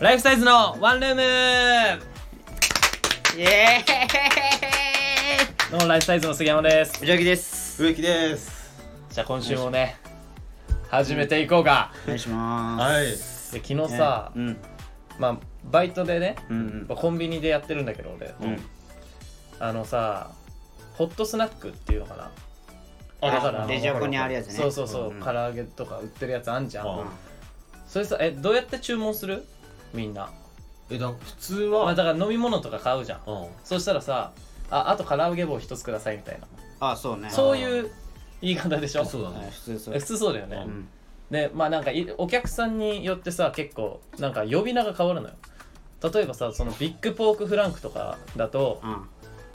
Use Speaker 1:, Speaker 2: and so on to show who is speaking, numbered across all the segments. Speaker 1: ライフサイズのワンルーム
Speaker 2: イエ
Speaker 1: どうもライフサイズの杉山です
Speaker 2: ーイきです
Speaker 3: 植木です
Speaker 1: じゃあ今週もね始めていこうか
Speaker 2: お願いしま
Speaker 3: はい
Speaker 1: で昨日さ、
Speaker 2: うん
Speaker 1: まあバイトでね
Speaker 2: うんうん
Speaker 1: まあコンビニでやってるんだけど俺
Speaker 2: うん
Speaker 1: あのさホットスナックっていうのかな
Speaker 3: あ
Speaker 1: だから
Speaker 2: レジ横にあるやつね
Speaker 1: そうそうそう、
Speaker 2: ん
Speaker 1: 唐揚げとか売ってるやつあんじゃん、
Speaker 3: あ
Speaker 1: それさえどうやって注文するみんな、
Speaker 3: えだ普通
Speaker 1: まあ、
Speaker 3: は
Speaker 1: だから飲み物とか買うじゃん
Speaker 3: うん
Speaker 1: そしたらさああと唐揚げ棒一つくださいみたいな
Speaker 2: あそうね
Speaker 1: そういう言い方でしょ
Speaker 3: あそうだ
Speaker 2: はい
Speaker 3: ね
Speaker 2: 普通そう
Speaker 1: え普通そうだよね、
Speaker 2: うん
Speaker 1: でまあなんかいお客さんによってさ結構なんか呼び名が変わるのよ例えばさそのビッグポークフランクとかだと
Speaker 2: うん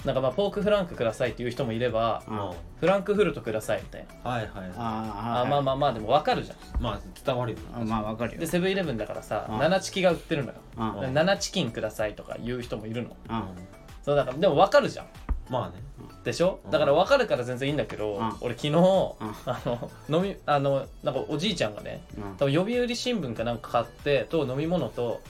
Speaker 1: なんかまあポークフランクくださいっていう人もいれば
Speaker 2: う
Speaker 3: うん
Speaker 2: ん
Speaker 3: はい
Speaker 1: フランクフルトくださいみたいな
Speaker 3: はいは
Speaker 2: あ
Speaker 1: あまあまあまあでも分かるじゃん
Speaker 3: いまあ伝わるよね
Speaker 2: あまあわかるよ
Speaker 1: でセブンイレブンだからさ
Speaker 2: うん
Speaker 1: 7チキが売ってるのよ
Speaker 2: うんうん
Speaker 3: ん
Speaker 1: 7チキンくださいとか言う人もいるの
Speaker 2: うん
Speaker 1: そうだからでも分かるじゃん
Speaker 3: まあね
Speaker 1: でしょ
Speaker 3: うん
Speaker 1: だから分かるから全然いいんだけど、
Speaker 2: うん
Speaker 1: 俺昨日、あの飲みあのなんかおじいちゃんがね多分読売新聞かなんか買ってと飲み物と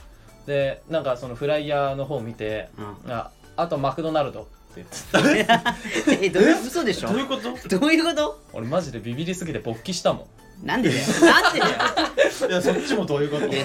Speaker 1: でなんかそのフライヤーの方見て、
Speaker 2: う
Speaker 1: ああとマクドナルドって言ってた
Speaker 2: えどういう嘘でしょ
Speaker 3: どういうこと
Speaker 2: どういうこと
Speaker 1: 俺マジでビビりすぎて勃起したもん
Speaker 2: なんでだよなんでだよ
Speaker 3: いやそっちもどういうこと
Speaker 2: え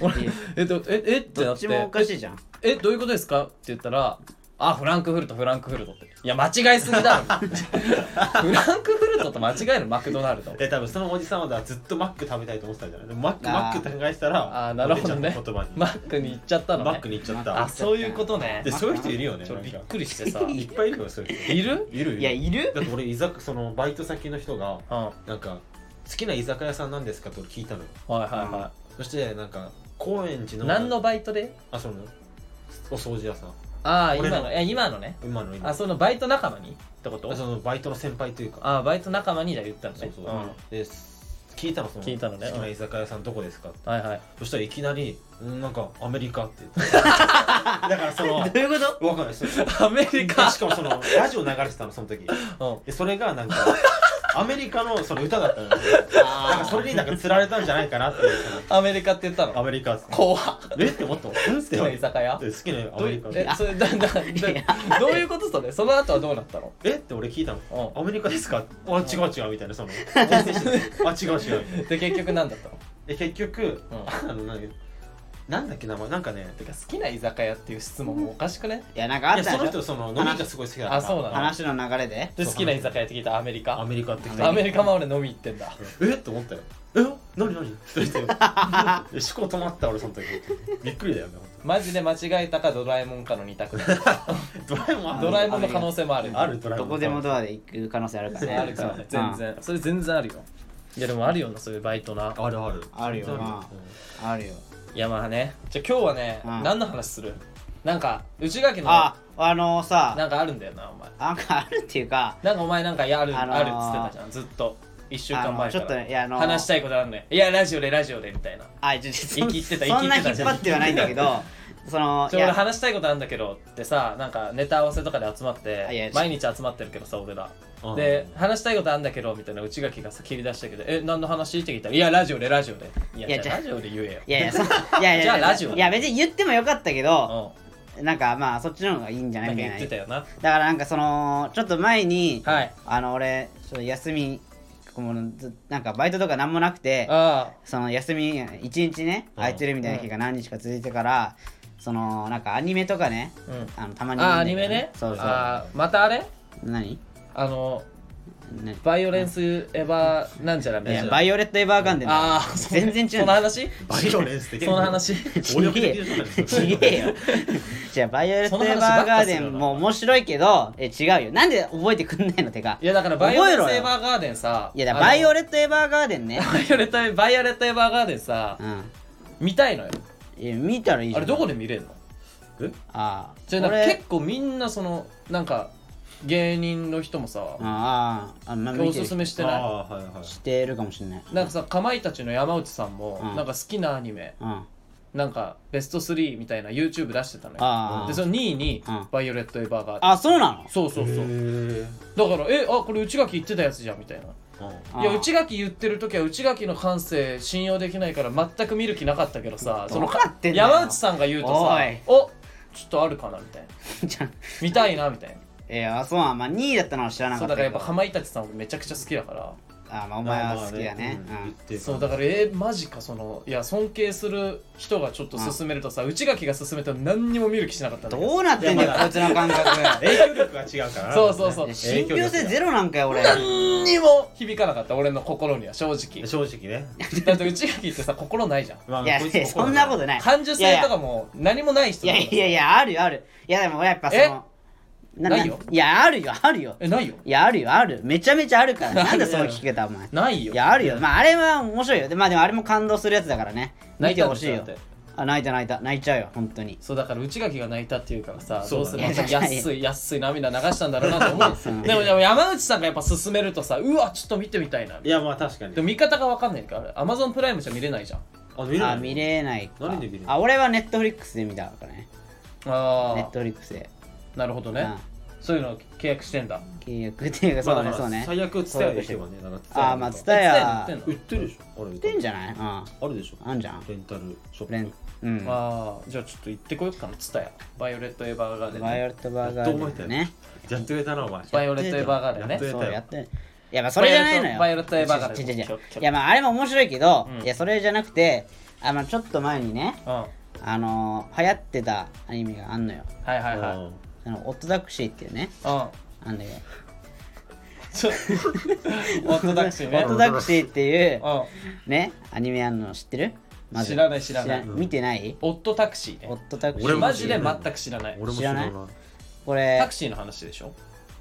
Speaker 1: 俺
Speaker 2: いや
Speaker 1: えっとええって
Speaker 2: ど
Speaker 1: な
Speaker 2: っ
Speaker 1: って
Speaker 2: ちもおかしいじゃん
Speaker 1: えどういうことですかって言ったらあフランクフルトフランクフルトっていや間違いすぎ だろフランクフルトと間違えるマクドナルド
Speaker 3: え多分そのおじさんはだからずっとマック食べたいと思ってたんじゃないでもマック
Speaker 2: あー
Speaker 3: マックって考えてたら
Speaker 1: あーなるほど
Speaker 3: おじ
Speaker 1: ね
Speaker 3: ちゃんの言葉に
Speaker 1: マックに行っちゃったのね
Speaker 3: マックに行っちゃっ
Speaker 1: あ
Speaker 3: た
Speaker 1: そういうことね
Speaker 3: でそういう人いるよね
Speaker 1: ちょっとび
Speaker 3: な
Speaker 1: っ
Speaker 3: んか
Speaker 1: くりしてさ
Speaker 3: い
Speaker 1: い
Speaker 3: っぱいいるよそういう人
Speaker 1: いる
Speaker 3: いるよ
Speaker 2: いやいる
Speaker 3: だって俺居酒そのバイト先の人が
Speaker 1: うんはい
Speaker 3: なんか好きな居酒屋さんなんですかと聞いたのよ
Speaker 1: はいは
Speaker 3: そしてなんか高円寺
Speaker 1: い
Speaker 3: の
Speaker 1: 何のバイトで
Speaker 3: あそのお掃除屋さん
Speaker 1: ああ今
Speaker 3: 俺の
Speaker 1: のいや今のね
Speaker 3: 今の今
Speaker 1: あそのバイト仲間にってこと
Speaker 3: そのバイトの先輩というか
Speaker 1: ああバイト仲間にじゃあ言ったの
Speaker 3: そう
Speaker 1: ね
Speaker 3: そうう、
Speaker 1: ん
Speaker 3: です聞いたのその
Speaker 1: 聞いたのね
Speaker 3: 好きな居酒屋さんどこですかって
Speaker 1: はいはい
Speaker 3: そしたらいきなりうんなんかアメリカって言 っただからそ
Speaker 2: ど
Speaker 3: の
Speaker 2: ういうこと
Speaker 3: わかんないそうで
Speaker 1: アメリカ
Speaker 3: しかもそのラジオ流れてたのその時
Speaker 1: うん
Speaker 3: でそれがなんかアメリカのその歌だったのなんか
Speaker 2: あ
Speaker 3: それになんか釣られたんじゃないかなっていうその
Speaker 1: アメリカって言った
Speaker 3: ア
Speaker 1: の
Speaker 3: メリカっすね
Speaker 1: 怖っ
Speaker 3: えって思ったうんっ
Speaker 1: 好きな居酒屋
Speaker 3: 好きなア
Speaker 1: どう
Speaker 3: メ
Speaker 1: い
Speaker 3: リ
Speaker 1: う
Speaker 3: カ
Speaker 1: え
Speaker 3: え
Speaker 1: それだだだどういうことそれその後はどうなったの
Speaker 3: って俺聞いたの
Speaker 1: う
Speaker 3: アメリカですかあ違う違うみたいな その訂正してあ違う違うみたいなん
Speaker 1: で結局何だったの
Speaker 3: で結局、
Speaker 1: う
Speaker 3: あのなんかなんだっけ名前なんかね
Speaker 1: てか好きな居酒屋っていう質問もおかしくね
Speaker 2: いやなんか
Speaker 3: い
Speaker 2: あ
Speaker 3: や
Speaker 2: った
Speaker 3: その
Speaker 2: でし
Speaker 3: 人
Speaker 2: ょ
Speaker 3: その飲みがすごい好きだった
Speaker 1: あそうなの
Speaker 2: 話の流れで
Speaker 1: で好きな居酒屋って聞いたアメリ
Speaker 3: ア
Speaker 1: カ
Speaker 3: メリカって来た
Speaker 1: アメリカも俺飲み行ってんだ
Speaker 3: えっと思ったよえ何何って 言って思考止まった俺その時びっくりだよね
Speaker 1: マジで間違えたかドラえもんかの二択だ
Speaker 3: 本当ドラえもんあ
Speaker 1: ド
Speaker 3: る
Speaker 1: ラえもんの可能性もある
Speaker 3: あるドラえも
Speaker 2: ど
Speaker 3: ん
Speaker 2: こでもドアで行く可能性あるからね
Speaker 1: あるからね全然それ全然あるよいやでもあるよなそういうバイトな
Speaker 3: あるある
Speaker 2: あるよなうんあるよ
Speaker 1: いやまあねじゃあ今日はね
Speaker 2: うん
Speaker 1: 何の話するなんか内垣の
Speaker 2: ああのさ
Speaker 1: なんかあるんだよなお前
Speaker 2: なんかあるっていうか
Speaker 1: なんかお前なんかやる
Speaker 2: あのー
Speaker 1: あるっつってたじゃんずっと1週間
Speaker 2: あの
Speaker 1: 前
Speaker 2: ち
Speaker 1: か
Speaker 2: ょっとねいやあ
Speaker 1: ら
Speaker 2: の
Speaker 1: 話したいことあるねいやラジオでラジオでみたいな
Speaker 2: あちょちょ
Speaker 1: 生きってた
Speaker 2: そんな
Speaker 1: 生き
Speaker 2: 引って
Speaker 1: た
Speaker 2: 張ってはないんだ けどその
Speaker 1: ちょ俺話したいことあるんだけどってさなんかネタ合わせとかで集まっ
Speaker 2: あいや
Speaker 1: て
Speaker 2: ちょ
Speaker 1: 毎日集まってるけどさ俺ら
Speaker 3: うん
Speaker 1: で話したいことあるんだけどみたいな内垣がさ切り出したけどえ何の話って聞いたらいやラジオでラジオでいや
Speaker 2: いや
Speaker 1: じ
Speaker 2: じ
Speaker 1: ゃあ
Speaker 2: ゃあ
Speaker 1: ラジオで言えよ
Speaker 2: いやいやそいやい や
Speaker 1: じゃあ
Speaker 2: いや
Speaker 1: ラジオ
Speaker 2: いや別に言ってもよかったけど
Speaker 1: うん
Speaker 2: なんかまあそっちの方がいいんじゃな
Speaker 1: ないん
Speaker 2: み
Speaker 1: か
Speaker 2: たい
Speaker 1: 言
Speaker 2: な
Speaker 1: ってたよな
Speaker 2: だからなんかそのちょっと前に、
Speaker 1: はい
Speaker 2: あの俺ちょっと休みもうずなんかバイトとかなんもなくて
Speaker 1: あ
Speaker 2: その休み一日ね空いてるみたいな日が何日か続いてから、そのなんかアニメとかね
Speaker 1: あうん
Speaker 2: あのたまに見るん
Speaker 1: あア
Speaker 2: だけ
Speaker 1: ニ
Speaker 2: ど
Speaker 1: メね
Speaker 2: そうそう
Speaker 1: あーまたあれ
Speaker 2: 何
Speaker 1: あの
Speaker 2: ね
Speaker 1: バイオレンスエヴァなんちゃらみ
Speaker 2: い
Speaker 1: たい
Speaker 2: や
Speaker 1: な
Speaker 2: バイオレット・エヴァーガンデンだ
Speaker 1: ああそう
Speaker 2: 全然違う
Speaker 1: その話
Speaker 3: バイオレンス的
Speaker 1: その話
Speaker 3: 暴力的じゃないですか
Speaker 2: ちげえよじゃあバイオレット・エヴァーガーデンも面白いけどえ違うよなんで覚えてくんないのてか
Speaker 1: いやだからバイオレンス
Speaker 2: 覚え
Speaker 1: エ
Speaker 2: ろ
Speaker 1: ヴ
Speaker 2: よ
Speaker 1: ァーガーデンさ
Speaker 2: いやだから バイオ
Speaker 1: レ
Speaker 2: レット・エヴァーガーデンね
Speaker 1: バイオレットバイオレットエヴァーガーデンさ
Speaker 2: うん
Speaker 1: 見たいのよ
Speaker 2: いや見たらいいじゃ
Speaker 1: あれ
Speaker 2: ん
Speaker 1: どこで見れるの
Speaker 3: え
Speaker 2: ああ
Speaker 1: じゃあなんか結構みんなそのなんか芸人の人もさ
Speaker 2: あああんま見
Speaker 1: お
Speaker 2: て
Speaker 1: す
Speaker 2: る
Speaker 1: すめしてな
Speaker 3: ああはいはい
Speaker 2: してるかもしれない
Speaker 1: いなんかさかまいたちの山内さんも
Speaker 2: うん
Speaker 1: なんか好きなアニメ
Speaker 2: うんあ
Speaker 1: なんかベスト3みたいな YouTube 出してたのよ
Speaker 2: あ
Speaker 1: でその2位に
Speaker 2: うん
Speaker 1: バイオレットエヴァーガーデン
Speaker 2: あそうなの
Speaker 1: そうそうそう
Speaker 3: へえ
Speaker 1: だからえあこれ内垣言ってたやつじゃんみたいな
Speaker 2: あー
Speaker 1: いや内垣言ってる時は内垣の感性信用できないから全く見る気なかったけどさその
Speaker 2: どうなってんだよ
Speaker 1: 山内さんが言うとさ
Speaker 2: おい
Speaker 1: 「おちょっとあるかな」みたいな
Speaker 2: じ ゃん
Speaker 1: 「見たいな」みたいな
Speaker 2: えー、あそうなんまあ2位だったのは知らな
Speaker 1: そ
Speaker 2: か
Speaker 1: う
Speaker 2: っ
Speaker 1: だ
Speaker 2: たけ
Speaker 1: から
Speaker 2: ど
Speaker 1: やっぱかまいたちさん俺めちゃくちゃ好きだから
Speaker 2: あ、まあ、お前は好きだね
Speaker 3: まあまあうん言ってる
Speaker 1: そうだからえーマジかそのいや尊敬する人がちょっと勧めるとさ内垣が勧めても何にも見る気しなかったん
Speaker 2: う
Speaker 1: だ
Speaker 2: ん
Speaker 1: けど
Speaker 2: どうなってんだよこいつの感覚
Speaker 3: 影響力が違うからな
Speaker 1: そうそうそう
Speaker 2: いや信憑性ゼロなんかよ俺
Speaker 1: 何にも響かなかった俺の心には正 直
Speaker 3: 正直ね、
Speaker 1: だって内垣ってさ心ないじゃん
Speaker 3: ま
Speaker 2: いや
Speaker 3: こ
Speaker 2: い
Speaker 3: つ
Speaker 2: やそんなことない
Speaker 1: 感受
Speaker 2: いやい
Speaker 1: 性
Speaker 2: や
Speaker 1: とかも何もない人
Speaker 2: い
Speaker 1: だ
Speaker 2: や
Speaker 1: から
Speaker 2: いやいやあるよあるいやでもやっぱその
Speaker 1: ないよ
Speaker 2: いやあるよ あるよ
Speaker 1: えないよ
Speaker 2: いやあるよあるめちゃめちゃあるか
Speaker 1: な
Speaker 2: ら
Speaker 1: んで
Speaker 2: なんでその聞けたお前
Speaker 1: ないよ
Speaker 2: いやあるよまああれは面白いよでまあでもあれも感動するやつだからね
Speaker 1: 泣
Speaker 2: 見
Speaker 1: い
Speaker 2: て
Speaker 1: たん
Speaker 2: ほ
Speaker 1: で
Speaker 2: し
Speaker 1: しょ
Speaker 2: い
Speaker 1: だ
Speaker 2: よ
Speaker 1: って
Speaker 2: あ泣いた泣いた泣いちゃうよ本当に
Speaker 1: そうだから内垣が泣いたっていうからさど
Speaker 3: そう
Speaker 1: う
Speaker 3: だ
Speaker 1: す
Speaker 3: ね
Speaker 1: るまた
Speaker 2: いや確かに
Speaker 1: 安い安い涙流したんだろうなと思うでもでも山内さんがやっぱ勧めるとさうわちょっと見てみたいない
Speaker 3: やまあ確かに
Speaker 1: でも見方が分かんないからアマゾンプライムじゃ見れないじゃん
Speaker 3: あ見れない
Speaker 2: あ見れないか
Speaker 3: 何で見れるの
Speaker 2: あ俺はネットフリックスで見たからねネ
Speaker 1: あ
Speaker 2: ットフリックスで
Speaker 1: あなるほど
Speaker 2: うん
Speaker 1: ねそういうの契約してんだ
Speaker 2: 契約っていうか
Speaker 3: まあ
Speaker 2: そうねそ
Speaker 3: だから
Speaker 2: うね
Speaker 3: 最悪伝えで行けばねだから
Speaker 2: あーまあ
Speaker 3: 伝
Speaker 2: ツタヤ
Speaker 1: え
Speaker 2: 売っ
Speaker 1: の
Speaker 3: え売ってるでしょあれ売って
Speaker 2: んじ
Speaker 3: ゃ
Speaker 2: ゃないうん
Speaker 3: あるでしょ
Speaker 2: あんじゃん
Speaker 3: レンタルショップ
Speaker 2: レンうん
Speaker 1: ああじゃあちょっと行ってこようかなツタヤバイオレット・エヴァーガーデン
Speaker 2: バイ
Speaker 1: ね
Speaker 2: オレットバーガーデンね
Speaker 3: やってくれたなお前
Speaker 1: バイオレット・エヴァーガーデン
Speaker 3: やっと
Speaker 1: ね
Speaker 3: やっ
Speaker 2: そうやっていやまあそれじゃないのよ
Speaker 1: バイオレットバイオレットエヴァーガーデン
Speaker 2: 違う違う違
Speaker 1: 今
Speaker 2: う
Speaker 1: 日今日
Speaker 2: いやまああれも面白いけど、
Speaker 1: うん
Speaker 2: いやそれじゃなくてあのちょっと前にね
Speaker 1: うんは
Speaker 2: あの流行ってたアニメがあんのよ
Speaker 1: いはいはい
Speaker 3: うん
Speaker 2: あのオットダクシーっていうね
Speaker 1: うん
Speaker 2: あんだけど
Speaker 1: ちょオートダクシー
Speaker 2: オ
Speaker 1: ね
Speaker 2: ットダクシーっていう
Speaker 1: う
Speaker 2: ねアニメあんの知ってるず
Speaker 1: 知らない知らない
Speaker 2: 見てない
Speaker 1: んオットタクシーね
Speaker 2: オットタクシ
Speaker 3: 俺
Speaker 2: ー
Speaker 3: も
Speaker 1: マジで全く知らない
Speaker 3: 俺も知らない
Speaker 2: 知ら
Speaker 3: な
Speaker 2: こ
Speaker 1: タ
Speaker 2: れ
Speaker 1: クシーの話でしょ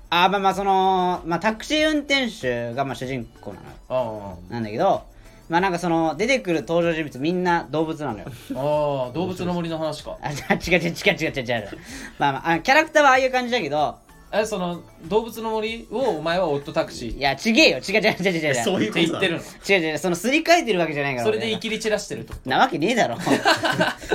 Speaker 2: あまあまあその、まあ、タクシー運転手がまあ主人公なのよ
Speaker 1: あ
Speaker 2: なんだけどまあなんかその出てくる登場人物みんな動物なのよ
Speaker 1: あああ動物の森の話か
Speaker 2: あ違う違う違う違う違う違うまあまああのキャラクターはああいう感じだけど
Speaker 1: えその動物の森をお前はオットタクシー
Speaker 2: いやちげえよ違う違う違う違う違う
Speaker 3: そういう
Speaker 1: って言ってるの
Speaker 2: 違う違うそのすり替えてるわけじゃないから
Speaker 1: それで生
Speaker 2: 俺
Speaker 1: きり散らしてると
Speaker 2: なわけねえだろ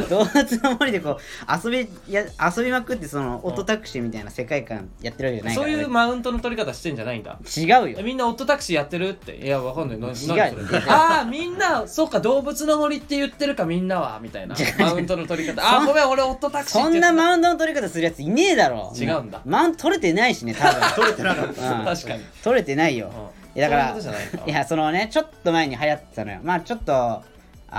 Speaker 2: 動物の森でこう遊びや遊びまくってそのオットタクシーみたいな世界観やってるわけじゃないか
Speaker 1: そ
Speaker 2: ら
Speaker 1: ういう
Speaker 2: 俺
Speaker 1: マウントの取り方してんじゃないんだ
Speaker 2: 違う
Speaker 1: え
Speaker 2: よ
Speaker 1: みんなオットタクシーやってるっていやわかんないな何そ
Speaker 2: 違う
Speaker 1: れああみんなそっか動物の森って言ってるかみんなはみたいなマウントの取り方あーごめん俺オットタクシー
Speaker 2: そ
Speaker 1: って言
Speaker 2: ん
Speaker 1: ってた
Speaker 2: なマウントの取り方するやついねえだろ
Speaker 1: 違うんだ
Speaker 2: マウント取れてないしね多分
Speaker 3: 取れてなかった
Speaker 2: うん
Speaker 1: 確かに
Speaker 2: 取れてないよ、
Speaker 1: うん
Speaker 2: いやだから
Speaker 1: そういうことじゃないか
Speaker 2: いやそのねちょっと前に流行ってたのよまあちょっとあ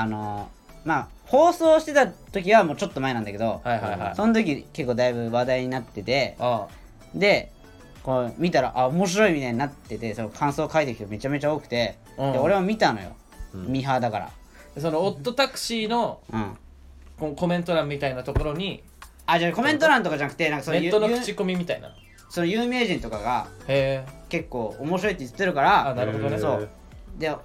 Speaker 2: のまあ放送してた時はもうちょっと前なんだけど、
Speaker 1: はいはいはい
Speaker 2: その時結構だいぶ話題になってて
Speaker 1: あ
Speaker 2: でこう見たらあ面白いみたいになっててその感想を書いてる人めちゃめちゃ多くて、
Speaker 1: うん
Speaker 2: で俺も見たのよ、
Speaker 3: うん
Speaker 2: ミーハーだから
Speaker 1: あそのオットタクシーの
Speaker 2: うん
Speaker 1: こコメント欄みたいなところに
Speaker 2: あじゃあコメント欄とかじゃなくてなんかそ
Speaker 1: ネ
Speaker 2: の
Speaker 1: ッ
Speaker 2: ゆ
Speaker 1: トの
Speaker 2: ゆ
Speaker 1: 口コミみたいな
Speaker 2: その有名人とかが
Speaker 1: へえ
Speaker 2: 結構面白いって言ってるか
Speaker 1: あ
Speaker 2: ら
Speaker 1: なるほどね
Speaker 3: へー
Speaker 2: そうで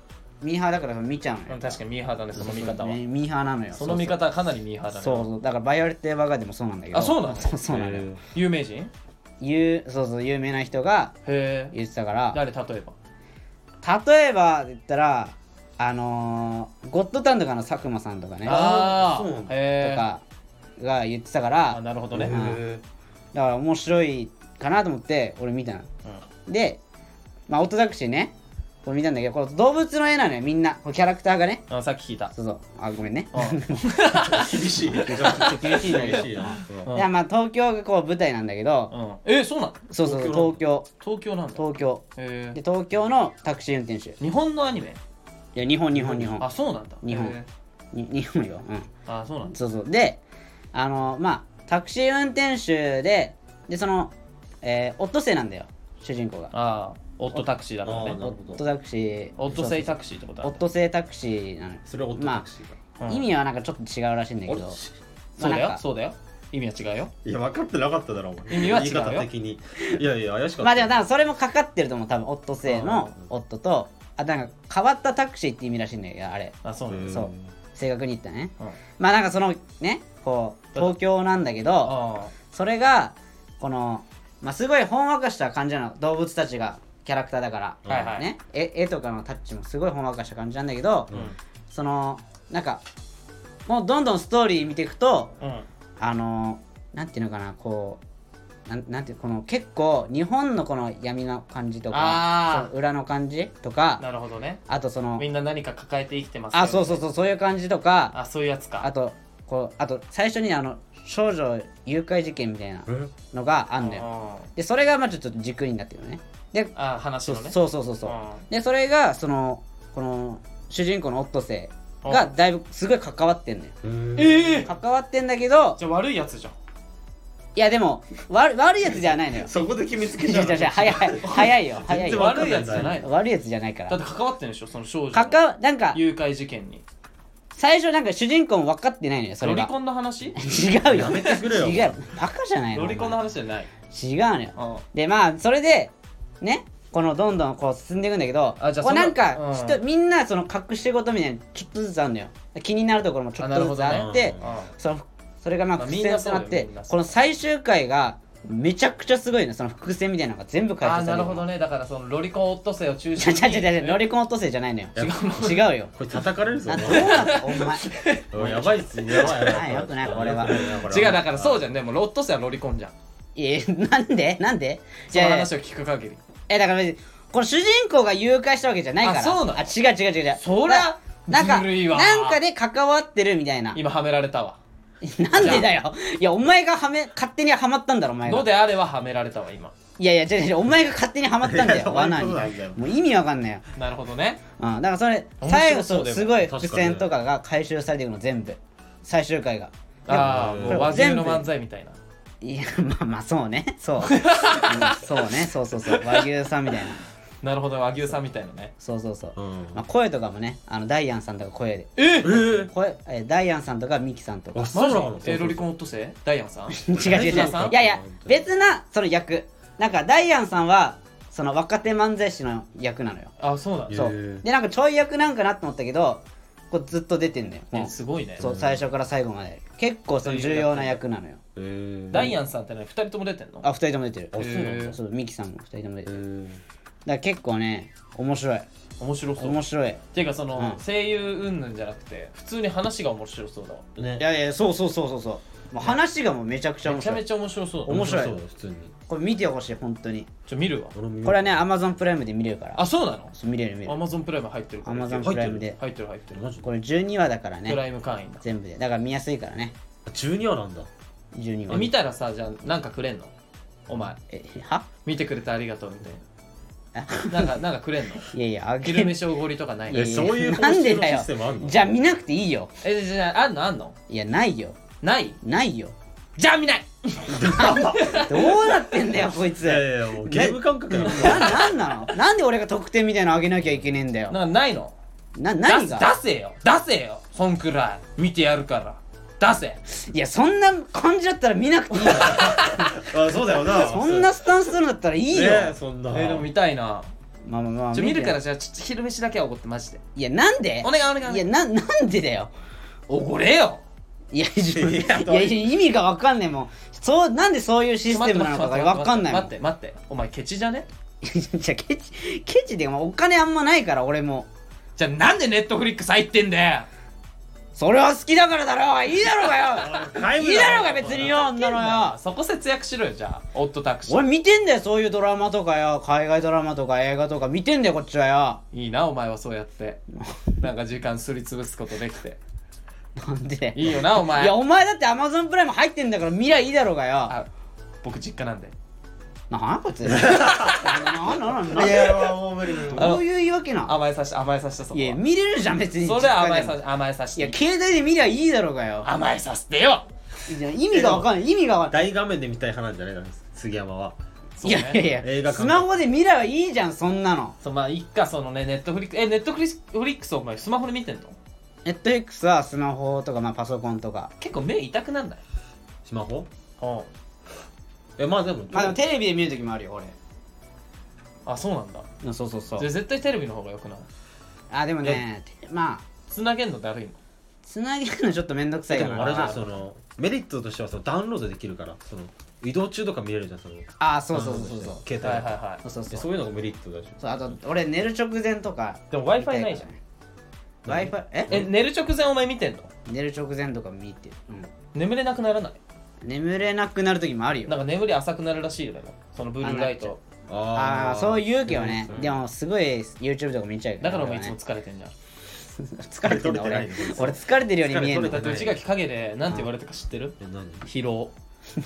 Speaker 2: ミーハーだから見ちゃうの
Speaker 1: う
Speaker 2: よ
Speaker 1: ん確かにミーハーだねその見方は
Speaker 2: ミーハーなのよ
Speaker 1: その見方はかなりミーハーだね
Speaker 2: そうそうだからバイオレット・エヴァーガーデンもそうなんだけど
Speaker 1: あそうなの
Speaker 2: そうそうなのよ
Speaker 1: 有名人へ
Speaker 2: 有そうそう有名な人が
Speaker 1: え
Speaker 2: 言ってたから
Speaker 1: 誰例えば
Speaker 2: 例えばで言ったらあのーゴッドタンとかの佐久間さんとかねと
Speaker 1: ああ
Speaker 3: そうなんだ
Speaker 1: へえ
Speaker 2: かが言ってたか
Speaker 1: あ
Speaker 2: らだか
Speaker 1: なるほど
Speaker 3: へ
Speaker 1: ね、
Speaker 3: ー
Speaker 2: ら面白いかなと思って俺見たのでまあオートタクシーねこれ見たんだけどこれ動物の絵なのよみんなこれキャラクターがね
Speaker 1: うん、あさっき聞いた
Speaker 2: そうそうあごめんね
Speaker 3: 厳し
Speaker 2: しい
Speaker 3: い厳
Speaker 2: ね
Speaker 3: 厳しいな
Speaker 1: うん
Speaker 2: いやまあ東京がこう舞台なんだけど
Speaker 1: うん、えそうなの
Speaker 2: そうそうそう東京
Speaker 1: 東京なんだ
Speaker 2: 東京
Speaker 1: へ
Speaker 2: で
Speaker 1: え
Speaker 2: 東京のタクシー運転手い
Speaker 1: 日本のアニメ
Speaker 2: や日本日本日本
Speaker 1: あそうなんだ
Speaker 2: 日本
Speaker 1: へえ
Speaker 2: に日本よ、う
Speaker 1: あそうなん
Speaker 2: ん、
Speaker 1: だ
Speaker 2: そうそうであのまあタクシー運転手ででその、えー、オットセイなんだよ主人公が
Speaker 1: ああオットタクシーだから
Speaker 3: あー
Speaker 1: ね
Speaker 3: な
Speaker 2: オ
Speaker 3: るほど
Speaker 2: ットタクシー
Speaker 1: オットセイ
Speaker 2: そう
Speaker 1: タクシーってこと
Speaker 2: そうオ
Speaker 1: だ
Speaker 2: ットセイタクシーなのよ
Speaker 3: それはオットタクシーだ
Speaker 1: うん
Speaker 2: 意味はなんかちょっと違うらしいんだけど、
Speaker 3: あれ
Speaker 1: そうだ
Speaker 2: まあなん
Speaker 1: よ
Speaker 2: か
Speaker 1: そうだよ意味は違うよ
Speaker 3: いや分かってなかっただろお前
Speaker 1: 意味は違うよ
Speaker 3: 言い方的にいやいや怪しかった
Speaker 2: まあでも多分それもかかってると思う多分オットセイ
Speaker 1: う
Speaker 2: の
Speaker 1: ん
Speaker 2: オットとあなんか変わったタクシーって意味らしいんだよいやあれ
Speaker 1: あそうなんだ
Speaker 3: ん
Speaker 2: そう正確に言ったらね
Speaker 1: うん
Speaker 2: まあなんかそのねこう東京なんだけど
Speaker 1: あ
Speaker 2: それがこの、まあ、すごいほんわかした感じなの動物たちがキャラクターだから、
Speaker 1: はいはい
Speaker 2: ね、絵絵とかのタッチもすごいほんわかした感じなんだけど、
Speaker 1: あうん
Speaker 2: そのなんかもうどんどんストーリー見ていくと
Speaker 1: うん
Speaker 2: あのなんていうのかなこうなんなんていうこの結構日本のこの闇の感じと
Speaker 1: あ
Speaker 2: か
Speaker 1: ー
Speaker 2: そう裏の感じとか
Speaker 1: なるほどね
Speaker 2: あとその
Speaker 1: みんな何か抱えて生きてますよ
Speaker 2: あそうそうそうそういう感じとか
Speaker 1: あそういうやつ
Speaker 2: あ
Speaker 1: か
Speaker 2: とこうあと最初にあの少女誘拐事件みたいな
Speaker 3: え
Speaker 2: のがあ
Speaker 1: うんん
Speaker 2: だよでそれがまあちょっと軸になってるのねで
Speaker 1: あ話
Speaker 2: そう
Speaker 1: のね
Speaker 2: そうそうそうそうでそれがそのこの主人公のオットセイ
Speaker 1: うん
Speaker 2: がだいぶすごい関わってんのよ
Speaker 3: うん
Speaker 1: ええ
Speaker 2: 関わってんだけど
Speaker 1: じゃあ悪いやつじゃん
Speaker 2: いやでも悪悪いやつじゃないのよ
Speaker 3: そこで決めつけ
Speaker 2: 違う
Speaker 3: ちゃう
Speaker 2: 違う違う早い早いよ早い
Speaker 3: 全然
Speaker 2: よ
Speaker 3: わかん
Speaker 1: 悪いやつじゃないの
Speaker 2: 悪いやつじゃないか
Speaker 1: だっ
Speaker 2: ら
Speaker 1: て関わってるんでしょその少女
Speaker 2: か
Speaker 1: の
Speaker 2: かなんか
Speaker 1: 誘拐事件に
Speaker 2: 最初なんか主人公も分かってないのよそ
Speaker 1: ロ
Speaker 2: れ
Speaker 1: リ
Speaker 2: が
Speaker 1: コンの話
Speaker 2: 違うよ
Speaker 3: やめてくれよ
Speaker 2: 違うバカじゃないの
Speaker 1: ロリコンの話じゃない
Speaker 2: 違うのよ
Speaker 1: うん
Speaker 2: でまあそれでねこのどんどんこう進んでいくんだけど
Speaker 1: あじゃあ
Speaker 2: こう
Speaker 1: その
Speaker 2: なん
Speaker 1: う
Speaker 2: か
Speaker 1: ん
Speaker 2: ひとみんなその隠し事みたいなのちょっとずつあるのよ気になるところもちょっとずつ
Speaker 1: あなる
Speaker 2: あ
Speaker 1: ほど
Speaker 2: って
Speaker 3: ね
Speaker 1: う
Speaker 2: そのそれがまあ
Speaker 1: まあ
Speaker 2: 伏線となっ
Speaker 1: みんなそうだよ
Speaker 2: て
Speaker 1: みんなそう
Speaker 2: この最終回がめちゃくちゃすごいのその伏線みたいなのが全部
Speaker 1: ん
Speaker 2: 解
Speaker 1: あ
Speaker 2: 消
Speaker 1: ー
Speaker 2: さ
Speaker 1: な
Speaker 2: れ
Speaker 1: る
Speaker 2: る
Speaker 1: ほど
Speaker 2: ね
Speaker 1: ねだからそのロリコンオットセイを中
Speaker 2: ち
Speaker 1: 心
Speaker 2: ゃ
Speaker 1: に
Speaker 2: ちゃちゃちゃロリコン落とせじゃないのよ
Speaker 1: 違うの
Speaker 2: 違うよ
Speaker 3: これ叩かれるぞ
Speaker 2: なんどうなのお 前
Speaker 3: お前やばいっすねやばいやばい
Speaker 2: よくないこれは
Speaker 1: 違うだからそう
Speaker 3: じ
Speaker 1: じゃんでもロットセイはロリコンじゃん
Speaker 2: いやなんでなんで
Speaker 1: その話
Speaker 2: い
Speaker 1: を聞く限り
Speaker 2: やえだから別にこの主人公が誘拐したわけじゃないから
Speaker 1: あそうなの
Speaker 2: あ違う違う違う違う
Speaker 1: そりゃ
Speaker 2: なんか
Speaker 1: ずるいわ
Speaker 2: なんかで関わってるみたいな
Speaker 1: 今はめられたわ
Speaker 2: なんでだよいやお前がはめ勝手にはまったんだろお前が
Speaker 1: のであればはめられたわ今
Speaker 2: いやいや違う違うお前が勝手にはまったんだ
Speaker 3: いや
Speaker 2: よ罠に
Speaker 3: そうなんだよ
Speaker 2: もう意味わかんないよ
Speaker 1: なるほどね
Speaker 2: うん、だからそれ
Speaker 1: 面白そう
Speaker 2: 最後そう
Speaker 1: でも
Speaker 2: すごい
Speaker 3: 確かに
Speaker 2: 伏線とかが回収されていくの全部最終回が
Speaker 1: ああ
Speaker 3: うん
Speaker 1: もう和牛の漫才みたいない
Speaker 2: やまあまあそうね そう、うんそうねそうそうそう和牛さんみたいな
Speaker 1: なるほど和牛さんみたいなね
Speaker 2: そうそうそう、
Speaker 3: うん
Speaker 2: まあ、声とかもねあのダイアンさんとか声で
Speaker 1: え
Speaker 3: えー
Speaker 2: 声えダイアンさんとかミキさんとか
Speaker 3: あ
Speaker 1: マ
Speaker 3: そうなの
Speaker 1: ジえロリコンオットセイダイアンさん
Speaker 2: 違う違う違うい
Speaker 1: ミキさん
Speaker 2: やいや別なその役なんかダイアンさんはその若手漫才師の役なのよ
Speaker 1: あそうなんだ
Speaker 3: へ
Speaker 2: そう
Speaker 3: ー
Speaker 2: でなんかちょい役なんかなと思ったけどこうずっと出てんだよも
Speaker 1: え
Speaker 2: う
Speaker 1: すごいね
Speaker 2: そう最初から最後まで結構その重要な役なのよ
Speaker 3: えー
Speaker 1: ダイアンさんってね2人とも出てんの
Speaker 2: あ二人とも出てる
Speaker 3: あそうなんだ
Speaker 1: へー
Speaker 2: そうミキさんも二人とも出て
Speaker 3: え
Speaker 2: るだか
Speaker 3: ー
Speaker 2: ら結構ね面白い
Speaker 1: 面白そう
Speaker 2: 面白い
Speaker 1: ていうかその、
Speaker 2: うん
Speaker 1: 声優云々じゃなくて普通に話が面白そうだわ
Speaker 3: ね
Speaker 2: いやいやそうそうそうそうそうもう話がもうめちゃくちゃ面
Speaker 1: めちゃ
Speaker 2: 白
Speaker 1: め
Speaker 2: い
Speaker 1: ちゃ面白そうだ
Speaker 2: 面白い
Speaker 3: そう普通に
Speaker 2: これ見てほしい本当に
Speaker 1: ちょ見るわ
Speaker 3: 俺も見よう
Speaker 2: これはね Amazon プライムで見れるから
Speaker 1: あそうなの
Speaker 2: そう見れる見れ
Speaker 1: ア
Speaker 2: る
Speaker 1: マゾンプライム入ってるから入
Speaker 2: Amazon
Speaker 1: っ
Speaker 2: プライムで
Speaker 1: てる入ってる入ってる
Speaker 3: マジ
Speaker 2: これ12話だから
Speaker 1: プラ
Speaker 2: ね
Speaker 1: イム会員だ
Speaker 2: 全部でだから見やすいからね
Speaker 3: 12話なんだ
Speaker 2: 12
Speaker 1: え
Speaker 2: 話
Speaker 1: 見たらさじゃあなんかくれんのお前
Speaker 2: えは
Speaker 1: 見てくれてありがとうみたいななんかなんかくれんの
Speaker 2: いやいやあげ
Speaker 1: 昼飯おごりとかない
Speaker 2: い
Speaker 1: の
Speaker 2: や
Speaker 3: え
Speaker 2: いや
Speaker 3: そういう
Speaker 2: なんで
Speaker 3: 方
Speaker 2: だ
Speaker 3: 式
Speaker 2: よ
Speaker 3: のシステムあんの
Speaker 2: じゃあ見なくていいよ
Speaker 1: えじゃああんのあんの
Speaker 2: いやないよ
Speaker 1: ない
Speaker 2: ないよ
Speaker 1: じゃあ見ない
Speaker 2: どうなって んだよこいつ
Speaker 3: いやいやいやもうゲーム感覚だもん
Speaker 2: ななんなのなんで俺が得点みたいなのあげなきゃいけねえんだよ
Speaker 1: なんかないの
Speaker 2: な何
Speaker 1: 出
Speaker 2: が
Speaker 1: せ出せよ出せよそんくらい見てやるから出せ
Speaker 2: いやそんな感じだったら見なくていい よ
Speaker 3: あそうだよな
Speaker 2: そんなスタンスするんだったらいい
Speaker 3: い
Speaker 2: よ、
Speaker 3: ねそんな
Speaker 1: えでも見たいな
Speaker 2: まあまあまあ
Speaker 1: ちょ見るかららじゃあちょっと昼飯だけはおごってマジで
Speaker 2: いやなんで
Speaker 1: お願いお願いお願い
Speaker 2: いやななんでだよ
Speaker 1: おごれよ
Speaker 2: いやいや
Speaker 3: いや
Speaker 2: いや意味がわかんねえもんそうなんでそういうシステムなのかがわかんないもん
Speaker 1: 待って待って待ってお前ケチじゃね
Speaker 2: じゃケチケチでお金あんまないから俺も
Speaker 1: じゃあなんでネットフリックス入ってんだよ
Speaker 2: それは好きだからだろいいだろうが よ
Speaker 3: タイム
Speaker 2: いいだろうが別によあんなのよ
Speaker 1: そこ節約しろよじゃあオットタクシー
Speaker 2: 俺見てんだよそういうドラマとかよ海外ドラマとか映画とか見てんだよこっちはよ
Speaker 1: いいなお前はそうやってなんか時間すりつぶすことできて
Speaker 2: なんで
Speaker 1: いいよなお前
Speaker 2: いやお前だってアマゾンプライム入ってんだから見りゃいいだろうがよ
Speaker 1: あ僕実家なんで
Speaker 2: なんこいつ ななんなんなん
Speaker 3: いやもう無理無理無理
Speaker 2: どういう言い訳な
Speaker 1: 甘えさし甘えさせたそこ
Speaker 2: い
Speaker 1: は
Speaker 2: や見れるじゃん別に
Speaker 1: それは甘え
Speaker 2: 実家
Speaker 1: さ
Speaker 2: で
Speaker 1: せ甘えさ
Speaker 2: い
Speaker 1: せ
Speaker 2: や
Speaker 1: て
Speaker 2: 携帯で見りゃいいだろうがよ
Speaker 1: 甘えさせてよ
Speaker 2: いや意味がわかんない意味がわかんない
Speaker 3: 大画面で見たい派なんじゃないの杉山は。
Speaker 1: そ
Speaker 2: いう
Speaker 1: ね
Speaker 2: やいやい
Speaker 3: 映
Speaker 2: や
Speaker 3: 画
Speaker 2: ス
Speaker 3: 館
Speaker 2: マホで見りゃいいじゃんそんなの
Speaker 1: そうまあいっかそのねネットフリックスえネットフリックスお前スマホで見てんの
Speaker 2: ネット X はスマホとか、まあ、パソコンとか
Speaker 1: 結構目痛くなんない
Speaker 3: スマホ
Speaker 1: うん
Speaker 3: え、まあでも、
Speaker 2: まあでもテレビで見るときもあるよ俺
Speaker 1: あそうなんだ
Speaker 2: うんそうそうそう
Speaker 1: じゃあ絶対テレビの方がよくない
Speaker 2: あでもねてまあ
Speaker 1: つなげんのだるいの
Speaker 2: つなげるのちょっとめんどくさい
Speaker 3: で
Speaker 2: から
Speaker 3: もあれじゃん、そ
Speaker 2: な
Speaker 3: の、メリットとしてはそのダウンロードできるから、その、移動中とか見れるじゃん、その、
Speaker 2: あそうそうそうそうそう
Speaker 3: 携帯
Speaker 1: はいはいは
Speaker 2: そうそうそう
Speaker 3: そういうのがメリットだし。
Speaker 2: そうあと俺寝る直前とか
Speaker 1: いでも w i f i ないじゃん
Speaker 2: w i f i え
Speaker 1: え寝る直前お前見てんの
Speaker 2: 寝る直前とか見てる、
Speaker 1: 眠れなくならない
Speaker 2: 眠れなくなる時もあるよ
Speaker 1: なんか眠り浅くなるらしいよねそのブルーライト
Speaker 2: ああーそう言うけどね、
Speaker 3: うん
Speaker 2: でもすごい YouTube とか見ちゃう
Speaker 1: だからお
Speaker 2: 俺
Speaker 1: 前い
Speaker 2: は
Speaker 1: つ
Speaker 2: ね
Speaker 1: も疲れてんじゃん
Speaker 2: 疲れてんだ
Speaker 3: 疲れてない
Speaker 2: 俺
Speaker 3: よ
Speaker 2: 俺疲れてるように見えんの
Speaker 3: 疲
Speaker 1: だ
Speaker 3: れて
Speaker 1: って内垣影でなんて言われたか知ってる
Speaker 3: え何
Speaker 1: 疲労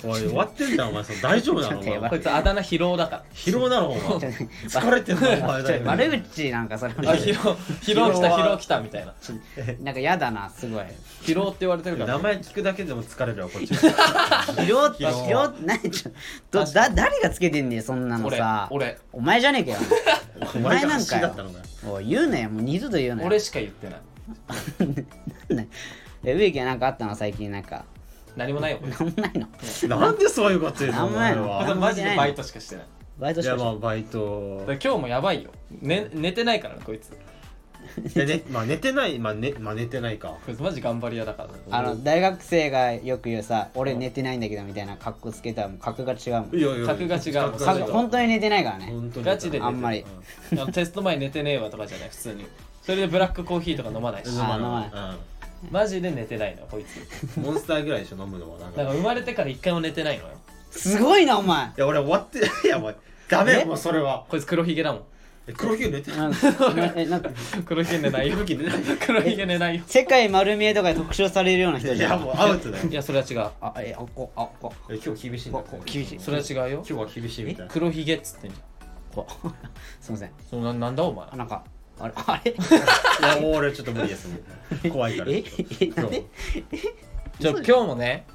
Speaker 3: おい終わってんだお前その大丈夫な
Speaker 2: ちょっ
Speaker 3: のお
Speaker 2: とや
Speaker 3: 前
Speaker 2: ば
Speaker 1: こいつあだ名疲労だか
Speaker 3: 疲労なのお 前疲れてんのお前だよ
Speaker 2: 悪口なんかそ れ
Speaker 1: らあ疲労疲労来た
Speaker 3: 疲労は
Speaker 1: 疲労来たみたいな
Speaker 2: なんか嫌だなすごい
Speaker 1: 疲労って言われてるから
Speaker 3: 名前聞くだけでも疲れるわこっ ち
Speaker 2: 疲労
Speaker 3: 疲労
Speaker 2: 疲労って何ちょどだ誰がつけてんだよそんなの
Speaker 1: 俺
Speaker 2: さ
Speaker 1: 俺
Speaker 2: お前じゃねえかよ
Speaker 3: お
Speaker 2: 前
Speaker 3: 前
Speaker 2: な
Speaker 3: が
Speaker 2: んか
Speaker 3: 走
Speaker 2: よ
Speaker 3: だったのかよ
Speaker 2: おい言うなよもう二度と言うなよ
Speaker 1: 俺しか言ってない
Speaker 2: え植木はなんかあったの最近なんか
Speaker 1: 何も ないよこいつ
Speaker 2: なんもないの
Speaker 3: なんでそういうこと言うの
Speaker 2: あ
Speaker 3: お
Speaker 2: んまや
Speaker 1: こいつ
Speaker 2: な
Speaker 3: 前は
Speaker 1: マジでバイトしかしてない
Speaker 2: バイト
Speaker 3: い
Speaker 2: し
Speaker 3: や
Speaker 2: か
Speaker 3: まあ
Speaker 2: し
Speaker 3: バイト
Speaker 1: だ から今日もやばいよ、ね、寝てないからねこいつ
Speaker 3: いやねまあ寝てないまあねまあ寝てないか
Speaker 1: こいつマジ頑張り屋だから
Speaker 2: あの大学生がよく言うさ俺寝てないんだけどみたいな格好つけたらもう格が違うもん
Speaker 3: いやいや
Speaker 1: 格が違う
Speaker 2: 格
Speaker 3: 格が違う
Speaker 2: 本当に寝てないからね
Speaker 3: 本当に
Speaker 1: ガチで寝てる
Speaker 2: あんまり
Speaker 1: あのテスト前寝てねえわとかじゃない普通にそれでブラックコーヒーとか飲まないし
Speaker 3: うん飲
Speaker 2: あ
Speaker 3: ま
Speaker 2: 飲ま
Speaker 3: な
Speaker 2: ない
Speaker 3: い
Speaker 1: マジで寝てないのこいつ
Speaker 3: うんモンスターぐらいでしょ飲むのはなんか
Speaker 1: だから
Speaker 3: い
Speaker 1: 生まれてから一回も寝てないのよ
Speaker 2: すごいなお前
Speaker 3: や俺終わっていやお前ダメ
Speaker 2: え
Speaker 3: よもうそれは
Speaker 1: こいつ黒ひげだもん
Speaker 3: え黒ひげ寝てない
Speaker 2: なんか なえなんか
Speaker 1: 黒ひげ寝ないよ 黒ひげ寝ないよ
Speaker 2: 世界丸見えとかで特集されるような人
Speaker 3: い
Speaker 2: じゃ
Speaker 3: や
Speaker 2: ん
Speaker 3: もうアウトだよ
Speaker 1: いやそれは違う
Speaker 2: あえあこあこ
Speaker 3: え今日厳しいんだ
Speaker 2: ここ厳しい
Speaker 1: それは違うよ
Speaker 3: 今日は厳しいみたいな
Speaker 1: 黒ひげっつってんじゃん
Speaker 2: こ すいません
Speaker 1: そのななんだお前
Speaker 2: あなんかあれ あれ
Speaker 3: いやもう俺ちょっと無理ですもう怖い から
Speaker 2: ええなんで
Speaker 1: じゃあ今日もね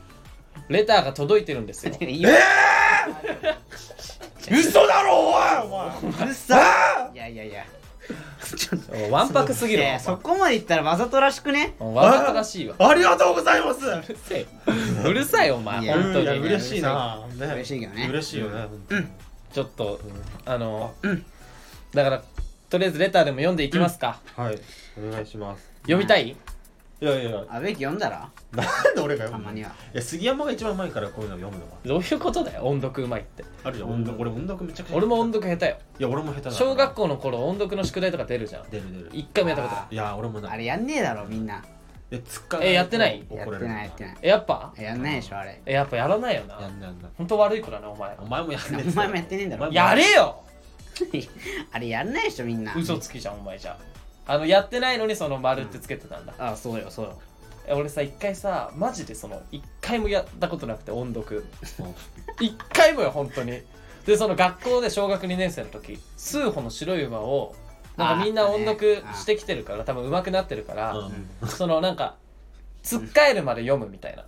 Speaker 1: レターが届いてるん ですよ
Speaker 2: いや
Speaker 3: 嘘だろおいお前
Speaker 2: うっさいやいやいや
Speaker 1: わんぱくすぎる
Speaker 2: いやいやそこまで言ったらわざとらしくね
Speaker 1: わざとらしいわ
Speaker 3: ありがとうございます
Speaker 1: うるせえうるさいお前
Speaker 2: いや
Speaker 1: 本当
Speaker 3: いや
Speaker 1: に
Speaker 3: 嬉しいな
Speaker 2: 嬉しいけどね
Speaker 3: 嬉しいよねうん
Speaker 1: ちょっとあのだからとりあえずレターでも読んでいきますか
Speaker 3: はいお願いします
Speaker 1: 読みたい
Speaker 3: いやいや
Speaker 2: あべき読んだら
Speaker 3: なんで俺が
Speaker 2: た
Speaker 3: 読
Speaker 2: ま
Speaker 3: む
Speaker 2: に
Speaker 3: のい
Speaker 2: は
Speaker 3: や杉山が一番前からこういうの読むのは
Speaker 1: どういうことだよ音読うまいって
Speaker 3: あるじゃん音読俺音読めちゃくちゃ
Speaker 1: 俺も音読下手よ
Speaker 3: いや俺も下手だ
Speaker 1: 小学校の頃音読の宿題とか出るじゃん
Speaker 3: 出る出る
Speaker 1: 一回もやったことない
Speaker 3: いや俺もな
Speaker 2: あ
Speaker 3: い
Speaker 2: れやんねえだろみんな
Speaker 3: やつっか
Speaker 1: えやってない
Speaker 3: と
Speaker 2: やっ
Speaker 3: 怒られ
Speaker 2: て
Speaker 3: る
Speaker 2: ないやってない
Speaker 1: えやっぱ
Speaker 2: やんないでしょあれ
Speaker 1: えやっぱやらないよ
Speaker 3: や
Speaker 1: なん
Speaker 3: ないやんない
Speaker 1: 本当悪い子だなお前
Speaker 3: お前もやんねえ
Speaker 2: お前もやってねえんだろ
Speaker 3: お前も
Speaker 1: やれよ
Speaker 2: あれやんないでしょみんな
Speaker 1: 嘘つきじゃんお前じゃあのやってないのにその丸ってつけてたんだ
Speaker 2: あそうよそうよ
Speaker 1: え俺さ一回さマジでその一回もやったことなくて音読
Speaker 3: うん
Speaker 1: 一回もよ本当にでその学校で小学2年生の時数歩の白い馬をなんかみんな音読してきてるから多分上手くなってるから
Speaker 3: うん
Speaker 1: そのなんかつっかえるまで読むみたいな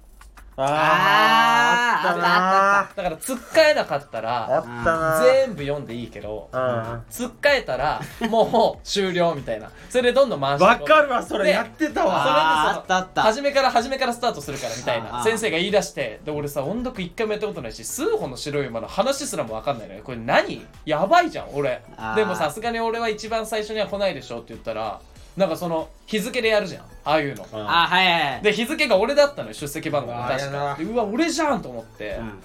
Speaker 3: あーあったな
Speaker 1: だからつっかえなかったら
Speaker 2: あっ
Speaker 3: ーったた
Speaker 2: な
Speaker 3: な
Speaker 1: 全部読んでいいけど
Speaker 3: わ
Speaker 1: つっかえたらもう終了みたいなそれでどんどん回して
Speaker 3: かるわそれ
Speaker 1: で
Speaker 3: やっ
Speaker 1: そ
Speaker 3: てた
Speaker 1: れで
Speaker 3: わ
Speaker 2: あーあ
Speaker 1: その
Speaker 2: ったあった
Speaker 1: 初めから初めからスタートするからみたい
Speaker 2: あ
Speaker 1: な
Speaker 2: ー
Speaker 1: 先生が言い出してで俺さ音読一回もやったことないし数歩の白い馬の話すらも分かんないのよこれ何やばいじゃん俺
Speaker 2: あー
Speaker 1: でもさすがに俺は一番最初には来ないでしょって言ったらなんかその日付でやるじゃんああいうの
Speaker 2: あはいはいはい
Speaker 1: で日付が俺だったのよ出席番号
Speaker 3: う
Speaker 1: が
Speaker 3: わ
Speaker 1: 確
Speaker 3: やだ
Speaker 1: か
Speaker 3: な
Speaker 1: でうわ俺じゃんと思って、
Speaker 2: うん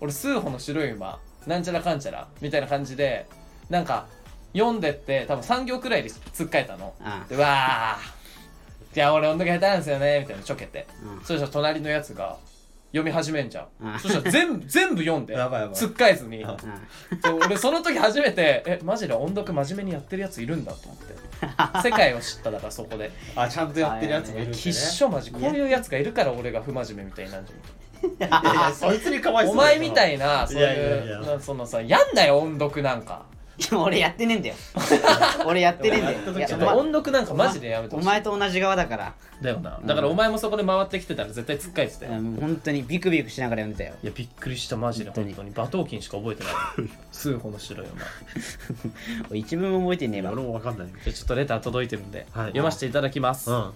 Speaker 1: 俺数歩の白い馬なんちゃらかんちゃらみたいな感じでなんか読んでって多分3行くらいでつっかえたの
Speaker 2: あ
Speaker 1: でわあじゃあ俺音読下手なんですよねみたいなちょけて、
Speaker 2: うん
Speaker 1: そしたら隣のやつが読み始めんじゃん、
Speaker 2: うん
Speaker 1: そしたら 全部全部読んで
Speaker 3: やばいやばい
Speaker 1: つっかえずに、
Speaker 3: うん
Speaker 2: う
Speaker 1: で俺その時初めてえマジで音読真面目にやってるやついるんだと思って 世界を知っただからそこで
Speaker 3: あちゃんとやってるやつもいるんでね
Speaker 1: きっしょマジこういうやつがいるから俺が不真面目みたいになんじゃん
Speaker 3: いやいやそいつにかわいそ
Speaker 1: お
Speaker 3: う
Speaker 1: 前みた
Speaker 3: い
Speaker 1: いな、そういう、
Speaker 3: いやいやいや
Speaker 1: なそのさ、やんなよ、音読なんか。
Speaker 2: んでも俺やってねえんだよ俺やってねえんだよ
Speaker 3: でも
Speaker 2: いや
Speaker 3: や
Speaker 1: ちょっ
Speaker 3: と
Speaker 1: と
Speaker 2: お前
Speaker 1: 音読なんかマジでやめて
Speaker 2: お
Speaker 1: ほしい。
Speaker 2: 前と同じ側だから
Speaker 1: だよな。だからお前もそこで回ってきてたら絶対つっかえてたよ。
Speaker 2: うん本当にビクビクしながら読んでたよ
Speaker 1: いや、びっくりした、マジで、
Speaker 2: 本当
Speaker 1: 本
Speaker 2: に
Speaker 1: 当に。馬頭琴しか覚えてない。数歩の白いよな。
Speaker 2: 俺一文も覚えてねえわ
Speaker 3: 俺もわかんない
Speaker 1: じゃあちょっとレター届いてるんで、
Speaker 3: はい
Speaker 1: 読ませていただきます。
Speaker 3: うん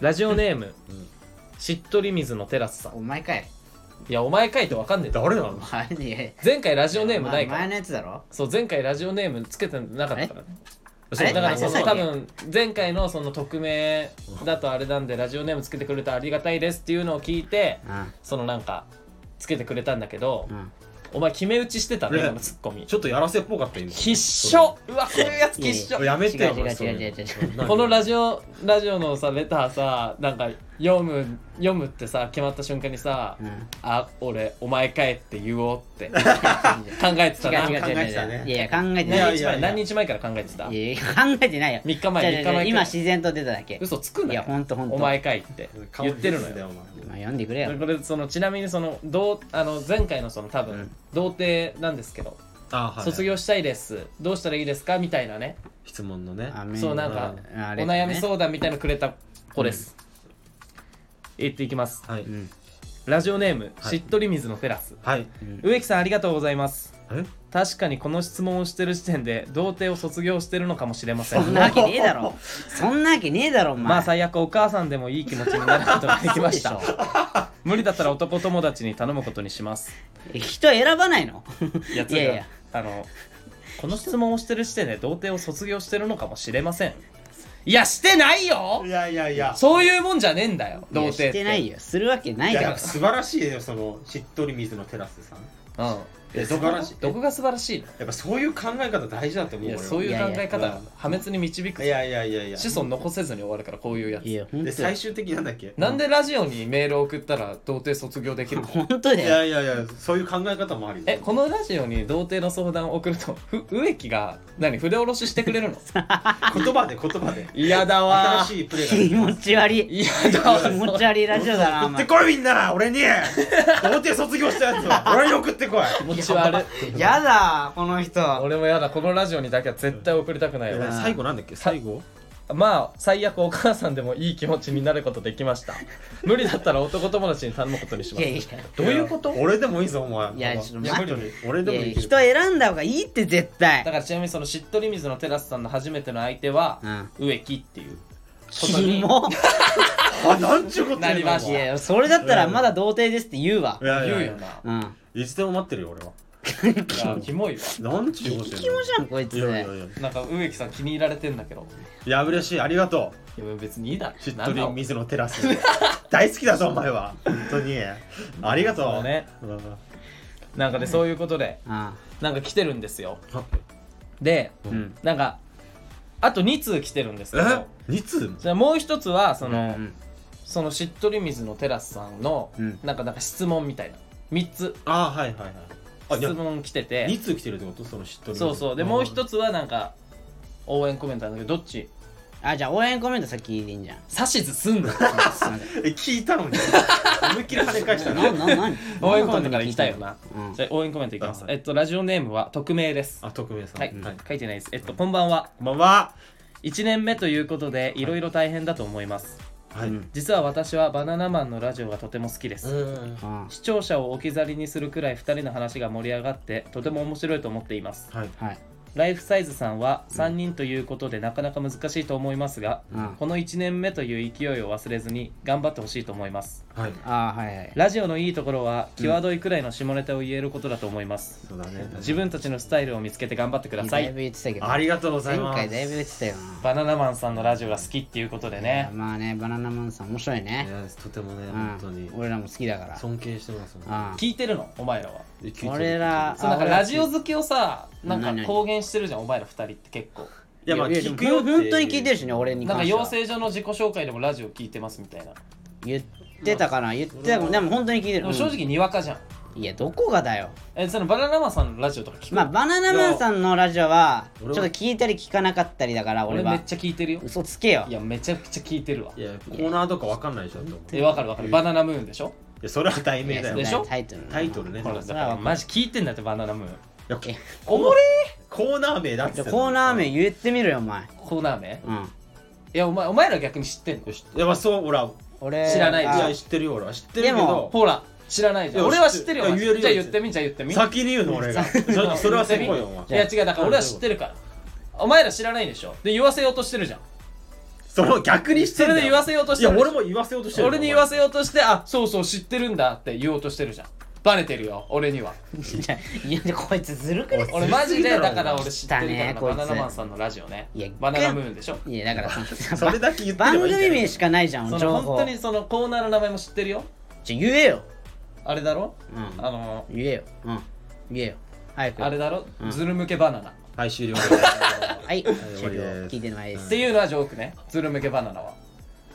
Speaker 1: ラジオネーム、
Speaker 3: ん
Speaker 1: しっとり水のテラスさん。
Speaker 2: お前かい
Speaker 1: いや、お前書いてわかんねえんだよ
Speaker 3: 誰なの
Speaker 2: お前ね
Speaker 1: 前回ラジオネー
Speaker 2: お
Speaker 1: ムな
Speaker 2: 前
Speaker 1: い
Speaker 2: お
Speaker 1: か
Speaker 2: 前
Speaker 1: ら。
Speaker 2: のやつだろ
Speaker 1: そう、前回ラジオネームつけてなかったからね。
Speaker 2: あ
Speaker 1: そ
Speaker 2: れ
Speaker 1: うだからそ
Speaker 2: あれ
Speaker 1: の多分前回のその匿名だとあれなんでラジオネームつけてくれたありがたいですっていうのを聞いて
Speaker 2: うん
Speaker 1: そのなんかつけてくれたんだけど
Speaker 2: うん
Speaker 1: お前決め打ちしてたね
Speaker 3: ね
Speaker 1: 今のツッコミ
Speaker 3: ちょっとやらせっぽかった今
Speaker 1: 必勝うわこういうやつ必
Speaker 3: や
Speaker 1: 勝
Speaker 3: めてよ
Speaker 2: 違う違う違う違う違う
Speaker 1: このラジオラジオのさレターさなんか読む読むってさ決まった瞬間にさ
Speaker 2: うん
Speaker 1: 「あ俺お前かえ」って言おうって 考えてたな
Speaker 2: 違う違う
Speaker 3: 考
Speaker 2: 違う
Speaker 3: え
Speaker 2: 違
Speaker 3: てたね
Speaker 2: ういやいや考えて
Speaker 3: い
Speaker 2: な
Speaker 1: 何
Speaker 2: い
Speaker 1: 日
Speaker 3: や
Speaker 1: 前何日前から考えてた
Speaker 2: いやいや考えてないよ
Speaker 1: 3日前
Speaker 2: 違う違う
Speaker 1: 3日前
Speaker 2: 今自然と出ただけ
Speaker 1: 嘘つくない
Speaker 2: やほんとほんと
Speaker 1: お前かいって言ってるのよ
Speaker 3: よ
Speaker 2: まあ読んでくれよ
Speaker 1: これそのちなみにそのどうあの前回のその多分、
Speaker 2: うん
Speaker 1: 童貞なんですけど、
Speaker 3: あはい
Speaker 1: 卒業したいですどうしたらいいですかみたいなね
Speaker 3: 質問のね
Speaker 2: あメール
Speaker 1: そうなんか
Speaker 2: うんあ
Speaker 1: お
Speaker 2: れ
Speaker 1: 悩み
Speaker 2: ね
Speaker 1: 相談みたいなのくれた子です、言っていきます
Speaker 3: はい
Speaker 2: うん
Speaker 1: ラジオネーム、
Speaker 3: はい
Speaker 1: しっとり水のテラス
Speaker 3: はい
Speaker 2: うん
Speaker 1: 植木さんありがとうございます
Speaker 3: え
Speaker 1: 確かにこの質問をしてる時点で童貞を卒業してるのかもしれませ
Speaker 2: そん
Speaker 1: ん
Speaker 2: なわけねえだろそんなわけねえだろお前
Speaker 1: まあ最悪お母さんでもいい気持ちになることができました
Speaker 2: そうでしょ
Speaker 1: 無理だったら男友達に頼むことにします
Speaker 2: え人選ばないの
Speaker 1: いやつ
Speaker 2: いやいや
Speaker 1: あのこの質問をしてる時点で童貞を卒業してるのかもしれませんいやしてないよ
Speaker 3: いやいやいや
Speaker 1: そういうもんじゃねえんだよ童貞
Speaker 2: いやしてないよするわけないいか
Speaker 3: や
Speaker 2: ら
Speaker 3: なんか素晴らしいよそのしっとり水のテラスさん
Speaker 1: うん
Speaker 3: いや
Speaker 1: どこ
Speaker 3: 素晴
Speaker 1: が
Speaker 3: らしい
Speaker 1: どこが素晴らしいの
Speaker 3: やっぱそういう考え方大事だと思う
Speaker 1: いや
Speaker 3: 俺は
Speaker 1: そういう考え
Speaker 3: いや
Speaker 1: 方
Speaker 3: いや
Speaker 1: 破滅に導く
Speaker 3: いやいやいやいや
Speaker 1: 子孫残せずに終わるからこういうや
Speaker 2: い
Speaker 1: つ
Speaker 2: やほん
Speaker 3: で
Speaker 2: とだよ
Speaker 3: 最終的になんだっけ
Speaker 1: なんでラジオにメール送ったら童貞卒業できるの
Speaker 2: ほんと
Speaker 3: い
Speaker 2: だよ
Speaker 3: やいやいやそういう考え方もあるよ
Speaker 1: えこのラジオに童貞の相談を送るとふ植木が何筆下ろししてくれ るの
Speaker 3: 言葉で言葉で
Speaker 1: 嫌だ
Speaker 3: 新
Speaker 1: わ
Speaker 3: しいプレー
Speaker 2: 気
Speaker 3: が
Speaker 2: 持ち悪い
Speaker 1: 嫌だわ
Speaker 2: 気持ち悪いラジオだなお
Speaker 3: 送って
Speaker 2: 前
Speaker 3: こいみんな 俺に童貞卒業したやつを俺に送ってこい
Speaker 1: 気持ち悪い
Speaker 2: やだこの人
Speaker 1: 俺もやだこのラジオにだけは絶対送りたくないわ
Speaker 2: や
Speaker 3: 最後なんだっけ最後
Speaker 1: まあ最悪お母さんでもいい気持ちになることできま した無理だったら男友達に頼むことにし
Speaker 2: い
Speaker 1: ま
Speaker 2: や
Speaker 1: す
Speaker 2: いや
Speaker 1: どういうこと
Speaker 3: 俺でもいいぞお前
Speaker 2: いやちょっと待って
Speaker 3: 本当に俺でも
Speaker 2: い
Speaker 3: い
Speaker 2: や
Speaker 3: い
Speaker 2: 人選んだ方がいいって絶対
Speaker 1: だからちなみにそのしっとり水のテラスさんの初めての相手は植木っていうこと
Speaker 2: キ
Speaker 1: に
Speaker 2: モ
Speaker 3: あなんちゅうこと言うの
Speaker 1: なりまし
Speaker 2: い
Speaker 1: た
Speaker 2: やいやそれだったらまだ童貞ですって言うわ
Speaker 3: いやい
Speaker 1: 言
Speaker 3: や
Speaker 1: う
Speaker 3: い
Speaker 1: よ
Speaker 3: や
Speaker 1: な
Speaker 2: うん
Speaker 3: いつでも待ってるよ俺は
Speaker 1: あキモいわ
Speaker 3: なんちゅうこと言うの
Speaker 2: 気持ちなんこいつ
Speaker 3: いやいやいや
Speaker 1: なんか植木さん気に入られてんだけど
Speaker 3: いや嬉しいありがと
Speaker 1: いや別にいいだろ
Speaker 3: うしっと
Speaker 1: な
Speaker 3: り
Speaker 1: んだ
Speaker 3: 水のテラス大好きだぞお前は本当にありがと
Speaker 1: そう
Speaker 3: う
Speaker 1: ね
Speaker 3: うん
Speaker 1: なんかでそういうことで
Speaker 2: あ
Speaker 1: なんか来てるんですよ
Speaker 3: あ
Speaker 1: で
Speaker 2: あ
Speaker 3: う
Speaker 2: うん
Speaker 1: なんかあと2通来てるんですけ
Speaker 3: え
Speaker 1: ど
Speaker 3: 二通
Speaker 1: じゃあもう一つはそ
Speaker 2: そ
Speaker 1: の、そのしっとり水のテラスさんの、
Speaker 2: うん
Speaker 1: なんかなんか質問みたいな3つ
Speaker 3: あはいはいはいあじゃ
Speaker 1: 質問来て
Speaker 3: あ
Speaker 1: て
Speaker 3: 二通来てるってことそのしっとり
Speaker 1: そうそうでもう一
Speaker 3: つ
Speaker 1: つはなんか応援コメントなんだけどどっち
Speaker 2: あじゃあ応援コメント先でいいんじ ゃん
Speaker 1: 指図すんの
Speaker 2: すいません
Speaker 3: え聞いたのに思いっきり跳ね返した
Speaker 2: な
Speaker 3: ね
Speaker 2: な な
Speaker 1: 応援コメントから行きたいよな
Speaker 2: うん
Speaker 1: じゃあ応援コメントいきます
Speaker 3: はい
Speaker 1: えっとラジオネームは匿名です
Speaker 3: あ匿名さん
Speaker 1: はい、
Speaker 3: はい
Speaker 1: 書いてないですえっとこんばんは
Speaker 3: こんばんは
Speaker 1: 1年目ということでいろいろ大変だと思います
Speaker 3: はい
Speaker 2: うん
Speaker 1: 実は私はバナナマンのラジオがとても好きです
Speaker 3: ん
Speaker 2: あ
Speaker 1: 視聴者を置き去りにするくらい2人の話が盛り上がってとても面白いと思っています
Speaker 3: はい
Speaker 2: あはい
Speaker 1: ライフサイズさんは3人ということでなかなか難しいと思いますが、
Speaker 2: うん
Speaker 1: この1年目という勢いを忘れずに頑張ってほしいと思います
Speaker 3: はい
Speaker 2: あはいはい
Speaker 1: ラジオのいいところは際どいくらいの下ネタを言えることだと思います、
Speaker 3: そうだね
Speaker 1: 自分たちのスタイルを見つけて頑張ってくださ
Speaker 2: だい
Speaker 1: い
Speaker 2: ぶ言ってたけど
Speaker 3: ありがとうござい
Speaker 2: 前
Speaker 3: ます
Speaker 2: 回だいぶ言ってたよな
Speaker 1: バナナマンさんのラジオが好きっていうことで
Speaker 2: いや
Speaker 1: ね
Speaker 2: まあねバナナマンさん面白い
Speaker 3: い
Speaker 2: ね
Speaker 3: やとてもね
Speaker 2: うん
Speaker 3: 本当に
Speaker 2: 俺らも好きだから
Speaker 3: 尊敬してます
Speaker 2: あ
Speaker 1: 聞いてるのお前らは
Speaker 2: 俺ら
Speaker 1: そうなんか
Speaker 2: 俺は
Speaker 1: ラジオ好きをさなんか
Speaker 2: 何々
Speaker 1: 公言してるじゃんお前ら2人って結構
Speaker 3: いやまあ
Speaker 2: いやでも
Speaker 3: 聞くよっていう
Speaker 2: 本当に聞いてるしね俺に
Speaker 1: なんか
Speaker 2: 関しては
Speaker 1: 養成所の自己紹介でもラジオ聞いてますみたいな
Speaker 2: 言ってたかな言ってたかもでも本当に聞いて
Speaker 1: で
Speaker 2: るう
Speaker 1: も
Speaker 2: ん
Speaker 1: 正直にわかじゃん、
Speaker 2: いやどこがだよ
Speaker 1: えそのバナナマンさんのラジオとか聞く、
Speaker 2: まあバナナマンさんのラジオはちょっ
Speaker 3: 俺は
Speaker 2: と聞いたり聞かなかったりだから
Speaker 1: 俺
Speaker 2: 俺
Speaker 1: め
Speaker 2: は
Speaker 1: っちゃ聞いてるよ
Speaker 2: 嘘つけよ
Speaker 1: いや、めちゃくちゃ聞いてるわ
Speaker 3: い。やコーナーとかわかんないでしょだって
Speaker 1: え、わかるわかる。バナナムーンでしょ
Speaker 3: いやそれは題名だよ
Speaker 1: で
Speaker 3: ね
Speaker 1: しょ
Speaker 2: タイトル
Speaker 3: タイトルね
Speaker 1: ほら、
Speaker 3: い
Speaker 1: だからマジ聞いてんだって、バナナムーン。
Speaker 3: や
Speaker 2: え
Speaker 1: おもれ
Speaker 3: コーナー名だっ
Speaker 2: じ
Speaker 3: て
Speaker 2: ゃあコーナー名言ってみろよお前
Speaker 1: コーナー名
Speaker 2: うん
Speaker 1: いや、お前、お前ら逆に知ってんの
Speaker 3: いやまあそう俺は
Speaker 2: 俺
Speaker 1: 知らないい
Speaker 2: あ
Speaker 1: じゃ
Speaker 3: や
Speaker 1: ん
Speaker 3: 知ってるよ俺は知ってる
Speaker 2: で
Speaker 3: けど
Speaker 2: も
Speaker 1: ほら、知らないじゃん。
Speaker 3: いや
Speaker 1: 俺は知ってるよ。
Speaker 3: 知ってるいや言えるよ
Speaker 1: じゃあ言ってみ、じゃあ言ってみ。
Speaker 3: 先に言うの俺がそそれはせこいよお前
Speaker 1: いや、違う、だから俺は知ってるから。お前ら知らないでしょで、言わせようとしてるじゃん。
Speaker 3: それを逆にして
Speaker 1: そ
Speaker 3: んだ
Speaker 1: れ
Speaker 3: よ
Speaker 1: で言わせようとし
Speaker 3: い
Speaker 1: て
Speaker 3: や
Speaker 1: る。
Speaker 3: 俺も言わせようとしてる
Speaker 1: 俺に言わせ
Speaker 3: せ
Speaker 1: ようとして、あ、そうそう、知ってるんだって言おうとしてるじゃん。バレてるよ、俺には。
Speaker 2: いやでこいつずるくね
Speaker 1: 俺マジで、だから俺知ってるから
Speaker 2: 知ったね
Speaker 1: な、
Speaker 2: こい
Speaker 1: バ
Speaker 2: つ
Speaker 1: ナナマンさんのラジオね
Speaker 2: いや。
Speaker 1: バナナムーンでしょ
Speaker 2: いやだからその
Speaker 3: それだけ言ってれ
Speaker 2: 番
Speaker 3: ばい
Speaker 2: 組
Speaker 3: いんじゃない
Speaker 2: 名しかないじゃん
Speaker 1: そ
Speaker 2: 情
Speaker 1: の
Speaker 2: 報
Speaker 1: 本当にそのコーナーの名前も知ってるよ。
Speaker 2: じゃあ言えよ
Speaker 1: あれだろ
Speaker 2: うん
Speaker 1: あの
Speaker 2: 言えようん言えよ早く
Speaker 1: あれだろ、
Speaker 2: うん
Speaker 1: ズル向けバナナっ
Speaker 3: はい終了
Speaker 2: はい
Speaker 3: 終わ
Speaker 2: 終
Speaker 3: り
Speaker 2: 了
Speaker 3: です
Speaker 2: 聞いてないです
Speaker 1: ていうのはジョークねズル向けバナナは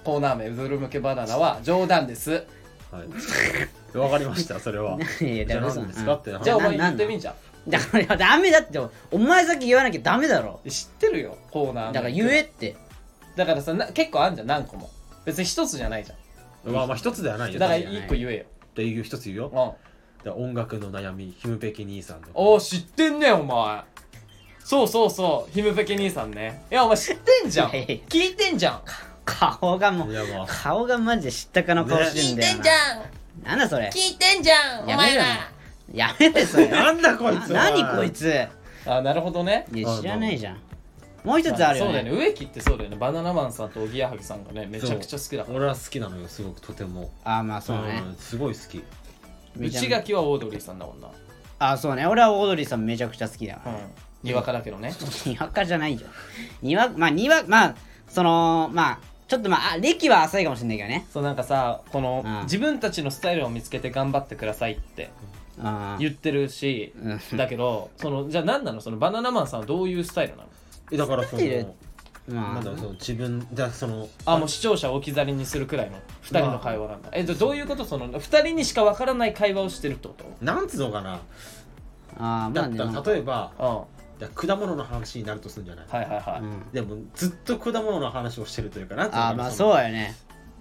Speaker 1: コーナー名、ズル向けバナナは冗談です。
Speaker 3: はい。 わかりました、それは。
Speaker 2: いや
Speaker 3: じゃあ
Speaker 2: ダメそう
Speaker 3: 何ですかって話。
Speaker 1: じゃあお
Speaker 2: な
Speaker 1: 前
Speaker 2: ん
Speaker 1: 言ってみんじゃん。
Speaker 2: だからいやダメだってお前さっき言わなきゃダメだろ
Speaker 1: 知ってるよ、コーナー
Speaker 2: だ
Speaker 1: 名。
Speaker 2: から言えって
Speaker 1: だからさ、な結構あんじゃん、何個も。別に一つじゃないじゃん。
Speaker 3: まあまあ一つではないよ。
Speaker 1: だから
Speaker 3: 確かに
Speaker 1: 一個言えよ。
Speaker 3: じゃあ言う一つ言うよ。
Speaker 1: うん。
Speaker 3: じゃあ音楽の悩み、ひむぺき兄さんの。
Speaker 1: おー知ってんねお前そうそうそうひむぺけ兄さんねいやお前知ってんじゃん
Speaker 2: いやいやいや
Speaker 1: 聞いてんじゃん
Speaker 2: 顔がも
Speaker 3: いうやまあ、
Speaker 2: 顔がマジで知ったかの顔して
Speaker 4: 聞
Speaker 2: ん
Speaker 4: い
Speaker 2: だ
Speaker 4: て
Speaker 2: よ
Speaker 4: んじ
Speaker 2: な
Speaker 4: ゃん
Speaker 2: なんだそれ
Speaker 4: 聞いてんじゃんお
Speaker 2: やめ
Speaker 4: 前
Speaker 2: ろよ
Speaker 4: ら
Speaker 2: やめてそれな
Speaker 3: なんだ こいつは
Speaker 2: 何こいつい
Speaker 1: あなるほどね
Speaker 2: や知らないじゃんもう一つあるよ
Speaker 1: そうだよね
Speaker 2: ね
Speaker 1: 植木ってそうだよねバナナマンさんとおぎやはぎさんがねめちゃくちゃ好きだから
Speaker 3: 俺は好きなのよ、すごくとても。
Speaker 2: あまあそうね
Speaker 3: んすごい好き。
Speaker 2: めちゃ
Speaker 1: 内
Speaker 2: めちゃ
Speaker 1: 垣はオードリーさんだもんなう
Speaker 2: あそうね俺はオードリーさんめちゃくちゃ好きだよ
Speaker 1: んにわかだけどね
Speaker 2: にわかじゃないよにわまあにわまあそのまあちょっとまああ歴は浅いかもしれないけどね
Speaker 1: そうなんかさこの
Speaker 2: うん
Speaker 1: 自分たちのスタイルを見つけて頑張ってくださいって
Speaker 2: あー
Speaker 1: 言ってるし
Speaker 2: うん
Speaker 1: だけどそのじゃあ何なのそのバナナマンさんはどういうスタイルなの
Speaker 3: えだからそ
Speaker 2: なんで
Speaker 3: の、
Speaker 2: ま
Speaker 3: な
Speaker 2: あ
Speaker 3: んだろうその自分、だからその、
Speaker 1: あもう視聴者を置き去りにするくらいの2人の会話なんだ、えどどういうことその2人にしかわからない会話をしてるってこ
Speaker 3: なんつうのかな。
Speaker 2: あーま
Speaker 3: だ
Speaker 2: あ
Speaker 3: った
Speaker 2: ね
Speaker 3: ら、例えば、
Speaker 1: とうんはい
Speaker 3: や果物の話になるとするんじゃない
Speaker 1: いはいはい、
Speaker 2: うん
Speaker 3: でもずっと果物の話をしてるというかなんてい
Speaker 2: あー
Speaker 3: のかな
Speaker 2: まあ
Speaker 3: の
Speaker 2: そうやね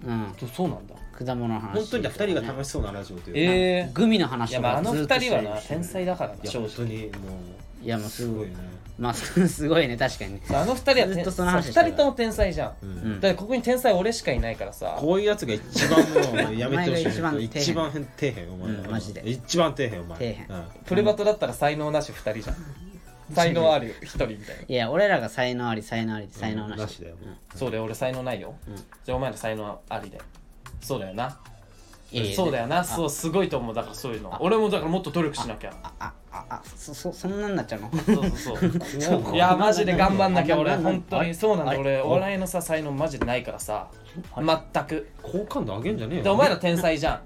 Speaker 2: うん
Speaker 1: そそうなんだ
Speaker 2: 果物の話
Speaker 3: 本当に2人が楽しそうなラジオというか
Speaker 1: え
Speaker 2: グミの
Speaker 1: ー、い
Speaker 2: 話
Speaker 1: や
Speaker 2: と
Speaker 1: まあ
Speaker 2: か
Speaker 1: あの
Speaker 2: ず
Speaker 1: 2
Speaker 2: っとして
Speaker 1: 人は
Speaker 2: る
Speaker 1: な天才だからない
Speaker 3: や
Speaker 1: 正
Speaker 3: 本当
Speaker 1: 直
Speaker 3: にもう
Speaker 2: いやもう
Speaker 3: す
Speaker 2: すご
Speaker 3: ごい
Speaker 2: い
Speaker 3: ね
Speaker 2: まあ すすごいね確かにね
Speaker 1: あの2人は
Speaker 2: ずっと
Speaker 1: 天
Speaker 2: その話してた
Speaker 1: 2人とも天才じゃん、
Speaker 3: うん
Speaker 2: うん
Speaker 1: だからここに天才俺しかいないからさ
Speaker 3: こういうやつが一番もうやめてほしい
Speaker 2: お前が
Speaker 3: 一
Speaker 2: 一
Speaker 3: 番
Speaker 2: 番
Speaker 3: 底辺お前
Speaker 2: うんマジで
Speaker 3: 一番底辺お前
Speaker 2: 底辺
Speaker 3: うん
Speaker 1: プレバトだったら才能なし2人じゃん才能ある1人みたいない
Speaker 2: や俺らが才能あり才能あり才能
Speaker 3: うん
Speaker 2: な
Speaker 3: なし
Speaker 2: し
Speaker 3: だよもう
Speaker 1: そうだよ俺才能ないよ、
Speaker 2: うん
Speaker 1: じゃあお前ら才能ありでそうだよない
Speaker 2: やいや
Speaker 1: そうだよなそうすごいと思うだからそういうの俺もだからもっと努力しなきゃ
Speaker 2: ああああそそそんなんなっちゃうの
Speaker 1: そうそうそう
Speaker 2: そう
Speaker 1: いやマジで頑張んなきゃ俺
Speaker 2: あ
Speaker 1: 本当にそうなんだ
Speaker 2: あれ
Speaker 1: 俺お笑いのさ才能マジでないからさ全く
Speaker 3: 好感度上げんじゃねえ
Speaker 1: で
Speaker 3: よ
Speaker 1: お前ら天才じゃん